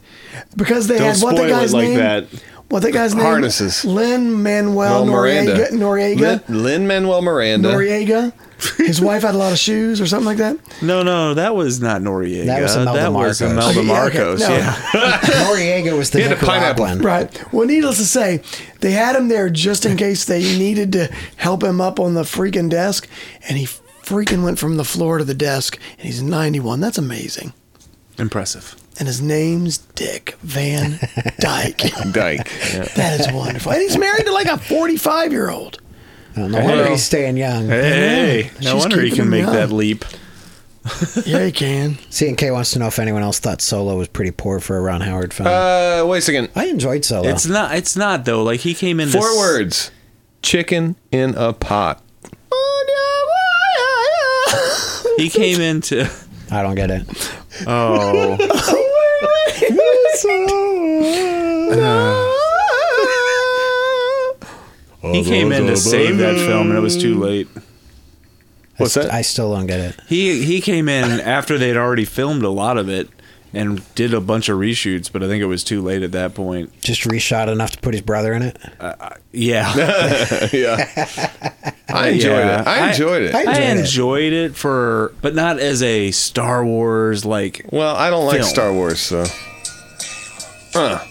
D: Because they
B: Don't
D: had what the
B: spoil it
D: guy's
B: like
D: name.
B: that.
D: What the guy's name?
A: Harnesses.
D: Lynn Manuel Noriega. Noriega.
A: Lin Manuel Miranda.
D: Noriega. His wife had a lot of shoes or something like that.
B: No, no, that was not Noriega.
C: That was Imelda
B: That was
C: Marcos.
B: Imelda
D: Okay, yeah, okay,
B: Marcos,
D: no.
B: yeah.
C: Noriega was the
A: He had a pineapple.
C: Nicaraguan.
D: Right. Well, needless to say, they had him there just in case they needed to help him up on the freaking desk, and he freaking went from the floor to the desk, and he's 91. That's amazing.
B: Impressive.
D: And his name's Dick Van Dyke.
A: Dyke.
D: that is wonderful. And he's married to like a 45 year old.
C: No wonder
A: Hey.
C: he's staying young.
B: Hey,
D: She's
B: no wonder he
D: keeping
B: can
D: him
B: make
D: young.
B: that leap.
D: Yeah, he can.
C: CNK wants to know if anyone else thought Solo was pretty poor for a Ron Howard film.
A: Uh, wait a second.
C: I enjoyed Solo.
B: It's not. It's not though. Like he came in to
A: Four
B: s-
A: words. Chicken in a pot.
B: He came into.
C: I don't get it.
B: Oh, he came in to save that film, and it was too late.
A: What's that?
C: I still don't get it.
B: He he came in after they'd already filmed a lot of it and did a bunch of reshoots, but I think it was too late at that point.
C: Just reshot enough to put his brother in it.
B: Yeah,
A: yeah. I enjoyed it. I
B: I-
A: enjoyed it.
C: I-
B: I
C: enjoyed it.
B: enjoyed it for, but not as a Star Wars like.
A: well, I don't like
B: Film.
A: Star Wars, so. Huh.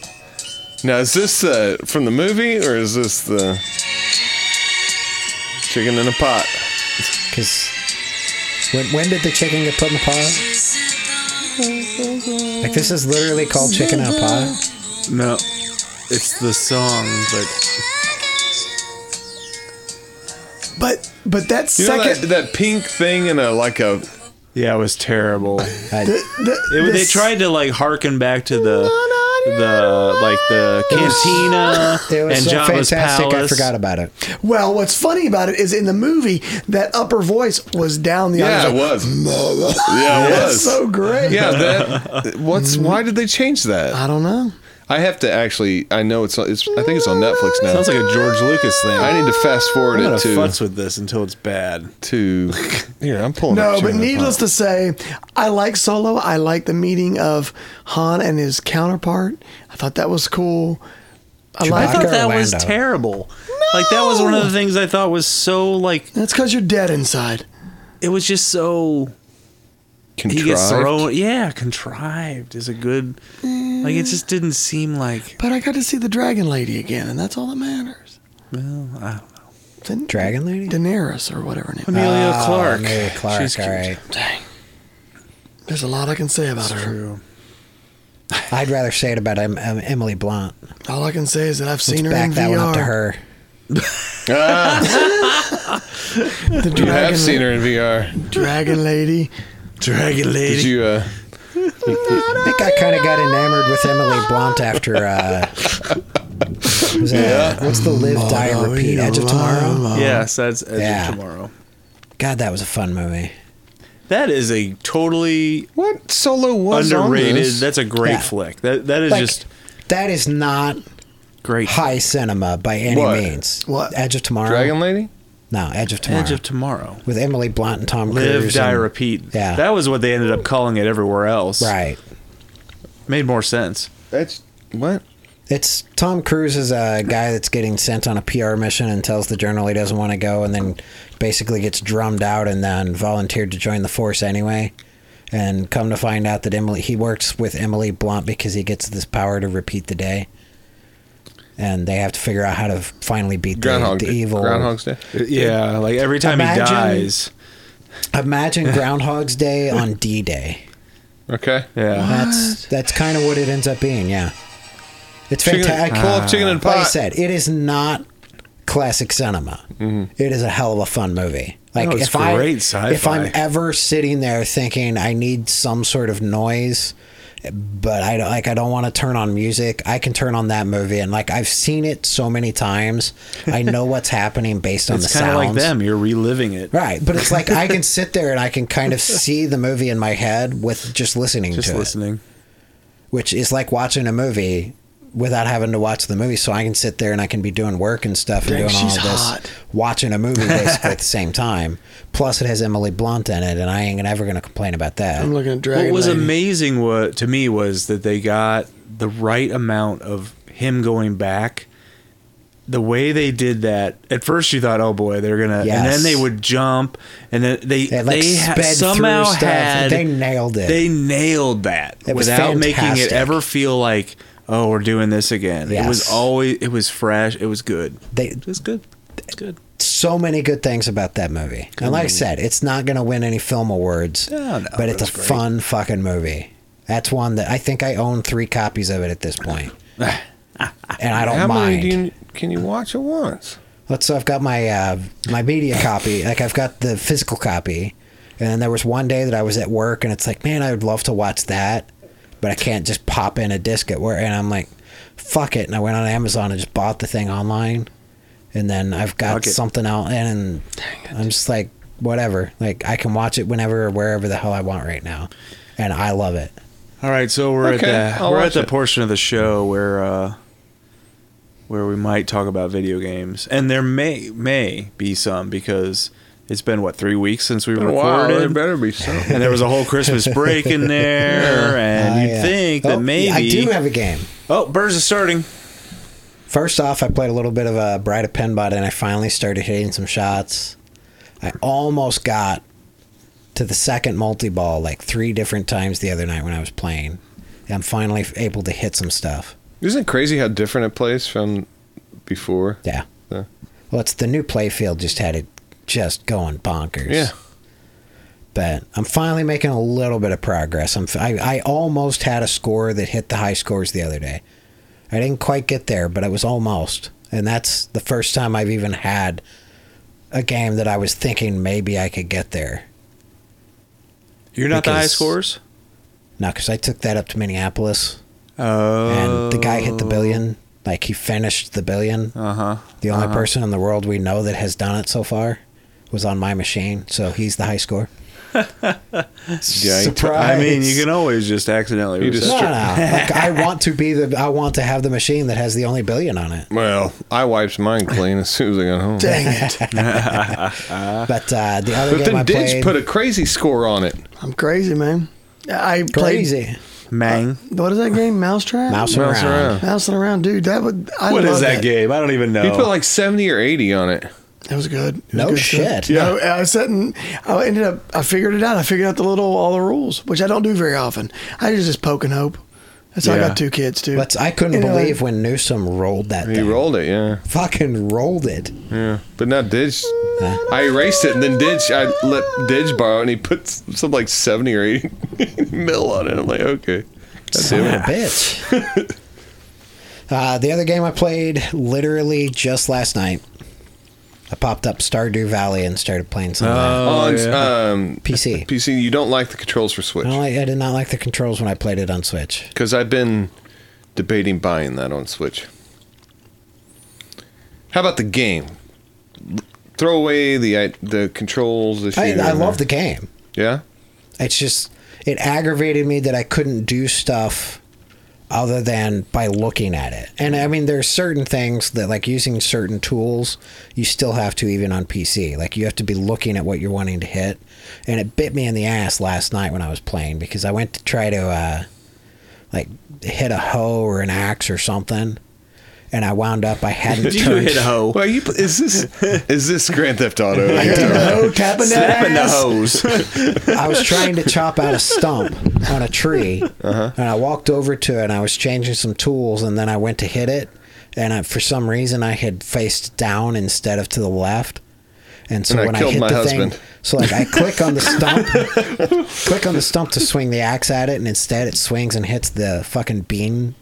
A: Now, is this uh, from the movie or is this the chicken in a pot?
C: Because when, when did the chicken get put in the pot? Like this is literally called chicken in a pot.
B: No, it's the song, but
D: But but that
A: You know
D: second.
A: that, that pink thing and a like a
B: yeah, it was terrible.
C: I,
D: the-
B: It,
D: the
B: they
D: s-
B: tried to like harken back to the the like the cantina
C: it was
B: and
C: so
B: Java's
C: fantastic.
B: palace.
C: I forgot about it.
D: Well, what's funny about it is in the movie that upper voice was down the
A: yeah, it
D: audience.
A: was. yeah, it
D: That's
A: was.
D: so great.
A: yeah, that what's why did they change that?
D: I don't know.
A: I have to actually. I know it's. It's. I think it's on Netflix now.
B: Sounds like a George Lucas thing.
A: I need to fast forward
B: I'm
A: it
B: gonna
A: to
B: futz with this until it's bad.
A: to. Here, I'm pulling.
D: No,
A: up
D: but
A: Jane the
D: needless
A: Pop.
D: to say, I like Solo. I like the meeting of Han and his counterpart. I thought that was cool. I
B: I
D: like
B: thought
D: it.
B: that was
C: Orlando.
B: terrible. Like that was one of the things I thought was so like
D: That's because you're dead inside.
B: it was just so he
A: contrived.
B: gets thrown. Yeah, contrived is a good. Like it just didn't seem like.
D: But I got to see the Dragon Lady again, and that's all that matters.
B: Well, I don't know.
D: Didn't-
C: Dragon lady.
D: Daenerys or whatever her name. is.
B: Amelia
C: Oh,
B: Clark.
C: Amelia Clark.
B: She's
C: all
B: cute.
C: right.
D: Dang. There's a lot I can say about her.
B: True.
C: I'd rather say it about um, um, Emily Blunt.
D: All I can say is that I've
C: Let's
D: seen her
C: back
D: in
C: that
D: VR.
C: one up to her.
A: Ah,
D: The
A: you
D: Dragon,
A: have seen her in VR.
D: Dragon Lady.
B: Dragon lady.
A: Did you? Uh,
C: I think I kind of got enamored with Emily Blunt after. Uh, was that- what's the live, die, repeat? Edge of Tomorrow.
B: yes, that's Edge of
C: Yeah.
B: tomorrow.
C: God, that was a fun movie.
B: That is a totally
A: what solo was On
B: underrated.
A: this?
B: That's a great
C: Yeah.
B: flick. That that is
C: Like,
B: just
C: that is not
B: great.
C: high cinema by any
A: What?
C: means.
D: What?
C: Edge of Tomorrow?
A: Dragon Lady.
C: No, Edge of Tomorrow.
B: Edge of Tomorrow.
C: With Emily Blunt and Tom
B: Live,
C: Cruise.
B: die,
C: and-
B: repeat.
C: Yeah.
B: that was what they ended up calling it everywhere else.
C: Right.
B: made more sense.
A: That's what.
C: It's Tom Cruise is a guy that's getting sent on a PR mission and tells the journal he doesn't want to go, and then basically gets drummed out and then volunteered to join the force anyway. And come to find out that Emily, he works with Emily Blunt because he gets this power to repeat the day. And they have to figure out how to finally beat the,
A: Groundhog.
C: the
A: Day-
C: evil
A: Groundhog's Day.
B: Yeah, like every time
C: Imagine-
B: he dies.
C: Imagine Groundhog's Day on D Day.
A: Okay.
B: Yeah,
C: That's that's kind of what it ends up being. Yeah, it's
A: Chicken,
C: fantastic.
A: pull up chicken and pot.
C: like I said, it is not classic cinema. It is a hell of a fun movie. Like
B: Mm-hmm. No, it's
C: if I
B: great
C: if I'm
B: sci-fi.
C: ever sitting there thinking I need some sort of noise but I don't- like I don't want to turn on music. I can turn on that movie and like I've seen it so many times. I know what's happening based on
B: it's
C: the
B: kind of
C: sounds.
B: like them. You're reliving it.
C: Right, but it's like I can sit there and I can kind of see the movie in my head with just listening
B: Just
C: to
B: listening.
C: it, which is like watching a movie without having to watch the movie. So I can sit there and I can be doing work and stuff and
D: Dang,
C: doing all
D: she's
C: of this,
D: hot.
C: watching a movie basically at the same time. Plus, it has Emily Blunt in it, and I ain't ever going to complain about that.
D: I'm looking at Dragon.
B: what was
D: Lady.
B: amazing wa to me was that they got the right amount of him going back. The way they did that, at first you thought, "Oh boy, they're gonna," and then
C: Yes.
B: they would jump, and then they
C: They, like,
B: they ha-
C: sped through
B: somehow
C: stuff.
B: had
C: They nailed it.
B: They nailed that
C: It was
B: without making it
C: fantastic.
B: ever feel like, "Oh, we're doing this again." It was
C: Yes.
B: always it was fresh. It was good.
C: They
B: It was good. Good.
C: so many good things about that movie, and like I said, it's not going to win any film awards,
B: No, no,
C: but
B: but
C: it's a
B: it's great.
C: fun fucking movie. That's one that I think I own three copies of it at this point. And I don't
A: How
C: mind.
A: many do you, can you watch at once?
C: Let's. So I've got my uh, my media copy. Like I've got the physical copy, and then there was one day that I was at work, and it's like, man, I would love to watch that, but I can't just pop in a disc at work. And I'm like, fuck it. And I went on Amazon and just bought the thing online, and then I've got
B: Fuck it.
C: something out, and, and I'm just like, whatever. Like I can watch it whenever or wherever the hell I want right now, and I love it.
B: All right, so we're
A: Okay,
B: at the
A: I'll
B: we're at
A: watch
B: the
A: it.
B: portion of the show where uh, where we might talk about video games, and there may may be some because it's been what three weeks since we
A: there
B: recorded,
A: better be something.
B: and there was a whole Christmas break in there, and
C: I,
B: you'd
C: uh,
B: think
C: oh,
B: that maybe
C: I do have a game.
B: oh birds is starting.
C: First off, I played a little bit of a Bride of Penbot and I finally started hitting some shots. I almost got to the second multi ball like three different times the other night when I was playing. And I'm finally able to hit some stuff.
A: Isn't it crazy how different it plays from before?
C: Yeah.
A: Yeah.
C: Well, it's the new playfield just had it just going bonkers.
A: Yeah.
C: But I'm finally making a little bit of progress. I'm, I, I almost had a score that hit the high scores the other day. I didn't quite get there, but it was almost. And that's the first time I've even had a game that I was thinking maybe I could get there.
B: You're not the high
C: Because-
B: scores.
C: No, because I took that up to Minneapolis
B: Oh,
C: and the guy hit the billion. Like he finished the billion.
B: Uh huh.
C: The only person in the world we know that has done it so far was on my machine, so he's the high score.
A: you took-
C: Surprise!
B: I mean, you can always just accidentally.
A: You just-
B: reset.
C: No, no, no. Like, I want to be the. I want to have the machine that has the only billion on it.
A: Well, I wiped mine clean as soon as I got home.
D: Dang it!
C: But uh, the other
A: But
C: game I
A: then Ditch
C: played,
A: put a crazy score on it.
D: I'm crazy, man. I
C: crazy
B: Mang.
D: played. What is that game? Mousetrap.
C: mouse around.
A: Mouse around.
D: Bouncing around, dude. That would. I
B: What is
D: loved
B: that
D: it.
B: game? I don't even know.
A: He put like 70 or 80 on it.
D: It was good. It was
C: No
D: good
C: shit.
D: stuff. No, I was sitting. I ended up. I figured it out. I figured out the little all the rules, which I don't do very often. I just just poke and hope. That's how I
B: Yeah.
D: got two kids too.
C: But I couldn't
D: You know,
C: believe when Newsom rolled that
A: He
C: thing.
A: rolled it, yeah.
C: Fucking rolled it.
A: Yeah. But not Ditch.
C: Huh?
A: I erased it and then Ditch, I let Ditch borrow it and he put s- some like 70 or 80 mil on it. I'm like, okay. God
C: Son of a
A: damn it.
C: bitch. uh, the other game I played literally just last night. I popped up Stardew Valley and started playing some of that.
B: Oh,
A: on
B: yeah.
A: um,
C: PC.
A: PC, you don't like the controls for Switch.
C: I, don't like- I did not like the controls when I played it on Switch.
A: Because I've been debating buying that on Switch. How about the game? Throw away the i- the controls issue.
C: I, I love the game.
A: Yeah.
C: It's just it aggravated me that I couldn't do stuff other than by looking at it. And I mean there's certain things that like using certain tools you still have to even on PC. Like you have to be looking at what you're wanting to hit. And it bit me in the ass last night when I was playing because I went to try to uh like hit a hoe or an axe or something and I wound up I hadn't
B: you
C: turned
B: hit a hoe.
A: Well, you pl- is this is this Grand Theft Auto?
D: I got the hoe tapping that
B: Slapping the
D: ass.
B: hose.
C: I was trying to chop out a stump on a tree,
A: Uh-huh.
C: and I walked over to it, and I was changing some tools, and then I went to hit it, and I, for some reason I had faced down instead of to the left, and so
A: And I
C: when I
A: killed
C: hit
A: my
C: the
A: husband.
C: thing, so like I click on the stump, click on the stump to swing the axe at it, and instead it swings and hits the fucking bean,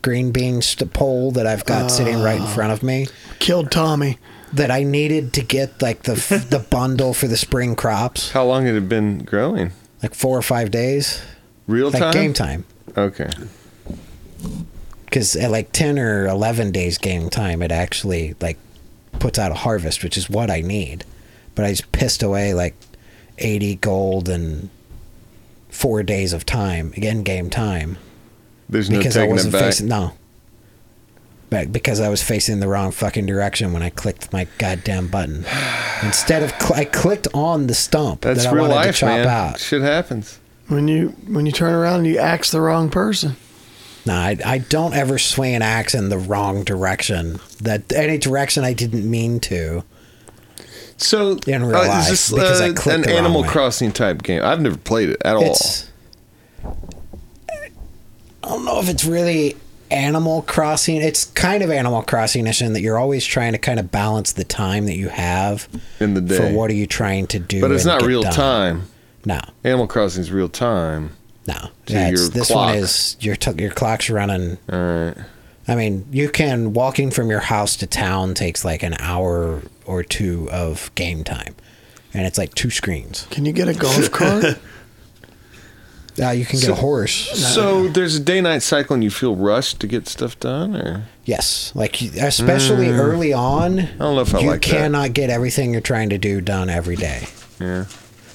C: green bean st- pole that I've got sitting right in front of me
D: Killed Tommy.
C: that I needed to get like the f- the bundle for the spring crops,
A: How long had it been growing?
C: like four or five days
A: Real
C: like
A: time.
C: game time.
A: Okay.
C: because at like 10 or 11 days game time it actually like puts out a harvest which is what i need but i just pissed away like 80 gold and four days of time again game time
A: There's no
C: because i
A: taking it
C: wasn't
A: back.
C: facing no but because i was facing the wrong fucking direction when i clicked my goddamn button instead of cl- i clicked on the stump
A: That's
C: that i
A: real
C: wanted
A: life,
C: to chop
A: man.
C: out
A: Shit happens.
D: When you when you turn around and you axe the wrong person.
C: no I, I don't ever swing an axe in the wrong direction that any direction i didn't mean to
A: So
C: In real
A: is
C: life,
A: this
C: because I
A: uh,
C: clicked
A: an
C: the wrong
A: Animal
C: way.
A: Crossing type game? I've never played it at all.
C: It's. I don't know if it's really Animal Crossing. It's kind of Animal Crossing ish in that you're always trying to kind of balance the time that you have
A: In the day.
C: for what are you trying to do.
A: but it's
C: and
A: not
C: get
A: real
C: done.
A: time.
C: No,
A: Animal Crossing is real time.
C: no.
A: So
C: Yeah, it's-
A: your
C: this
A: clock.
C: one is your t- your clock's running.
A: All right.
C: I mean, you can walking from your house to town takes like an hour or two of game time, and it's like two screens.
D: Can you get a golf cart?
C: Uh, you can get
A: So-
C: a horse.
A: So there's a day night cycle and you feel rushed to get stuff done or
C: Yes, like you- especially early on. I
A: don't know if Mm. I
C: you
A: like that.
C: cannot get everything you're trying to do done every day.
A: yeah.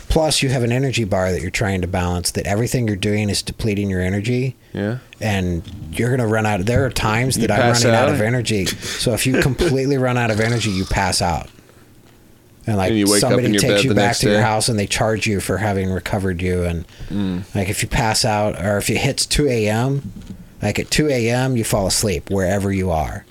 C: Plus, you have an energy bar that you're trying to balance. That everything you're doing is depleting your energy,
A: Yeah.
C: and you're gonna run out. There are times
A: You
C: that I'm
A: pass
C: running out
A: out?
C: of energy. So if you completely run out of energy, you pass out. And like
A: And you wake up
C: somebody
A: in your
C: takes
A: bed
C: you
A: the
C: back
A: next
C: to your
A: day? Mm.
C: house and they charge you for having recovered you. And like if you pass out or if it hits 2 a.m., like at 2 a.m. you fall asleep wherever you are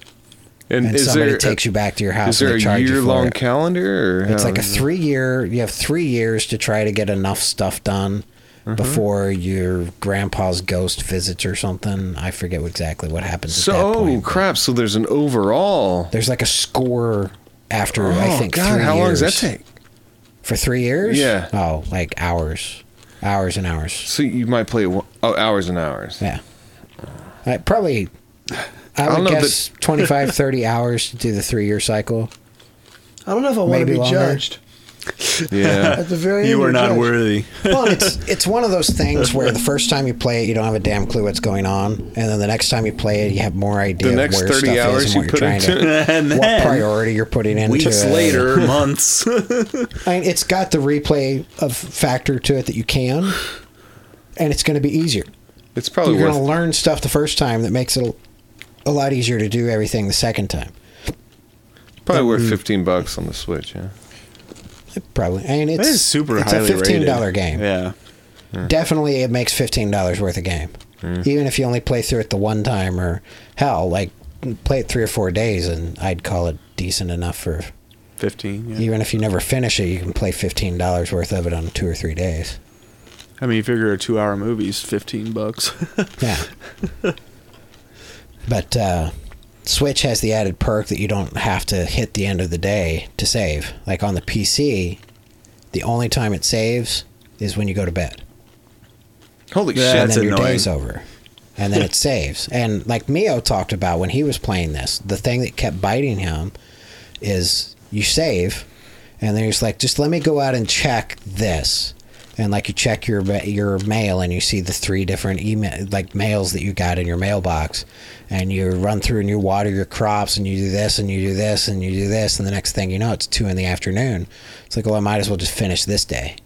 A: And,
C: and
A: is
C: somebody
A: there
C: takes you back to your house
A: is there
C: and
A: a
C: they charge
A: year
C: you for
A: long
C: it.
A: calendar or
C: it's
A: how
C: like a
A: is it?
C: three year you have three years to try to get enough stuff done
A: Mm-hmm.
C: before your grandpa's ghost visits or something i forget exactly what happens
A: So
C: at that
A: oh
C: point but
A: crap, so there's an overall
C: there's like a score after i
A: Oh,
C: think
A: God,
C: three
A: how long does that
C: years.
A: take?
C: for three years
A: Yeah.
C: oh like hours hours and hours
A: So you might play one- oh, hours and hours.
C: yeah I, probably i
A: don't
C: would
A: know that-
C: guess 25 30 hours to do the three year cycle
D: I don't know if I want
C: Maybe
D: to be
C: longer.
D: judged.
A: Yeah.
D: At the
A: uh,
D: very end,
B: You are
D: you're
B: not
D: judged.
B: worthy.
C: well, it's it's one of those things where the first time you play it, you don't have a damn clue what's going on, and then the next time you play it, you have more idea.
A: The next
C: of where
A: 30
C: stuff
A: hours
C: is
A: you
C: and what
A: put
C: you're trying
A: into
C: to,
B: And
C: what
B: then
C: priority you're putting into
B: weeks
C: it.
B: later, months.
C: I mean, it's got the replay of factor to it that you can, and it's going to be easier.
A: It's probably
C: you're
A: worth
C: going to learn stuff the first time that makes it a, a lot easier to do everything the second time.
A: probably worth 15 bucks on the Switch, yeah.
C: Probably, I mean,
B: That
C: it's
B: is super
C: It's
B: highly
C: a fifteen dollar
B: rated.
C: game.
B: Yeah.
C: definitely it makes fifteen dollars worth of game, even if you only play through it the one time or hell, like play it three or four days, and I'd call it decent enough for.
B: 15. Yeah.
C: Even if you never finish it, you can play fifteen dollars worth of it on two or three days.
B: I mean, you figure a two hour movie is 15 bucks.
C: Yeah. but uh, Switch has the added perk that you don't have to hit the end of the day to save. Like on the PC, the only time it saves is when you go to bed.
A: Holy
B: Yeah.
A: shit.
B: That's
C: and then your
B: annoying.
C: day's over. And then it saves. And like Mio talked about when he was playing this, the thing that kept biting him is you save, and then he's like, just let me go out and check this. And like you check your ma- your mail and you see the three different email like mails that you got in your mailbox, and you run through and you water your crops and you do this and you do this and you do this and the next thing you know it's two in the afternoon. It's like well I might as well just finish this day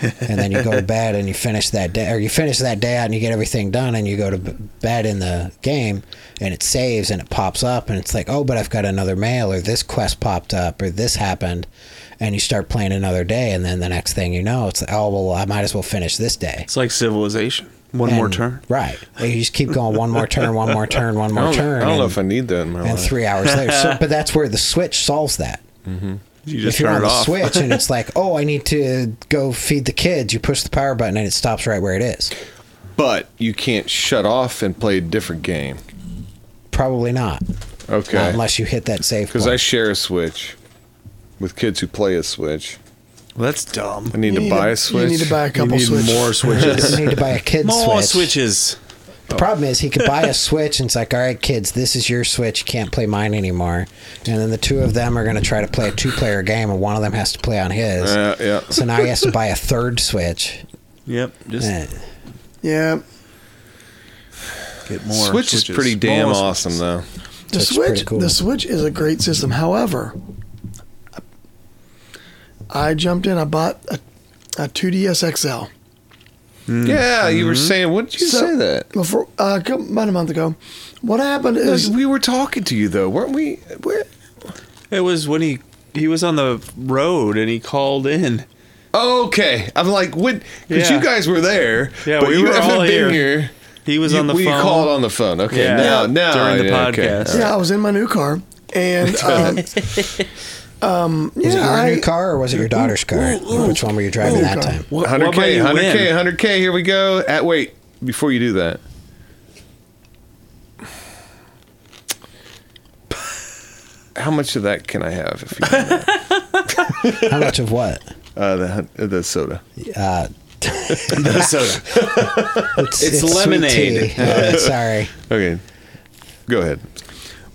C: and then you go to bed and you finish that day or you finish that day out and you get everything done and you go to b- bed in the game and it saves and it pops up and it's like oh but i've got another mail or this quest popped up or this happened and you start playing another day and then the next thing you know it's like oh well i might as well finish this day
B: It's like Civilization. One more
C: And-
B: turn.
C: right And you just keep going one more turn one more turn one
A: I
C: more
A: don't,
C: turn
A: I don't know
C: and-
A: if I need that in my
C: and
A: life.
C: three hours later so, but that's where the switch solves that
B: You just
C: if you're
B: turn
C: on
B: it
C: the
B: off.
C: switch and it's like oh i need to go feed the kids you push the power button and it stops right where it is
A: But you can't shut off and play a different game.
C: Probably not, uh,
A: Okay.
C: unless you hit that safe.
A: Because I
C: point.
A: share a Switch with kids who play a Switch.
B: Well, that's dumb.
A: I need
D: You
A: to
D: need
A: buy
D: a-
A: a Switch.
D: You need to buy a couple switches.
B: more
C: You
B: switches.
C: need to buy a kid's
B: more
C: switch.
B: switches.
C: The problem is he could buy a switch and it's like, all right, kids, this is your switch. You can't play mine anymore. And then the two of them are going to try to play a two-player game, and one of them has to play on his.
A: Yeah, yeah.
C: so now he has to buy a third switch.
B: Yep. Just
C: Eh.
D: Yeah.
B: Get more.
A: Switch is
B: switches.
A: pretty damn
B: More
A: awesome
B: switches.
A: though.
D: The
C: That's pretty
D: Switch,
C: cool.
D: the Switch is a great system. However, I jumped in. I bought a, a 2DS XL.
B: Mm-hmm.
A: Yeah, you were saying. What did you
D: So-
A: say that?
D: Before uh, co- about a month ago, what happened is
A: we were talking to you though, weren't we? Where?
B: It was when he he was on the road and he called in.
A: Okay, I'm like when because
B: Yeah.
A: you guys were there.
B: Yeah,
A: but
B: we
A: you
B: were
A: haven't
B: all
A: been
B: here.
A: here.
B: He was
A: You-
B: on the
A: we
B: phone.
A: called on the phone. Okay,
B: Yeah.
A: now now
B: During the
A: yeah, okay.
B: podcast.
A: All right.
D: yeah, I was in my new car and um, um, yeah,
C: Was it your
D: I,
C: new car or was it your daughter's car? Which one were you driving
D: ooh,
C: that
D: car.
C: time?
B: What, what
A: 100k,
B: made you
A: 100k,
B: win?
A: 100k. Here we go. At wait, before you do that, how much of that can I have? If you want that?
C: How much of what?
A: uh, the hun- uh, the soda.
C: Uh,
B: The soda.
C: it's,
B: It's
C: sweet
B: lemonade.
C: tea. Yeah, sorry.
A: Okay, go ahead.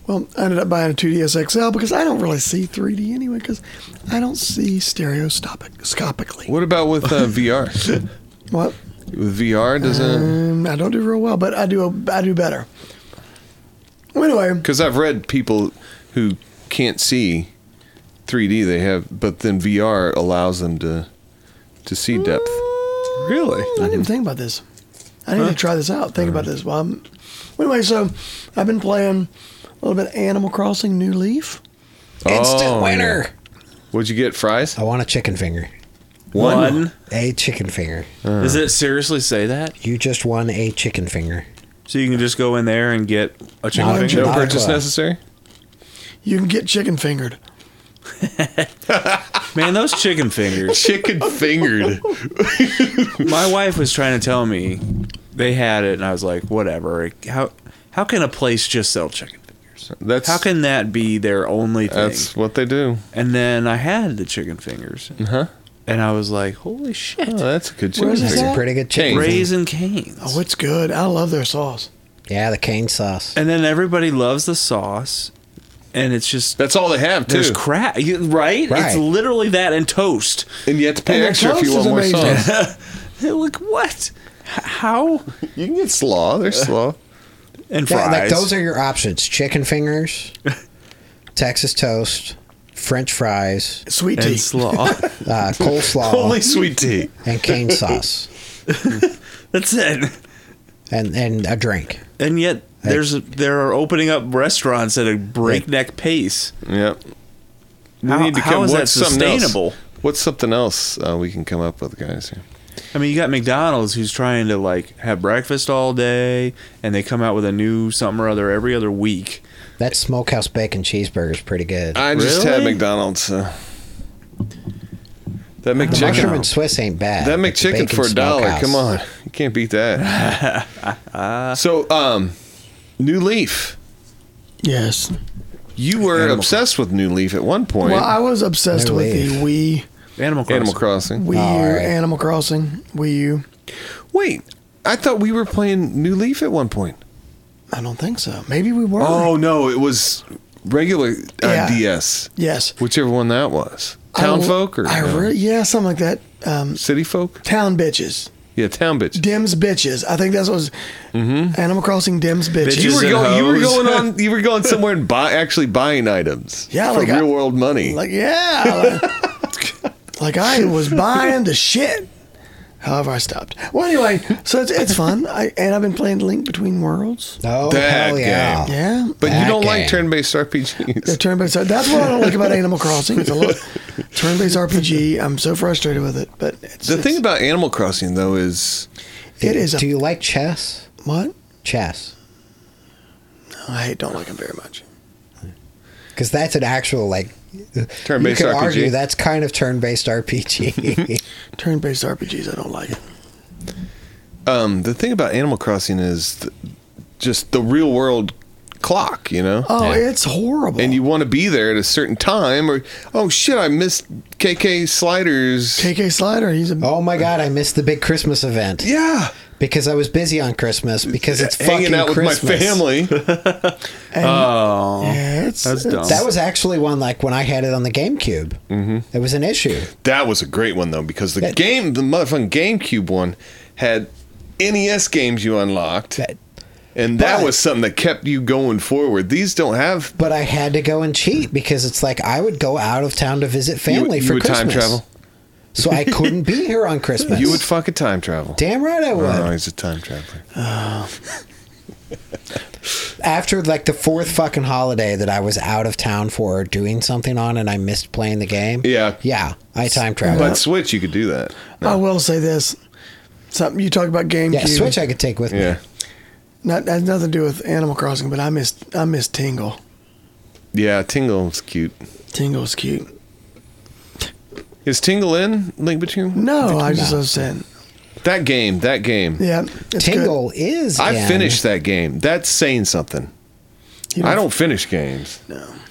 D: Well, I ended up buying a 2DS XL because I don't really see 3D anyway because I don't see stereoscopically.
A: What about with uh, VR?
D: What?
A: With VR,
C: Uh.
A: doesn't
D: Um, I don't do real well, but I do I do better. Well, Anyway,
A: because I've read people who can't see 3D. They have, but then VR allows them to to see depth. Really?
D: I didn't think about this. I need to try this out. Think about this. Well, I'm, well, anyway, so I've been playing a little bit of Animal Crossing New Leaf.
C: Instant
A: Oh,
C: winner.
A: What'd you get? Fries?
C: I want a chicken finger.
B: One.
C: A chicken finger.
B: Does it seriously say that?
C: You just won a chicken finger.
B: So you can just go in there and get a chicken
C: Not a
B: finger?
A: No
C: Not
A: purchase
C: a-
A: necessary.
D: You can get chicken fingered.
B: Man, those chicken fingers.
A: Chicken fingered.
B: My wife was trying to tell me they had it, and I was like, whatever. How how can a place just sell chicken fingers?
A: That's
B: How can that be their only thing?
A: that's what they do.
B: And then I had the chicken fingers,
A: Huh?
B: and I was like, holy shit.
A: Oh, that's a good
D: Where
A: chicken
D: is
C: That's
A: finger.
D: that?
C: a pretty good chicken. finger.
B: Raisin canes.
D: Oh, it's good. I love their sauce.
C: Yeah, the cane sauce.
B: and then everybody loves the sauce, and it's just
A: That's all they have too,
B: there's crap, right? It's
C: Right.
B: literally that and toast.
A: and you have to pay
D: And their
A: extra if you
D: toast
A: want
D: is
A: more
D: amazing.
A: sauce.
B: like what? H- How?
A: you can get slaw. There's slaw.
B: And
C: Yeah,
B: fries.
C: like those are your options: chicken fingers, Texas toast, French fries,
D: Sweet tea.
B: and slaw.
C: uh, coleslaw,
A: Only sweet tea.
C: and cane sauce,
B: That's it.
C: and and a drink.
B: And yet there's there are opening up restaurants at a breakneck pace.
A: Yep. We
B: How- how is that
A: something else?
B: sustainable?
A: What's something else uh, we can come up with, guys? Here?
B: I mean, you got McDonald's who's trying to like have breakfast all day, and they come out with a new something or other every other week.
C: That smokehouse bacon cheeseburger is pretty good.
A: I just had
B: Really?
A: McDonald's. Uh, that
C: the mushroom
A: McChicken.
C: and Swiss ain't bad.
A: That
C: but the
A: McChicken
C: bacon
A: for a dollar.
C: smokehouse-
A: Come on, you can't beat that. so, um, New Leaf.
D: yes.
A: You were
B: Animal
A: obsessed with New Leaf at one point.
D: Well, I was obsessed
C: New
D: with
C: Leaf.
D: the Wii,
B: Animal Crossing.
A: Animal Crossing.
D: Wii
C: All
D: U,
C: right.
D: Animal Crossing, Wii U.
A: Wait, I thought we were playing New Leaf at one point.
D: I don't think so. Maybe we were.
A: Oh no, it was regular uh,
D: Yeah.
A: DS,
D: yes.
A: whichever one that was.
D: I
A: Town
D: l-
A: folk or
D: I
A: no?
D: re- yeah, something like that. Um,
A: city folk?
D: town bitches,
A: Yeah, town bitch.
D: Dims bitches. I think that's what was
A: Mm-hmm.
D: Animal Crossing. Dims bitches.
B: Bitches
A: you were
B: and
A: going. You were
B: hoes.
A: going on. You were going somewhere and buy actually buying items.
D: Yeah,
A: for
D: like I-
A: real world money.
D: Like yeah, like, like I was buying the shit. However, I stopped. Well, anyway, so it's, it's fun. I and I've been playing Link Between Worlds.
C: Oh
A: That
C: hell yeah!
A: game.
D: Yeah,
A: but you
C: that
A: don't like
C: game.
A: turn-based
D: the
A: RPGs.
D: turn based. That's what I don't like about Animal Crossing. It's a little turn based RPG. I'm so frustrated with it. But it's,
A: The
D: it's-
A: thing about Animal Crossing though is
D: it is
C: Do
D: a
C: you like chess?
D: what
C: Chess,
D: I don't like him very much.
C: because that's an actual like.
A: Turn-based
C: you could
A: RPG.
C: argue that's kind of turn-based RPG.
D: Turn based RPGs. I don't like it.
A: um, the thing about Animal Crossing is th- just the real world clock. You know.
D: Oh,
C: Yeah.
D: it's horrible.
A: And you want to be there at a certain time, or oh shit, I missed KK Sliders.
D: KK Slider. He's a
C: oh my god, I missed the big Christmas event
A: yeah,
C: because I was busy on Christmas because it's
A: hanging
C: fucking
A: out
C: Christmas.
A: with my family.
D: and-
B: Oh,
D: yeah, it's,
B: that's
D: it's-
B: dumb.
C: That was actually one like when I had it on the GameCube. Mm-hmm. It was an issue.
A: That was a great one though, because the
C: That-
A: game, the motherfucking GameCube one, had NES games E you unlocked.
C: That-
A: And that
C: But-
A: was something that kept you going forward. These don't have
C: But I had to go and cheat because it's like I would go out of town to visit
A: you-
C: family
A: you,
C: for
A: would
C: Christmas.
A: time travel.
C: So I couldn't be here on Christmas.
A: You would fucking time travel.
C: Damn right I would.
A: Oh, he's a time traveler.
C: After like the fourth fucking holiday that I was out of town for or doing something on and I missed playing the game.
A: Yeah.
C: Yeah. I time traveled.
A: But Switch, you could do that.
D: I will say this. Something you talk about GameCube.
C: yeah, Switch I could take with
A: Yeah.
C: me.
D: Not has nothing to do with Animal Crossing, but I miss I miss Tingle.
A: Yeah, Tingle's cute.
D: Tingle's cute.
A: Is Tingle in Link Between?
D: No, I just
C: No.
D: was saying.
A: That game, that game.
D: Yeah, it's good.
C: Tingle is.
A: I
C: in-
A: finished that game. That's saying something.
D: You
A: I don't finish games.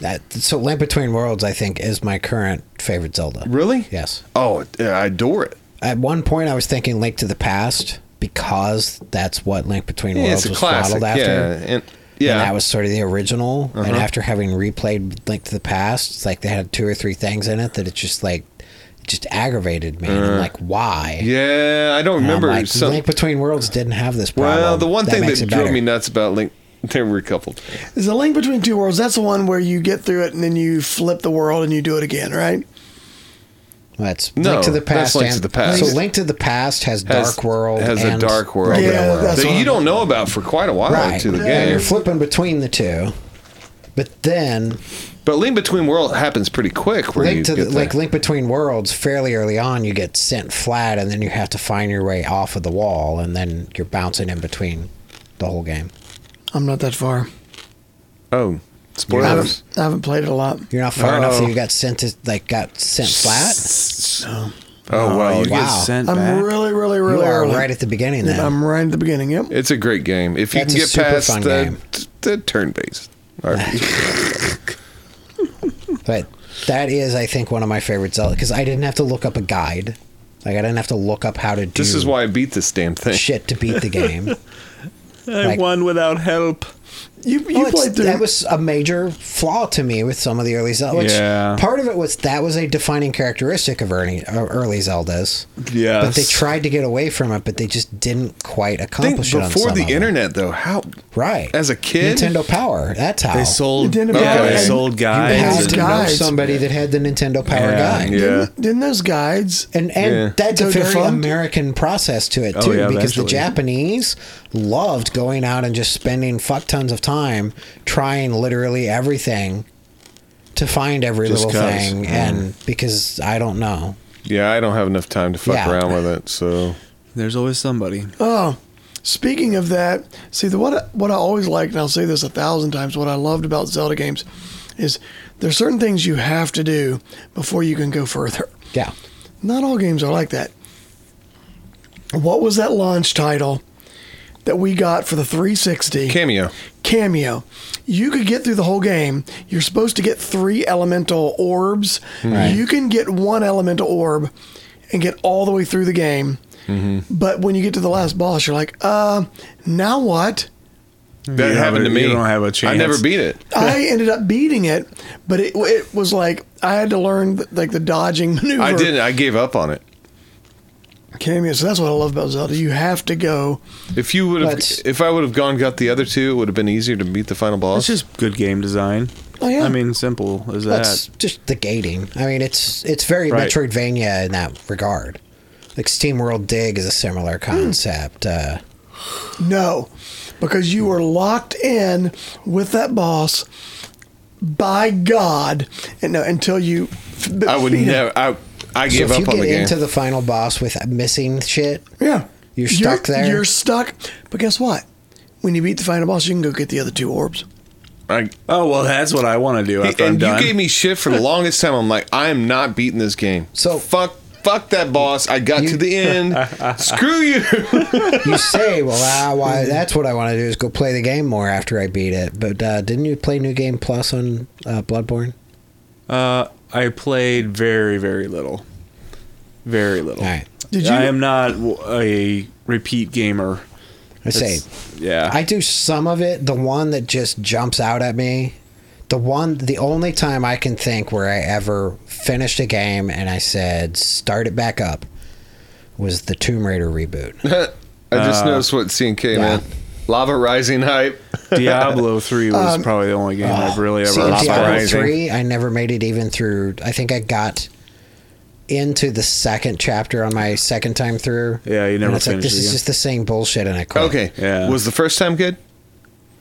C: That, so Link Between Worlds, I think, is my current favorite Zelda.
A: Really?
C: Yes.
A: Oh, I adore it.
C: At one point, I was thinking Link to the Past because that's what Link Between
A: Yeah,
C: Worlds
A: it's a
C: was
A: classic.
C: throttled
A: Yeah,
C: after.
A: and yeah,
C: And that was sort of the original. And
A: Uh-huh.
C: after having replayed Link to the Past, it's like they had two or three things in it that it just like it just aggravated me. And I'm like, why?
A: Uh-huh. yeah. I don't
C: And I'm
A: remember.
C: like,
A: some,
C: Link Between Worlds didn't have this problem.
A: well, the one thing
C: makes
A: that
C: it
A: drove
C: better.
A: me nuts about Link, they were coupled.
D: Is the link between two worlds? That's the one where you get through it and then you flip the world and you do it again, right?
C: That's
A: No,
C: Link to the
A: that's
C: Past.
A: Link to
C: and-
A: the Past.
C: So Link to the Past has,
A: Has-
C: Dark World.
A: has
C: and
A: a dark world
C: regular
D: Yeah,
C: world.
D: that's
A: that
D: what
A: you
D: I'm-
A: don't know about for quite a while
C: right.
A: into the
C: And
A: game.
C: you're flipping between the two. But then
A: But Link Between World happens pretty quick. Where you
C: Link to the,
A: get
C: like
A: the,
C: Link Between Worlds, fairly early on, you get sent flat, and then you have to find your way off of the wall, and then you're bouncing in between the whole game.
D: I'm not that far.
A: oh
D: I
A: spoilers.
D: haven't, I haven't played it a lot.
C: You're not far enough that
A: Oh.
C: you got sent to like got sent flat.
A: Oh wow,
B: you get
C: wow.
B: sent
D: I'm
B: back.
D: really, really,
C: You
D: really
C: are
D: early.
C: right at the beginning then.
D: I'm right at the beginning. Yep.
A: it's a great game if you
C: That's
A: can
C: a
A: get
C: super
A: past
C: fun
A: the,
C: game.
A: the turn based.
C: But that is, I think, one of my favorite Zelda because I didn't have to look up a guide. Like I didn't have to look up how to do
A: This is why I beat this damn thing.
C: shit to beat the game.
B: I
C: like-
B: won without help.
D: You you
C: Well, Oh, it's-
D: played through.
C: that was a major flaw to me with some of the early Zelda. Which
B: Yeah.
C: Part of it was that was a defining characteristic of early, of early Zeldas.
B: Yes.
C: But they tried to get away from it, but they just didn't quite
A: Think
C: accomplish it. on
A: before
C: some
A: the
C: of them.
A: internet though, how
C: right?
A: as a kid?
C: Nintendo Power. That's how
B: They sold.
D: Nintendo
B: yeah,
A: Power
B: they
A: and-
B: sold
C: I had
B: guys.
D: Guides
C: to
B: and-
C: know
D: guides.
C: somebody that had the Nintendo Power
B: Yeah.
C: guide.
A: yeah.
D: Didn't those guides?
C: And and
A: Yeah.
C: that's a
D: So
C: very
D: defunct?
C: American process to it
B: Oh,
C: too,
B: yeah,
C: because
B: eventually.
C: the Japanese loved going out and just spending fuck tons of time trying literally everything to find every
B: Just
C: little
B: 'cause.
C: thing, and because I don't know,
A: Yeah, I don't have enough time to fuck
C: Yeah.
A: around with it. So
B: There's always somebody.
D: Oh, speaking of that, see the what I, what I always liked, and I'll say this a thousand times. What I loved about Zelda games is there's certain things you have to do before you can go further.
C: yeah,
D: Not all games are like that. What was that launch title that we got for the 360?
A: cameo.
D: cameo. You could get through the whole game. You're supposed to get three elemental orbs.
C: Right.
D: You can get one elemental orb and get all the way through the game.
A: Mm-hmm.
D: But when you get to the last boss, you're like, uh, now what?
A: That
B: don't
A: happened to
B: have a-
A: me.
B: you don't have a
A: I
B: chance.
A: never beat it.
D: I ended up beating it, but it, it was like I had to learn like the dodging maneuver.
A: I didn't. I gave up on it.
D: cameo. So that's what I love about Zelda. You have to go.
A: If you would have,
C: Let's-
A: if I would have gone and got the other two, it would have been easier to beat the final boss.
B: It's just good game design.
D: Oh, yeah.
B: I mean, simple as
C: that's
B: that.
C: just the gating. I mean, it's it's very
B: Right.
C: Metroidvania in that regard. Like Steam World Dig is a similar
B: Hmm.
C: concept. Uh,
D: No, because you were locked in with that boss by God, and no, until you.
A: I would never. I I
C: so
A: gave
C: if you
A: up on
C: get
A: the game.
C: into the final boss with missing shit,
D: Yeah,
C: You're stuck there?
D: You're stuck. But guess what? When you beat the final boss, you can go get the other two orbs.
A: I,
B: Oh well, that's what I want to do after I'm
A: and you
B: done.
A: gave me shit for the longest time. I'm like, I am not beating this game.
C: So-
A: fuck, fuck that boss. I got
C: You-
A: to the end. Screw you.
C: you say, well, ah, why, that's what I want to do is go play the game more after I beat it. But uh, didn't you play New Game Plus on uh, Bloodborne?
B: uh, I played very, very little. Very little.
C: All right.
D: Did you?
B: I am not w- a repeat gamer.
C: I say,
B: It's- yeah.
C: I do some of it. The one that just jumps out at me, the one, the only time I can think where I ever finished a game and I said, start it back up, was the Tomb Raider reboot.
B: Uh,
A: I just noticed what CNK
C: Yeah.
A: man. Lava Rising hype.
B: Diablo three was
D: Um,
B: probably the only game I've really ever.
C: Uh, See,
A: Lava
C: Diablo
A: Rising.
C: three, I never made it even through. I think I got into the second chapter on my second time through.
B: Yeah, you never
C: And it's like
B: finished
C: this
B: it,
C: is
B: yeah.
C: just the same bullshit, and I quit.
A: Okay.
B: Yeah.
A: Was the first time good?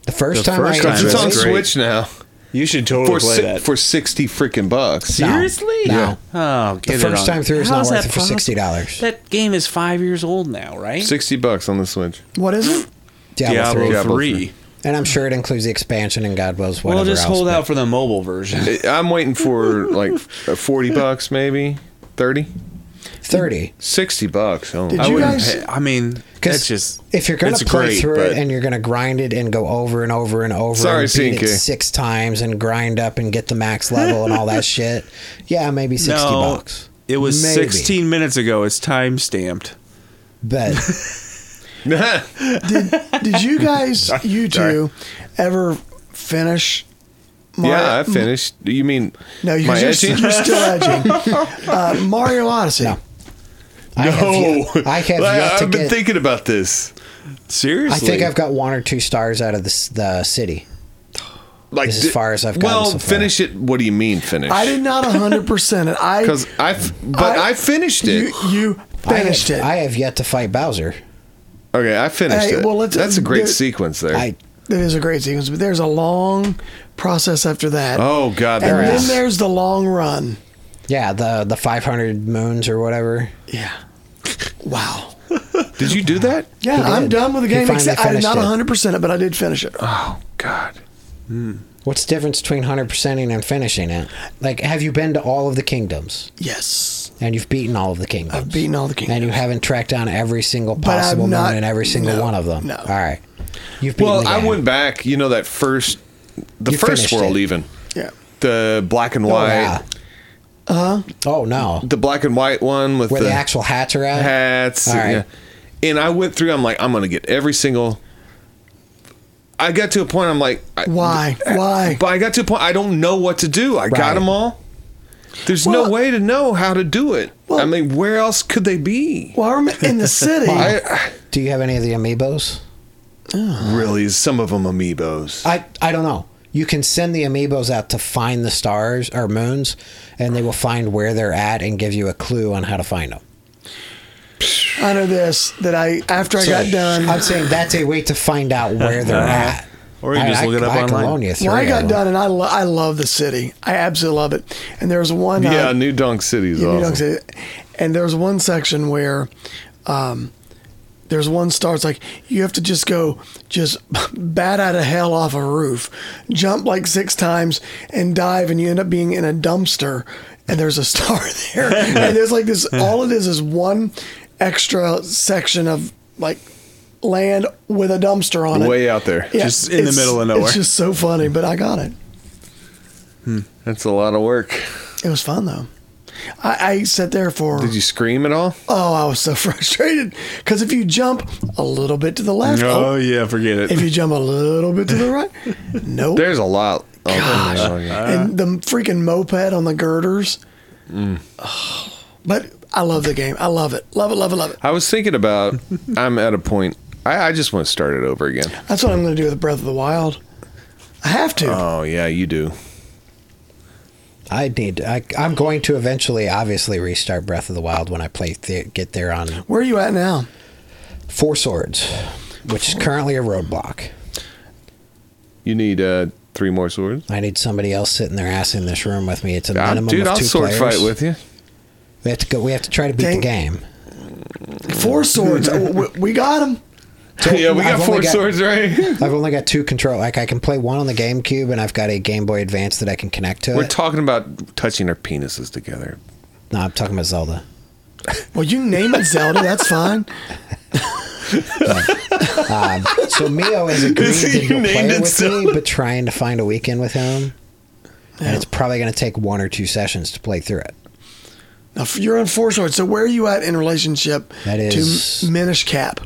C: the first
B: The
C: time
B: first
C: I
B: time
A: It's
B: That's
A: on
B: great.
A: Switch now
B: You should totally
A: for
B: play
A: si-
B: that.
A: for sixty freaking bucks.
C: No.
B: Seriously?
C: No.
B: Oh,
C: The
B: get it
C: first
B: on-
C: time through is not
B: How's
C: worth
B: that
C: it for
B: possible?
C: sixty dollars.
B: That game is five years old now, right?
A: Sixty bucks on the Switch.
D: What is it?
C: Diablo,
B: Diablo,
C: three,
A: Diablo
B: three.
A: three.
C: and I'm sure it includes the expansion and God knows whatever
B: Well, just
C: else,
B: hold
C: but-
B: out for the mobile version.
A: I- I'm waiting for like f- forty bucks, maybe 30?
C: Thirty.
A: 60 bucks. Oh,
D: Did
A: I
B: I
D: you
A: wouldn't-
B: wouldn't.
D: guys-
B: pay- I mean, that's just
C: if you're gonna
B: it's
C: play
B: great,
C: through
B: but
C: it and you're gonna grind it and go over and over and over
A: Sorry,
C: and beat
A: CNK.
C: it six times and grind up and get the max level and all that shit, yeah, maybe sixty
B: no,
C: bucks.
B: It was
C: Maybe.
B: 16 minutes ago. It's time stamped.
C: But
D: Did you guys, you two, ever finish?
A: yeah, I finished. You mean
D: No, you're,
A: my
D: just,
A: edging?
D: you're still edging. Uh, Mario Odyssey.
C: No. I have
A: No,
C: yet, I have
A: Like,
C: yet to
A: I've been
C: get.
A: thinking about this.
B: Seriously.
C: I think I've got one or two stars out of the s- the city.
A: Like
C: As
A: di-
C: far as I've gotten
A: Well,
C: so far.
A: finish it. What do you mean finish?
D: I did not 100% it. I,
A: because I, f- but I,
D: I-
A: finished it.
D: you, you finished
C: I have,
D: it.
C: I have yet to fight Bowser.
A: okay, I finished
D: Hey,
A: it.
D: well, let's-
A: That's a great
D: there-
A: sequence there.
C: I
D: That is a great sequence, but there's a long process after that.
A: oh God,
D: and
A: there
D: then
A: is.
D: there's the long run.
C: yeah the the five hundred moons or whatever.
D: Yeah. Wow.
A: Did you do that?
D: Yeah,
C: He
D: I'm
C: did.
D: done with the
C: He
D: game.
C: finally
D: Except I did
C: finished
D: not
C: it.
D: 100% it, Ah. but I did finish it.
A: Oh God.
C: What's the difference between hundred percenting and finishing it? Like, have you been to all of the kingdoms
D: Yes.
C: and you've beaten all of the kingdoms?
D: I've beaten all the
C: And
D: kingdoms.
C: you haven't tracked down every single
D: But I've
C: possible
D: not-
C: moon in every single
D: no,
C: one of them.
D: no.
C: All right. You've beaten
A: Well,
C: the
A: I
C: game.
A: went back. You know that first, the
C: You
A: first
C: finished
A: world
C: it.
A: even.
D: Yeah.
A: The black and
C: Oh,
A: white,
C: yeah.
D: Uh-huh.
C: Oh, no.
A: the black and white one with
C: Where
A: the,
C: the, actual hats are at?
A: hats.
C: All right.
A: yeah. And I went through. I'm like, I'm gonna get every single. I got to a point. I'm like, I,
D: Why? Why?
A: But I got to a point. I don't know what to do. I got
C: Right.
A: them all. There's no
D: Well-
A: way to know how to do it. I
D: Well-
A: mean, where else could they be?
D: Well, I remember in the city.
A: I, I
C: Do you have any of the amiibos?
A: really some of them amiibos.
C: I, I don't know. You can send the amiibos out to find the stars or moons, and they will find where they're at and give you a clue on how to find them.
D: I know this that I after I
C: So,
D: got done.
C: I'm saying that's a way to find out where they're at.
B: Or you
C: I-
B: just
C: I-
B: look it up
C: I can
B: online.
C: loan you
D: Well, I
C: three
D: got
C: of them.
D: done, and I lo- I love the city. I absolutely love it. And there was one. uh,
A: yeah, New Donk City is
D: Yeah, New
A: awesome.
D: York City. And there's one section where um, there's one star. It's like you have to just go, just bat out of hell off a roof, jump like six times, and dive, and you end up being in a dumpster. And there's a star there. and there's like this. All it is is one extra section of like land with a dumpster on it.
A: Way out there.
D: Yeah,
B: Just in the
D: it's-
B: middle of nowhere.
D: It's just so funny, but I got it.
A: That's a lot of work.
D: It was fun though. I, I sat there for.
A: Did you scream at all?
D: Oh, I was so frustrated because if you jump a little bit to the left,
B: Oh,
D: oh,
B: yeah, forget it.
D: if you jump a little bit to the right, nope.
A: There's a lot. Oh, of them.
D: Gosh.
C: Ah.
D: and the freaking moped on the girders.
C: Mm.
D: But I love the game. I love it. Love it. Love it. Love it.
A: I was thinking about. I'm at a point. I, I just want to start it over again.
D: That's what I'm going to do with Breath of the Wild. I have to.
C: Uh.
A: Oh yeah, you do.
C: I need. I, I'm going to eventually, obviously, restart Breath of the Wild when I play th- get there on
D: Where are you at now?
C: Four Swords, which is currently a roadblock.
A: You need uh, three more swords.
C: I need somebody else sitting their ass in this room with me. It's a
A: Ah,
C: minimum
A: dude,
C: of
A: I'll
C: two
A: sword
C: players.
A: fight with you.
C: We have to go. We have to try to beat
D: Dang.
C: the game. Mm.
D: Four swords. Oh, we, we got him.
A: yeah, we
C: I've
A: got
C: only
A: four swords, right?
C: I've only got two control. Like I can play one on the GameCube, and I've got a Game Boy Advance that I can connect to
A: We're
C: it.
A: talking about touching our penises together.
C: no, I'm talking about Zelda.
D: Well, you can name it Zelda. That's fine.
C: Um, so Mio has agreed
A: See,
C: to
A: you
C: go play
A: named
C: it
A: it
C: with me,
A: Zelda.
C: but trying to find a weekend with him, and it's probably going to take one or two sessions to play through it.
D: Now, f- you're on four swords. So where are you at in relationship
C: That is-
D: to Minish Cap?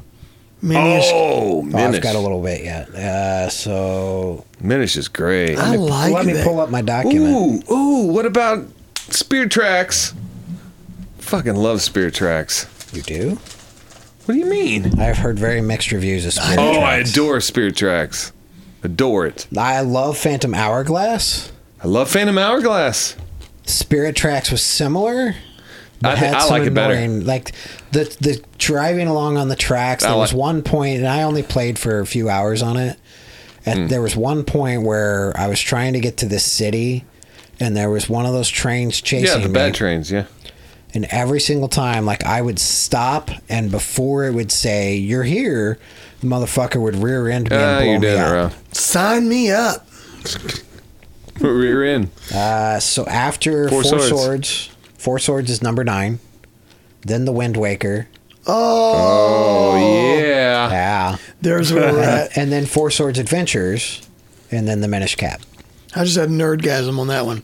D: Minish.
C: Oh,
A: Minish.
C: I've got a little bit yet. Uh, so
A: Minish is great.
D: I like
C: let me
D: that.
C: pull up my document.
A: Ooh, ooh, what about Spear Tracks? Fucking love Spear Tracks.
C: You do?
A: What do you mean?
C: I've heard very mixed reviews of Spirit
A: Oh, I
C: Tracks.
A: adore Spirit Tracks. Adore it.
C: I love Phantom Hourglass.
A: I love Phantom Hourglass.
C: Spirit Tracks was similar.
A: I, thi- I like it better.
C: Like the the driving along on the tracks.
A: I
C: There was
A: like-
C: one point, and I only played for a few hours on it. And
A: Hmm.
C: there was one point where I was trying to get to this city, and there was one of those trains chasing
A: Yeah, the
C: me.
A: bad trains. Yeah.
C: And every single time, like I would stop, and before it would say "You're here," the motherfucker would rear end me
A: Ah,
C: and blow
A: you
C: me
A: did it
C: up.
A: wrong.
D: Sign me up.
A: Rear end.
C: Uh, so after
A: Four
C: Four,
A: Swords.
C: swords. Four Swords is number nine. Then the Wind Waker.
D: Oh,
A: Oh yeah.
C: Yeah.
D: there's where we're at.
C: And then Four Swords Adventures. And then the Minish Cap.
D: I just had nerdgasm on that one.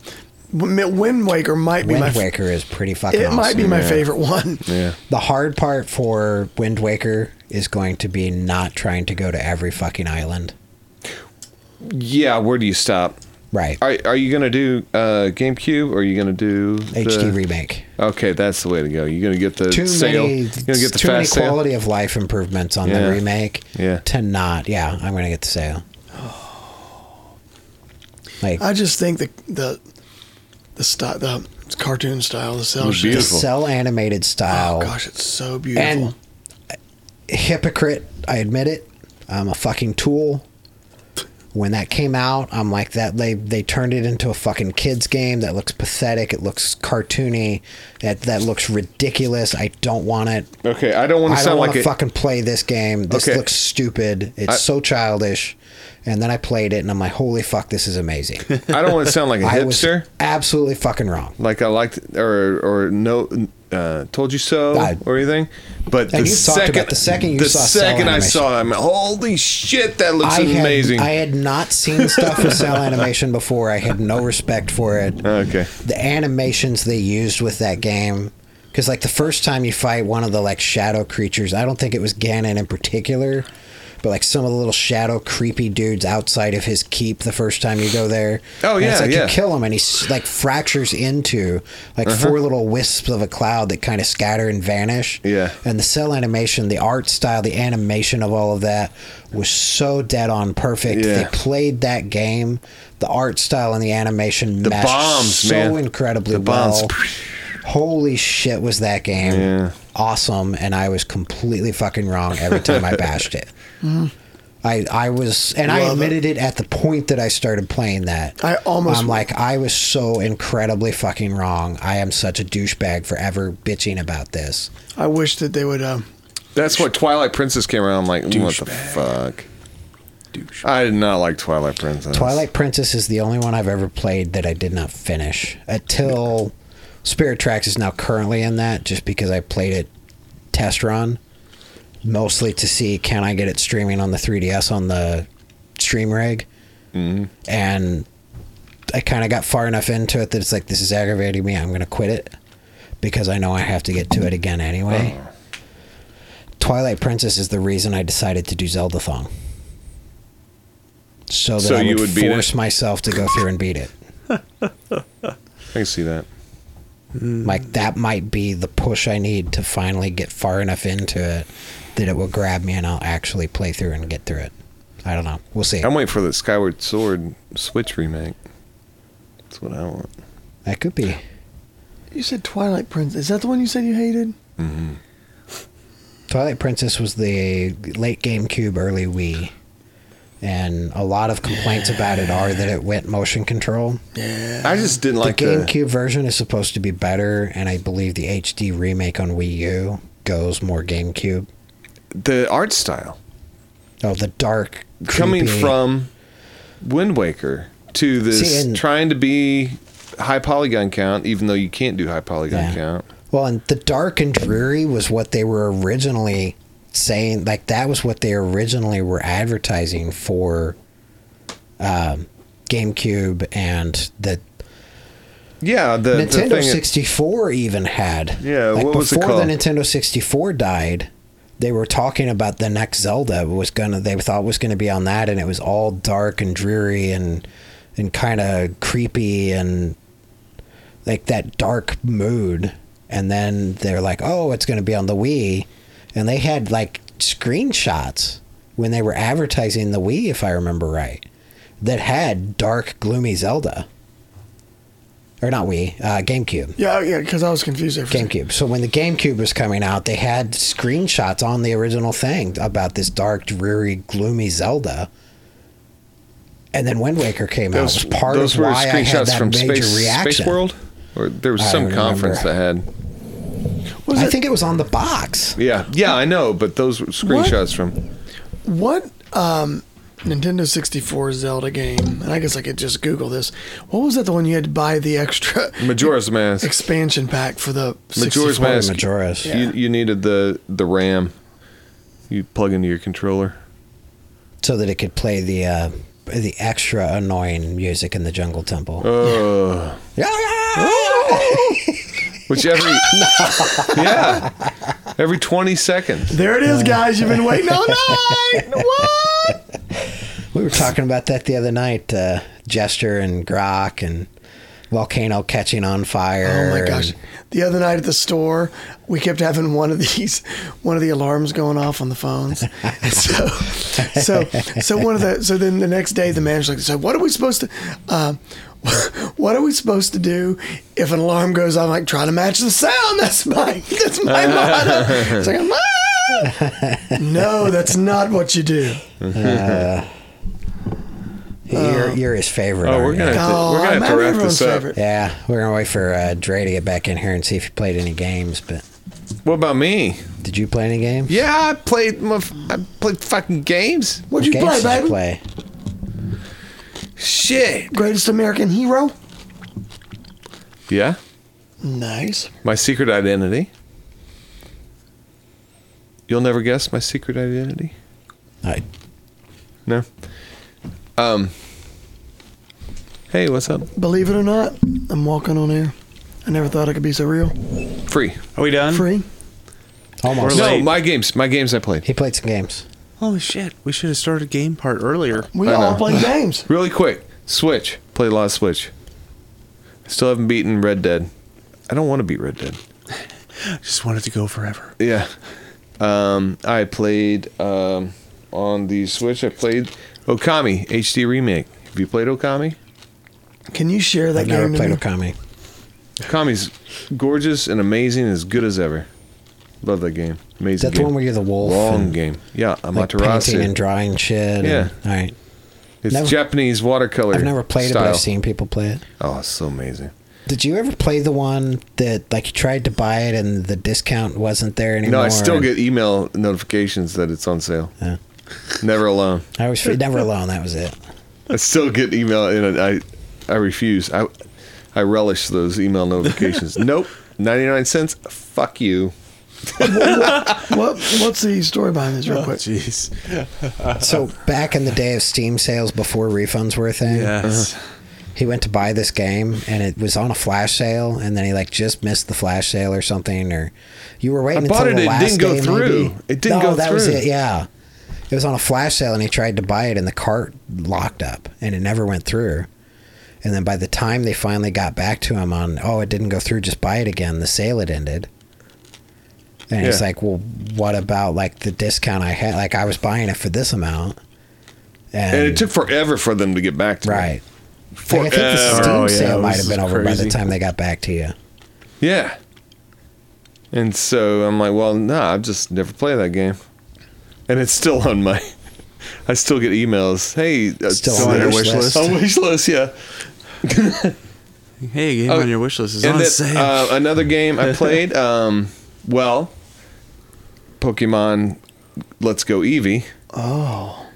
D: W- Wind Waker might be my.
C: Wind
D: f-
C: Waker is pretty fucking
D: It
C: awesome.
D: might be my
A: Yeah.
D: favorite one.
A: Yeah.
C: The hard part for Wind Waker is going to be not trying to go to every fucking island.
A: Yeah. Where do you stop?
C: Right.
A: Are Are you gonna do uh, GameCube or are you gonna do the-
C: HD remake.
A: Okay, that's the way to go. You're gonna get the
C: Too
A: sale.
C: many,
A: You're gonna get the
C: too many
A: fast sale.
C: quality of life improvements on
A: Yeah.
C: the remake
A: Yeah.
C: to not. Yeah, I'm going to get the sale. Like,
D: I just think the the the style, the cartoon style, the cell
A: It was
D: shading.
A: beautiful.
C: cell animated style.
D: Oh gosh, it's so beautiful.
C: and hypocrite i admit it i'm a fucking tool when that came out i'm like that they they turned it into a fucking kids game that looks pathetic it looks cartoony that that looks ridiculous i don't want it
A: Okay, I don't want to
C: i don't
A: sound
C: want
A: like
C: to
A: a,
C: fucking play this game this
A: Okay.
C: looks stupid it's
A: I-
C: so childish and then i played it and i'm like holy fuck this is amazing
A: I don't want to sound like a
C: i was
A: hipster.
C: absolutely fucking wrong
A: like I liked or or no uh, told you so
C: I-
A: or anything. But the
C: And you've talked
A: second
C: about the second you
A: the
C: saw cell
A: second I
C: animation.
A: saw him, holy shit, that looks
C: had,
A: amazing.
C: I had not seen stuff with cell animation before. I had no respect for it.
A: okay,
C: the animations they used with that game because like the first time you fight one of the like shadow creatures i don't think it was ganon in particular but like some of the little shadow creepy dudes outside of his keep the first time you go there
A: Oh,
C: And
A: yeah,
C: it's like
A: yeah. Uh-huh.
C: you kill him and he s- like fractures into like four little wisps of a cloud that kind of scatter and vanish
A: Yeah.
C: and the cell animation the art style the animation of all of that was so dead on perfect
A: Yeah.
C: they played that game the art style and the animation
A: the
C: matched
A: bombs,
C: so
A: man,
C: incredibly
A: the bombs.
C: well. Holy shit, was that game
A: Yeah.
C: awesome? And I was completely fucking wrong every time I bashed it.
D: Mm-hmm.
C: I I was, and I
D: Love it.
C: admitted it. at the point that I started playing that.
D: I almost-
C: I'm like, I was so incredibly fucking wrong. I am such a douchebag for ever bitching about this.
D: I wish that they would. Uh,
A: That's what Twilight Princess came around. I'm like, what the fuck? I did not like Twilight Princess.
C: Twilight Princess is the only one I've ever played that I did not finish until Spirit Tracks is now currently in that just because I played it test run mostly to see can I get it streaming on the 3DS on the stream rig and I kind of got far enough into it that it's like this is aggravating me I'm gonna quit it because I know I have to get to it again anyway Twilight Princess is the reason I decided to do Zelda Thong so that
A: So
C: I
A: you
C: would,
A: would beat it?
C: force myself to go through and beat it
A: I can see that.
C: Like that might be the push I need to finally get far enough into it that it will grab me and I'll actually play through and get through it. I don't know. We'll see.
A: I'm waiting for the Skyward Sword Switch remake. That's what I want.
C: That could be.
D: you said Twilight Prince. Is that the one you said you hated?
C: Twilight Princess was the late GameCube, early Wii, and a lot of complaints about it are that it went motion control.
A: I just didn't like uh,
C: the
A: the.
C: GameCube version is supposed to be better, and I believe the HD remake on Wii U goes more GameCube.
A: the art style
C: Oh, the dark,
A: coming
C: creepy-
A: from Wind Waker to this
C: See, and-
A: trying to be high polygon count, even though you can't do high polygon
C: Yeah.
A: count.
C: Well, and the dark and dreary was what they were originally saying. Like that was what they originally were advertising for um, GameCube and the
A: Yeah, the, the
C: Nintendo
A: thing.
C: 64 even had.
A: Yeah,
C: like
A: what was it
C: before
A: called?
C: the Nintendo 64 died, they were talking about the next Zelda was gonna. They thought was gonna be on that, and it was all dark and dreary and and kind of creepy and like that dark mood. And then they're like, "Oh, it's gonna be on the Wii," and they had like screenshots when they were advertising the Wii, if I remember right, that had dark, gloomy Zelda. Or not Wii, uh, GameCube.
D: Yeah, yeah, because I was confused there for a second.
C: GameCube. So when the GameCube was coming out, they had screenshots on the original thing about this dark, dreary, gloomy Zelda. And then Wind Waker came out. It was part of why I had that major
A: Space,
C: reaction.
A: Space World, or there was
C: I
A: some
C: don't
A: conference that
C: remember.
A: had.
D: Was
C: I
D: it-
C: think it was on the box.
A: Yeah, yeah, I know, but those were screenshots from.
D: What um, Nintendo 64 Zelda game, and I guess I could just Google this. What was that the one you had to buy the extra
A: Majora's Mask.
D: expansion pack for the
A: Majora's
D: 64?
A: Mask.
C: Majora's.
A: You, you needed the the RAM. You plug into your controller.
C: so that it could play the uh, the extra annoying music in the Jungle Temple.
A: Uh,
C: Yeah, yeah.
A: which every yeah every twenty seconds.
D: There it is, guys. You've been waiting all night. What?
C: we were talking about that the other night. Uh, Jester and Grok and volcano catching on
D: Oh
C: fire.
D: my gosh.
C: and-
D: The other night at the store, we kept having one of these, one of the alarms going off on the phones. And so, so, so one of the, so then the next day, the manager's like, so what are we supposed to, uh, what are we supposed to do if an alarm goes off? I'm like, try to match the sound. That's my, that's my motto. It's like, "Ah!" no, that's not what you do.
C: you're, you're his favorite.
A: Oh,
C: aren't
A: we're
C: you?
A: gonna have to,
D: Um, Oh,
A: we're gonna
D: I'm
A: have to wrap
D: everyone's
A: this up.
D: favorite.
C: Yeah, we're gonna wait for uh, Dre to get back in here and see if he played any games. But
A: What about me?
C: did you play any games?
A: Yeah, I played my f- I played fucking games.
D: What'd you
C: games
D: play,
C: did you
D: baby?
C: play?
A: Shit.
D: Greatest American Hero.
A: Yeah,
D: Nice.
A: my secret identity. You'll never guess my secret identity.
C: I,
A: No. Um. Hey, what's up?
D: Believe it or not, I'm walking on air. I never thought it could be so real.
A: Free.
B: Are we done?
D: Free.
C: almost.
A: No,
B: late.
A: my games. My games I played.
C: He played some games.
B: Holy shit! We should have started game part earlier.
D: We
A: I
D: all
A: know.
D: play games.
A: Really quick, Switch. Played a lot of Switch. Still haven't beaten Red Dead. I don't want to beat Red Dead.
B: Just wanted to go forever.
A: Yeah. Um, I played um, on the Switch. I played Okami HD remake. Have you played Okami?
D: Can you share that
C: I've
D: game?
C: never played
D: to me?
C: Okami.
A: Okami's gorgeous and amazing, as good as ever. Love that game.
C: Is
A: Amazing.
C: that the
A: game.
C: one where you're the wolf?
A: Long
C: and,
A: game. Yeah,
C: Like
A: Amaterasu.
C: painting and drawing shit.
A: Yeah.
C: And, all right.
A: it's
C: Never-
A: Japanese watercolor.
C: I've never played it, but
A: style.
C: I've seen people play it.
A: Oh, it's so amazing.
C: Did you ever play the one that like you tried to buy it and the discount wasn't there anymore?
A: No, I still
C: and-
A: get email notifications that it's on sale.
C: Yeah.
A: Never alone.
C: I was never alone. That was it.
A: I still get email and I I refuse. I I relish those email notifications. nope. 99 cents. Fuck you.
D: What, what's the story behind this, real
C: Oh,
D: quick?
B: jeez.
C: So back in the day of Steam sales before refunds were a thing,
B: Yes.
C: he went to buy this game and it was on a flash sale, and then he like just missed the flash sale or something, or you were waiting
A: I bought
C: until
A: it,
C: the
A: it
C: last
A: didn't go
C: day,
A: through.
C: maybe.
A: It didn't
C: no,
A: go
C: that was
A: through.
C: it. Yeah, it was on a flash sale, and he tried to buy it, and the cart locked up, and it never went through. And then by the time they finally got back to him on, oh, it didn't go through, just buy it again. The sale had ended. And he's
A: Yeah.
C: like, well, what about like the discount I had? Like I was buying it for this amount. And,
A: And it took forever for them to get back to me.
C: right.
A: Forever.
C: Like, I think the Steam
B: Oh, yeah,
C: sale might
B: this
C: have been
B: is
C: over by the
B: crazy.
C: time they got back to you.
A: yeah. And so I'm like, well, nah, I've just never played that game. And it's still on my I still get emails. Hey, it's
C: Still on your wish list?
A: On wish list, yeah.
B: Hey, game
A: Oh,
B: on your wish list is
A: And
B: on
A: then,
B: sale.
A: uh, another game I played, um, well, Pokemon Let's Go Eevee.
D: Oh.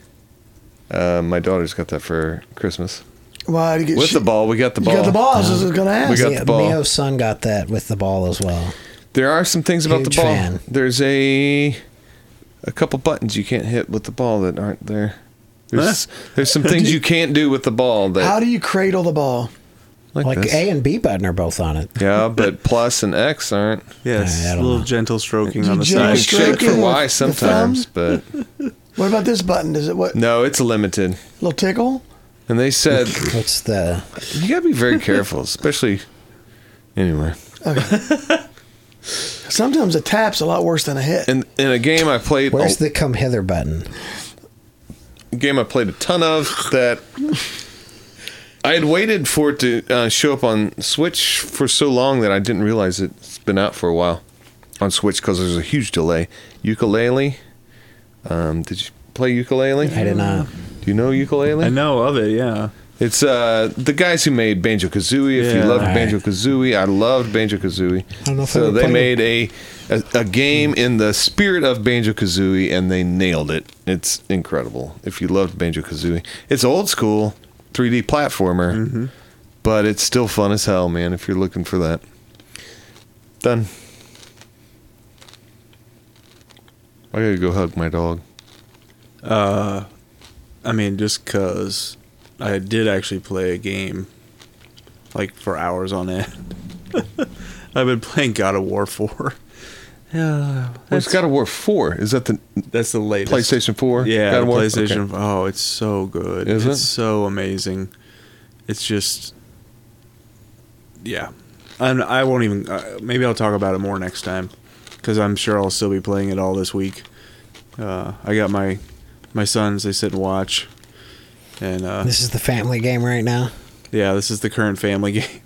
A: Uh, my daughter's got that for Christmas.
D: Why did you get
A: With the ball, we got the
D: You
A: ball.
D: got the ball. I was just going to ask.
A: We got
C: Yeah,
A: the ball.
C: Mio's son got that with the ball as well.
A: There are some things about
C: Huge
A: the ball.
C: fan.
A: There's a a couple buttons you can't hit with the ball that aren't there. There's there's some things you can't do with the ball that
D: How do you cradle the ball?
A: like,
C: Like
A: this.
C: A and B button are both on it.
A: yeah, but plus and X aren't.
B: yes.
C: I
B: A
C: don't
B: little
C: know.
B: gentle stroking
D: You
B: on the
D: gentle
B: side.
A: You can
D: stroke
A: shake
D: it
A: for
D: with
A: Y
D: the
A: sometimes,
D: thumb?
A: but
D: What about this button? Is it what?
A: no, it's limited.
D: Little tickle?
A: And they said
C: What's the
A: you gotta be very careful, especially anyway.
D: Okay. Sometimes a tap's a lot worse than a hit.
A: In in a game I played a,
C: Where's the come hither button?
A: game I played a ton of that I had waited for it to uh, show up on Switch for so long that I didn't realize it's been out for a while on Switch because there's a huge delay. Ukulele, um, did you play ukulele?
C: I did not.
A: Do you know ukulele?
B: I know of it. Yeah.
A: It's uh the guys who made Banjo Kazooie. If you
B: Yeah.
A: loved
C: Right.
A: Banjo Kazooie, I loved Banjo Kazooie.
C: I don't know if I
A: So
C: ever
A: they
C: played
A: made a, a a game in the spirit of Banjo Kazooie, and they nailed it. It's incredible. If you loved Banjo Kazooie, it's old school 3D platformer, but it's still fun as hell, man. If you're looking for that, done. I gotta go hug my dog.
B: I mean, just cause I did actually play a game, like for hours on end. I've been playing God of War four. Yeah,
A: Well, it's
B: that's,
A: God of War Four. Is that the
B: that's the latest
A: PlayStation Four?
B: Yeah,
A: God
B: the
A: of War?
B: PlayStation.
A: Okay.
B: Oh, it's so good.
A: Is
B: it's
A: it?
B: so amazing. It's just, yeah. And I won't even. Uh, maybe I'll talk about it more next time, because I'm sure I'll still be playing it all this week. Uh, I got my my sons. They sit and watch, and uh,
C: This is the family game right now.
B: yeah, this is the current family game.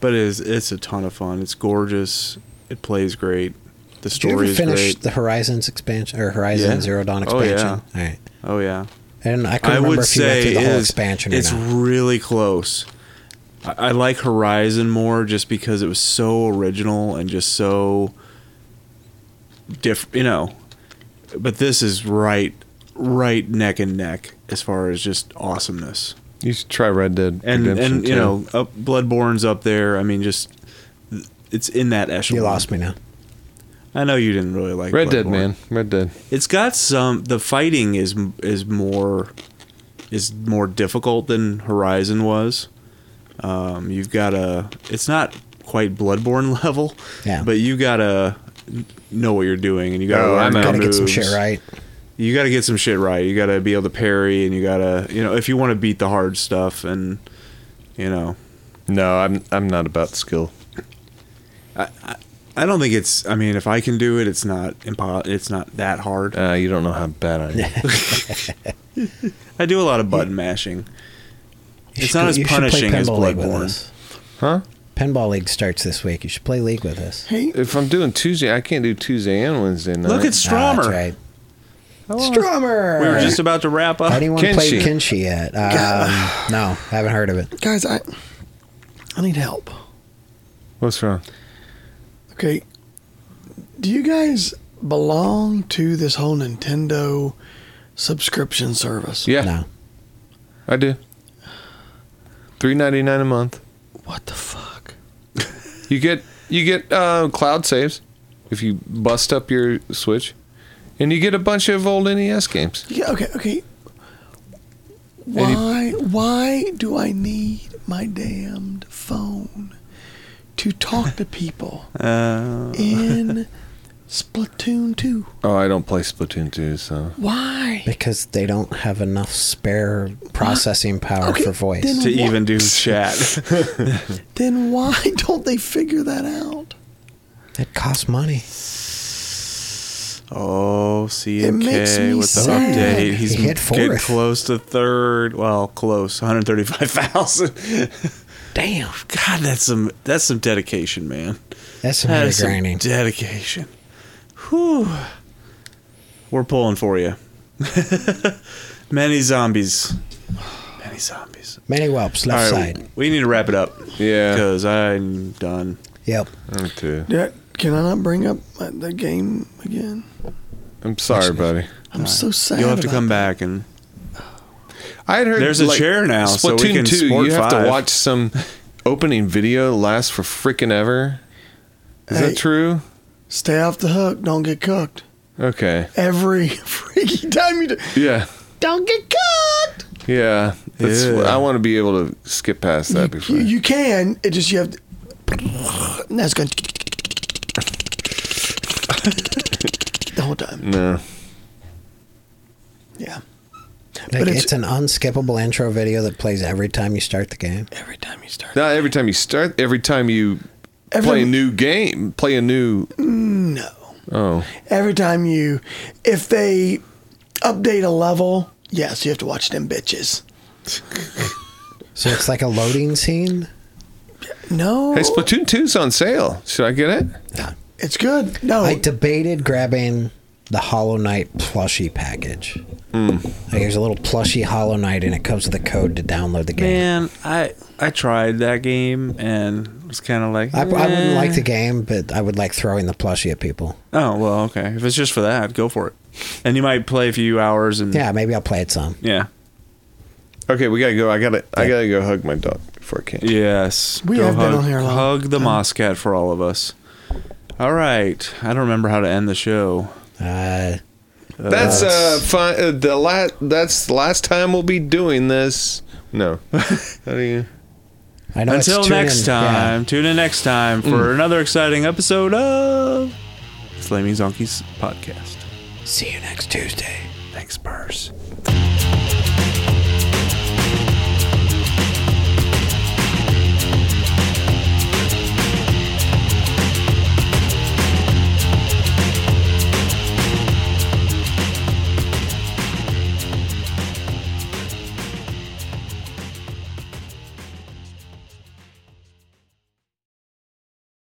B: But it is it's a ton of fun. It's gorgeous. It plays great. The
C: Did you ever
B: story is
C: finish
B: great.
C: the Horizons expansion or Horizon
B: Yeah.
C: Zero Dawn
B: Oh, yeah.
C: expansion? All right.
B: Oh yeah.
C: And I can
B: I
C: remember
B: would
C: if you went
B: say
C: through the whole
B: is,
C: expansion or
B: it's
C: not.
B: really close. I, I like Horizon more just because it was so original and just so different, you know. But this is right, right neck and neck as far as just awesomeness
A: You should try Red Dead
B: and
A: Redemption
B: and you
A: 2.
B: know up, Bloodborne's up there. I mean, just it's in that echelon.
C: You lost me now.
B: I know you didn't really like
A: Red Dead,
B: Bloodborne.
A: man. Red Dead.
B: It's got some. The fighting is is more is more difficult than Horizon was. Um, you've got a. It's not quite Bloodborne level.
C: Yeah.
B: But you gotta know what you're doing, and you gotta
A: Oh,
B: learn
A: I'm
B: how
A: out.
C: Gotta get some
B: moves.
C: shit right.
B: You gotta get some shit right. You gotta be able to parry, and you gotta you know if you want to beat the hard stuff, and you know
A: No, I'm I'm not about skill.
B: I don't think it's. I mean, if I can do it, it's not impo- It's not that hard.
A: Uh, you don't know how bad I am.
B: I do a lot of button mashing.
C: You
B: It's
C: should
B: not
C: go-
B: as
C: you should play
B: punishing as
C: Pinball League with
B: Bloodborne.
C: us.
A: huh?
C: Pinball League starts this week. You should play League with us.
D: Hey,
A: If I'm doing Tuesday, I can't do Tuesday and Wednesday night.
B: Look at
C: Ah,
B: Stromer.
C: that's right.
A: How long-
C: Stromer.
B: We were just about to wrap up.
C: Anyone played
A: Kenshi.
C: Kinshi yet? Um, no, haven't heard of it.
D: guys, I I need help.
A: What's wrong?
D: Okay. Do you guys belong to this whole Nintendo subscription service?
A: Yeah,
C: No.
A: I do. Three ninety nine a month.
D: What the fuck?
A: You get you get uh, cloud saves if you bust up your Switch, and you get a bunch of old NES games.
D: Yeah, okay, okay.
A: Any-
D: Why why do I need my damned phone to talk to people
B: Uh,
D: in Splatoon 2?
A: Oh, I don't play Splatoon two, so
D: Why?
C: Because they don't have enough spare processing power
D: Okay,
C: for voice.
D: then-
B: to
D: What?
B: even do chat.
D: Then why don't they figure that out?
C: It costs money.
B: Oh, CMK
D: makes me
B: with the
D: sad.
B: update. He's
C: He hit
B: getting
C: fourth.
B: close to third. Well, close. 135,000.
C: Damn.
B: God, that's some that's some dedication, man.
C: That's some
B: That
C: heavy
B: is some
C: grinding.
B: dedication. Whew. We're pulling for you. Many zombies. Many zombies.
C: Many whelps left side.
B: we need to wrap it up.
A: Yeah.
B: Because I'm done.
C: Yep.
A: I'm too.
D: Yeah, can I not bring up uh, the game again?
A: I'm sorry, buddy.
D: I'm so sad.
B: You'll have to
D: about
B: come
D: that.
B: back and
A: I had heard
B: There's a chair now, so we can sport
A: you have
B: five.
A: to watch some opening video last for freaking ever. Is
D: Hey.
A: that true?
D: Stay off the hook. Don't get cooked.
A: Okay.
D: Every freaky time you do.
A: Yeah.
D: Don't get cooked!
A: Yeah. That's
B: Yeah.
A: I want to be able to skip past that
D: You-
A: before.
D: You, you can. It just you have. To, and that's going. The whole time.
A: no.
D: Yeah.
C: Like,
D: it's-
C: it's, an unskippable intro video that plays every time you start the game.
D: Every time you start.
A: Not every time you start, every time you
D: every
A: Play a new game. Play a new.
D: no.
A: Oh,
D: Every time you, if they update a level, yes, you have to watch them bitches.
C: So it's like a loading scene.
D: No,
A: hey, Splatoon 2's on sale. Should I get it?
D: it's good. No,
C: I debated grabbing the Hollow Knight plushie package.
B: Hmm.
C: Like there's a little plushy Hollow Knight, and it comes with a code to download the game.
B: Man, I I tried that game and was kind of like
C: I, I
B: eh.
C: wouldn't like the game, but I would like throwing the plushie at people.
B: Oh well, okay. If it's just for that, go for it. And you might play a few hours and
C: Yeah, maybe I'll play it some.
B: yeah.
A: Okay, we gotta go. I gotta. I gotta go hug my dog before I can.
B: Yes.
D: We
B: Go
D: have been
B: hug,
D: on here a long
B: Hug the Moscat for all of us. All right. I don't remember how to end the show.
C: Uh,
A: That's uh, fine. Uh, the last. That's the last time we'll be doing this. No. How do you?
C: I know it's
B: Until
C: tune
B: next
C: in- yeah. Mm.
B: time, tune in next time for another exciting episode of Slammy Zonkies Podcast.
C: See you next Tuesday.
B: Thanks, Spurs.